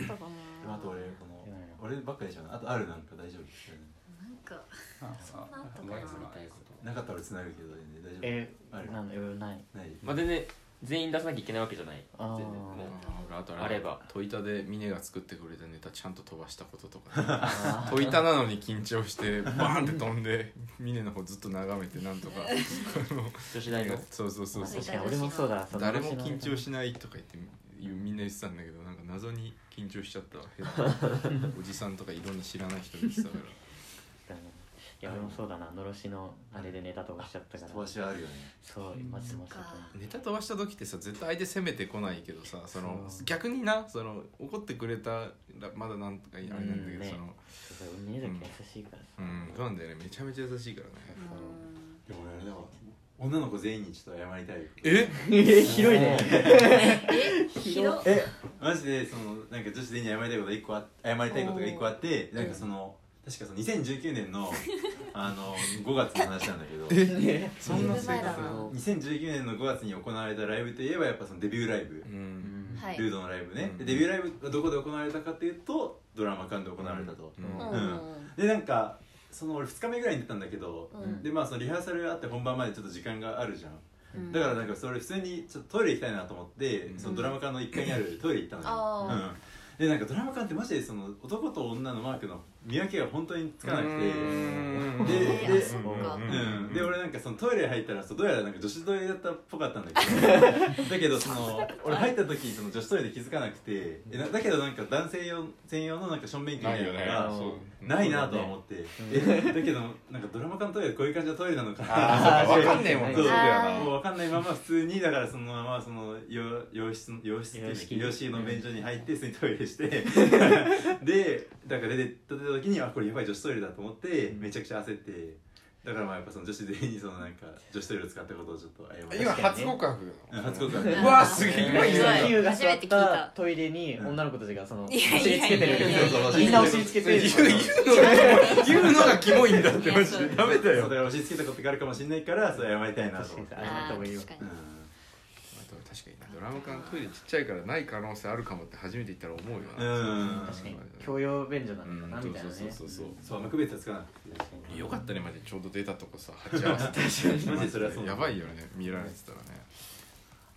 S4: な
S7: あと俺、この、俺ばっかりでしょ。あとあるなんか大丈夫。
S4: なんか
S16: あ
S4: あったか
S17: ないこ
S4: な
S17: と
S7: なかったら繋ぐけど、全然大丈夫。
S8: え
S7: ある
S8: なんだよない
S7: ない
S1: まあ全然全員出さなきゃいけないわけじゃない
S8: あー
S1: 全然もう
S5: あと
S1: あれば
S5: トイタで峰が作ってくれたネタちゃんと飛ばしたこととかトイタなのに緊張してバーンって飛んで峰の方ずっと眺めてなんとかあの
S1: 女子大の
S5: そうそうそうそう
S8: 確かに俺もそうだその
S5: 誰も緊張しないとか言ってみみんな言ってたんだけどなんか謎に緊張しちゃった下手なおじさんとかいろんな知らない人に言ってたから
S8: いや俺もそうだなのろしのあれでネタ飛ばしちゃったから
S7: 飛ばしはあるよね
S8: そうマジで飛ばしちゃった
S5: ネタ飛ばした時ってさ絶対相手攻めてこないけどさその
S8: そう
S5: 逆になその怒ってくれたらまだなんとかあれなんだけど、
S8: うんね
S5: その
S8: そうそう見えるだけ優しいからさ
S5: うんそうなんだよねめちゃめちゃ優しいからね
S7: でも俺あれだわ女の子全員にちょっと謝りたい
S5: え
S8: え広いね
S4: 広
S8: え
S7: マジでそのなんか女子全員に謝りたいことが一個あ謝りたいことが一個あってなんかその確かその2019年のあの5月の話なんだけど
S5: そんな生
S4: 前だ
S5: 活
S4: な
S7: 2019年の5月に行われたライブといえばやっぱそのデビューライブ
S5: う、
S8: うんん
S4: はい
S7: ルードのライブね、
S5: うん
S7: でデビューライブがどこで行われたかっていうとドラマ館で行われたと、
S5: うん
S4: うん
S7: でなんかその俺2日目ぐらいに出たんだけど、
S4: うん
S7: でまあそのリハーサルがあって本番までちょっと時間があるじゃん
S4: うん
S7: だからなんかそれ普通にちょっとトイレ行きたいなと思って、
S5: うん
S7: そのドラマ館の1階にあるトイレ行ったのよ、
S4: あ
S7: うん、でなんかドラマ館ってマジでその男と女のマークの見分けが本当につかなくて
S5: うん
S7: で
S4: えあ
S7: で
S4: そっか
S7: うん
S5: うん
S7: で俺なんかそのトイレ入ったらそうどうやらなんか女子トイレだったっぽかったんだけ
S5: [LAUGHS]
S7: どだけどその [LAUGHS] 俺入った時にその女子トイレで気づかなくてえなだけどなんか男性用専用のなんかションベン器みたいなの
S8: あ
S7: が
S8: の
S5: そう
S7: ないなとは思って、えだけどなんかドラマ館トイレこういう感じのトイレなのかな [LAUGHS]
S5: あ分かんねえもん
S7: そう
S5: だよ
S4: あ
S7: もう分かんないまま普通にだからそのままその洋洋室の洋室っていう
S8: 洋式
S7: の洋式の便所に入って普通にトイレして
S5: [LAUGHS]
S7: でだから出て出た時にあこれやばい女子トイレだと思ってめちゃくちゃ焦ってだからまあやっぱその女子全員にそのなんか女子トイレを使ったことをちょっと謝り
S5: 今
S7: ま
S5: 初告白
S7: うん
S5: よ
S7: 初告
S4: ー
S5: [LAUGHS]
S7: 白
S5: うわすげえ今言う
S4: うん
S8: ヒューが
S4: 初
S8: 座
S4: め
S8: って
S4: 聞い
S8: た
S4: た
S8: トイレに女の子たちがそのお
S4: いやいや
S8: 尻
S4: いや
S8: つけてる
S7: そうそう
S8: みんなお尻つけてる
S5: 言う言うのが言うのがキモいんだってマジでダメだ
S7: そうだ
S5: よ
S7: から押し付けたことがあるかもしれないからそれ謝りたいなと
S8: 確かに
S7: 思っ
S8: さ
S7: て
S8: 謝った方がいいよ
S4: 確か
S7: う
S4: に
S7: ん
S5: 確かになドラム缶トイレちっちゃいからない可能性あるかもって初めて言ったら思うよ
S7: うん
S5: な
S8: 確かに教養便所なのかなみたいなね
S5: そうそうそう
S7: そう無区別はつかなくて
S5: そうよかったねマジでちょうど出たとこさ鉢合わせて
S7: マジでそれはそう
S5: やばいよね見られてたらね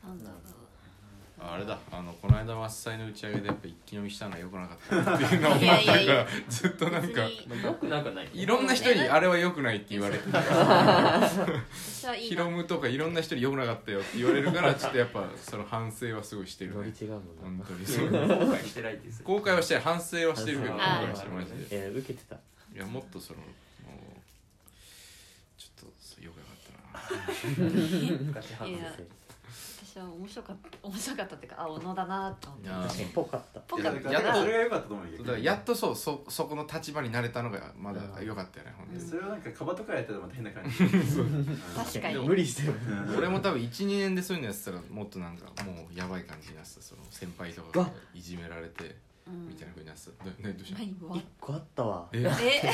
S4: なんだろう
S5: あれだあのこの間伐採の打ち上げでやっぱ一気飲みしたのが良くなかったっていうのを
S4: い
S5: 思っ
S4: やいや
S5: た
S4: い
S5: から
S4: や
S5: ずっとなんか
S4: 別に
S1: まあよくなんかない
S5: いろんな人にあれは良くないって言われて
S4: 私はいい
S5: ヒ
S4: な
S5: ロムとかいろんな人に良くなかったよって言われるからちょっとやっぱその反省はすごいしてる
S8: ノリ
S5: ね
S8: 違うもんな
S5: 本当にそう
S17: 後悔してないって言ってた
S5: 後悔はしてない反省はしてるけど後
S4: 反省は
S5: 悔はしてるマジで
S8: え受けてた
S5: いやもっとそのもうちょっとそう良くなかっ
S8: 昔
S5: たな
S4: いや
S8: 反省
S4: 私私は面白かった面白かったっていうかあ小野だなと思って
S5: あ
S8: 確かにぽかった
S4: ぽかっ
S5: い
S4: たな
S5: ややっ
S7: そ
S5: と
S7: れが良かったと思うよ
S5: そうだからやっとそうそそこの立場になれたのがまだ良かったよね、ほんとに
S7: それをなんかカバとかやったらまた変な感
S5: [LAUGHS]
S7: じうん
S4: 確か
S8: でも
S4: に
S8: 無理してる
S5: 俺も多分12年でそういうのやってたらもっとなんかもうやばい感じになってたその先輩とかがいじめられて
S4: うん
S5: みたいなふうになってた、どねどうしたの
S4: 何わ
S8: 1個あったわ
S5: え
S4: え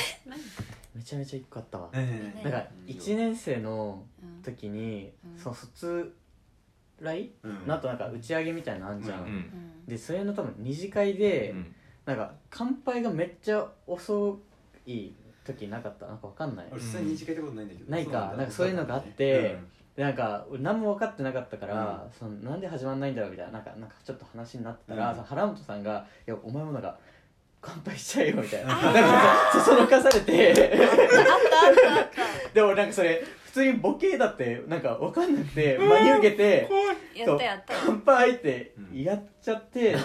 S8: めちゃめちゃ1個あったわ
S7: ええ
S8: なんか1年生の
S4: うん
S8: 時に
S4: うん
S8: その卒来
S7: うん
S8: のあとなんか打ち上げみたいなのあんじゃ
S5: うんん
S4: うん
S8: でそれの多分二次会で、
S5: うん
S8: なんか乾杯がめっちゃ遅い時なかったなんかわかんない
S7: 俺実際に二次会行ったことないんだけど
S8: ないか
S7: んだ
S8: なんかそういうのがあってでなんか俺何も分かってなかったから、そのなんで始まんないんだろうみたいななんかなんかちょっと話になってたら、
S7: うん
S8: その原本さんが「いやお前もなんか乾杯しちゃえよ」みたいななんかそそそのかされて
S4: あったあったあっ
S8: でもなんかそれ普通にボケだってなんか分かんなくて真に受けて
S4: たやったやった
S8: 乾杯ってやっちゃって、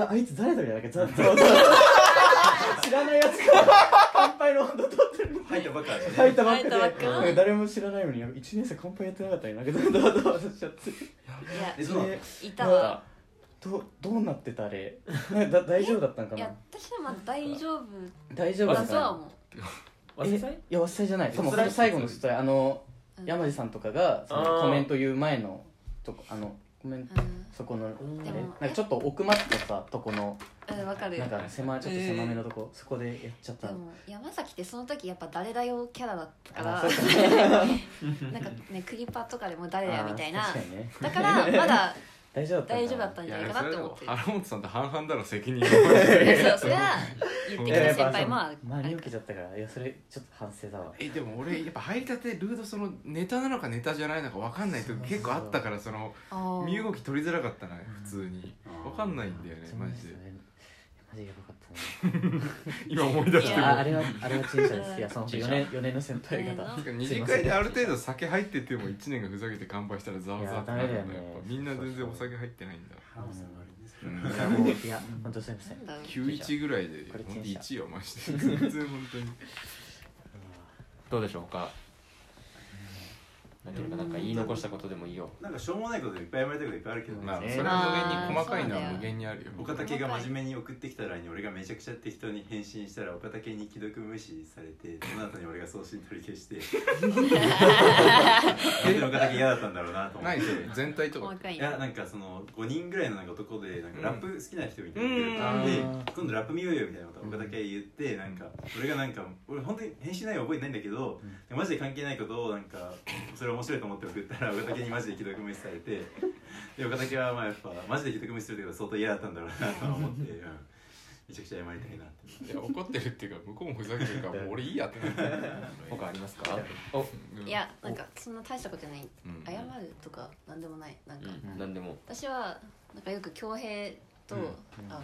S8: ああいつ誰だみたいななんかざざわざわ知らないやつが乾杯の温度取ってる
S7: 入ったばっかだし
S8: [LAUGHS] 入っ
S7: ね
S8: たばっ
S4: 入ったばっ
S8: かで
S4: か
S8: うん誰も知らないのに1年生乾杯やってなかったのになんかどうどうどうしちゃって
S4: いや
S7: えそうなの
S8: で
S4: いたわ
S8: どうどうなってたあれなんかだ大丈夫だったんか
S4: い
S8: な
S4: や私はまだ大丈夫
S8: 大丈夫だ
S4: だ
S8: った
S4: とは思う
S8: えいや忘れじゃない多分それ最後の失礼あの
S4: うん
S8: 山地さんとかがそのコメント言う前のとこあのコメント
S4: うん
S8: そこのあれ
S4: でも
S8: なんかちょっと奥まってさとこの
S4: うんわかる
S8: なんか狭いちょっと狭めのとこそこでやっちゃった
S4: でも山崎ってその時やっぱ誰だよキャラだったから
S8: あそうか
S4: [LAUGHS] なんかねクリパとかでも誰だよみたい
S8: あー
S4: な
S8: 確かにね
S4: だからまだ
S8: 大丈夫だったんかな
S4: 大丈夫だったんじゃないかなって思ってる
S5: 原本さんと半々だろ責任
S4: いやそうそれは言ってきた先輩もある
S8: 真に受けちゃったからいやそれちょっと反省だわ
S5: [LAUGHS] えでも俺やっぱ入りたてルードそのネタなのかネタじゃないのか分かんない時結構あったからその
S4: あー
S5: 身動き取りづらかったな普通に分かんないんだよねマジで
S8: いやマジでやばかったね
S5: 今思い出して
S4: い
S5: も
S4: や
S8: ああれはあれは陳謝ですいやその4年四年の先輩
S4: せーの
S8: 方
S5: 二次会である程度酒入ってても1年がふざけて乾杯したらざわざわってなるんだ
S8: いやダメだ
S5: や
S8: よ
S5: っ
S8: ね
S5: ぱみんな全然お酒入ってないんだ
S7: 花さんが悪いねそれ
S5: う
S8: い
S5: ん
S8: やもういや本当すいません
S4: なんだろう
S5: 91ぐらいで
S8: これ
S5: ほんと
S8: 転写
S5: 1よマジで全然本当に
S1: どうでしょうか何かなんか言い残したことでもいいよ
S7: なんかしょうもないこといっぱいやめたいこといっぱいあるけど
S5: まあそ
S8: ね
S5: れは無限に細かいのは無限にあるよ
S7: 岡竹が真面目に送ってきた欄に俺がめちゃくちゃ適当に返信したら岡竹に既読無視されてその後に俺が送信取り消して
S5: [LAUGHS]
S7: 本当に岡竹嫌だったんだろうなと思っ
S5: 何
S7: て
S5: それ全
S4: [LAUGHS]
S5: 体とか
S4: 細かい
S7: い
S4: ね
S7: やなんかその5人ぐらいのなんか男でなんかラップ好きな人みたいな
S5: うん
S7: のがいる
S8: うん
S7: で今度ラップ見ようよみたいなことを僕だけ言ってなんか俺がなんか俺本当に編集内容覚えてないんだけどマジで関係ないことをなんかそれ面白いと思って送ったら岡竹にマジで既読無視され [LAUGHS] てで岡竹はまあやっぱマジで既読無視するけど相当嫌だったんだろうなと思 [LAUGHS] ってうんめちゃくちゃ謝りたいなって
S5: いや怒ってるっていうか向こうもふざけてるからもう俺いいやってなって
S1: 他ありますか
S5: うん
S4: いやなんかそんな大したことじゃない
S5: うん
S4: 謝るとかなんでもないなんか
S1: うん何でも
S4: 私はなんかよく恭平と
S5: うん
S4: あの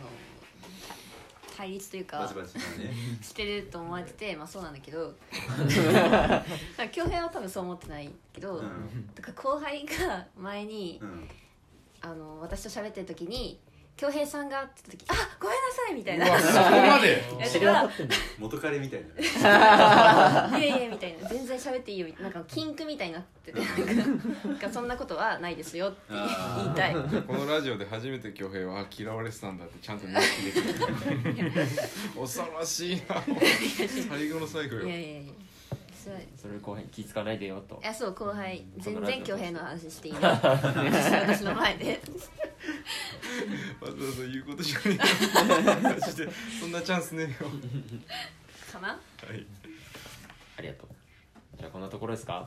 S4: 対立という
S7: バ
S4: か
S7: チバチなね
S4: してると思われててまあそうなんだけどなんか恭平は多分そう思ってないけ
S7: う
S4: ど、
S7: ん
S4: だから後輩が前に、
S7: うん
S4: あの私と喋ってる時に恭平さんがって言った時「あごめんなさい」みたいな
S5: うわそこまで
S4: いや
S8: 知
S4: だ
S8: り
S4: か
S8: 渡
S4: ら
S8: ってんの
S7: 元彼みたい
S4: 「
S7: な
S4: [LAUGHS] いやいや」みたいな「全然喋っていいよ」みたいななんか禁句みたいになっててなんかそんなことはないですよって言いたい
S5: このラジオで初めて恭平はあ嫌われてたんだってちゃんと認識できた恐ろしいな最後の最後
S4: いや
S5: よ
S4: いやいやそうい
S1: それ後編気付かないでよと
S4: やそう後輩
S1: うん
S4: 全然恭平の話して [LAUGHS] いない私の前で
S5: わざわざ言うことじゃねえよマジでそんなチャンスねえよ
S4: かな、
S5: はい
S1: ありがとうじゃあこんなところですか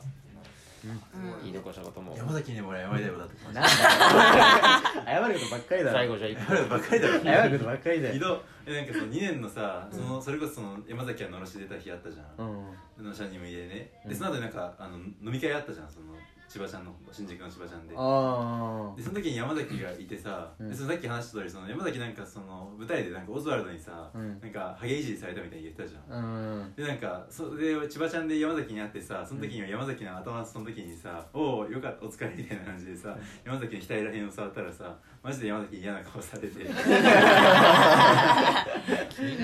S4: うん
S1: 言い残したことも
S7: [LAUGHS] 山崎にも俺謝りたいことあって [LAUGHS]
S8: なんだよ謝ることばっかりだろ
S1: 最後じゃあ一個
S7: 謝るばっかりだろ
S8: [LAUGHS] 謝ることばっかりだ
S7: 二
S8: よ
S7: 度えなんかその2年のさそのそれこそその山崎がのろし出た日あったじゃん、
S8: うん
S7: のシャニムでね、
S8: うん
S7: でその後になんかあの飲み会あったじゃんその千葉ちゃんの新宿の千葉ちゃんで
S8: あ
S7: でその時に山崎がいてさ、
S8: うん
S7: でそのさっき話した通りその山崎なんかその舞台でなんかオズワルドにさ、
S8: うん
S7: なんかハゲいじりされたみたいに言ってたじゃん、
S8: あうん
S7: でなんかそれで千葉ちゃんで山崎に会ってさその時には山崎の頭その時にさ「おおよかったお疲れ」みたいな感じでさ山崎の額らへんを触ったらさマジで山崎に嫌な顔されて
S5: 気にな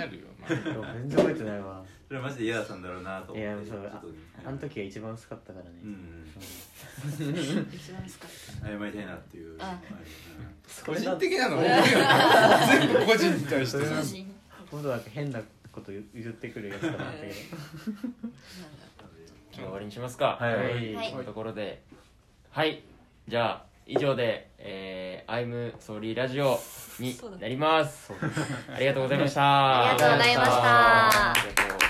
S5: るよ、まあ
S8: 全然覚えてないわ
S7: それはマジで嫌だったんだろうなと思って
S8: いやそう
S7: ちょっとね
S8: あの時が一番薄かったからね、
S7: うんうん
S4: 一番使った
S7: 謝りたいなっていうのもあるよね
S8: そ
S5: 個
S8: れ
S5: 人
S8: だ
S5: 的なの [LAUGHS] 多いよね全部個人に対して
S4: 個人
S8: 今度は変なこと言ってくるやつだなったけど
S4: なんだ
S1: じゃあ終わりにしますか
S8: はい
S4: はい
S1: こういうところではいじゃあ以上で「えー、I'm Sorry ラジオ」になりますありがとうございました
S4: ありがとうございました
S1: ありがとう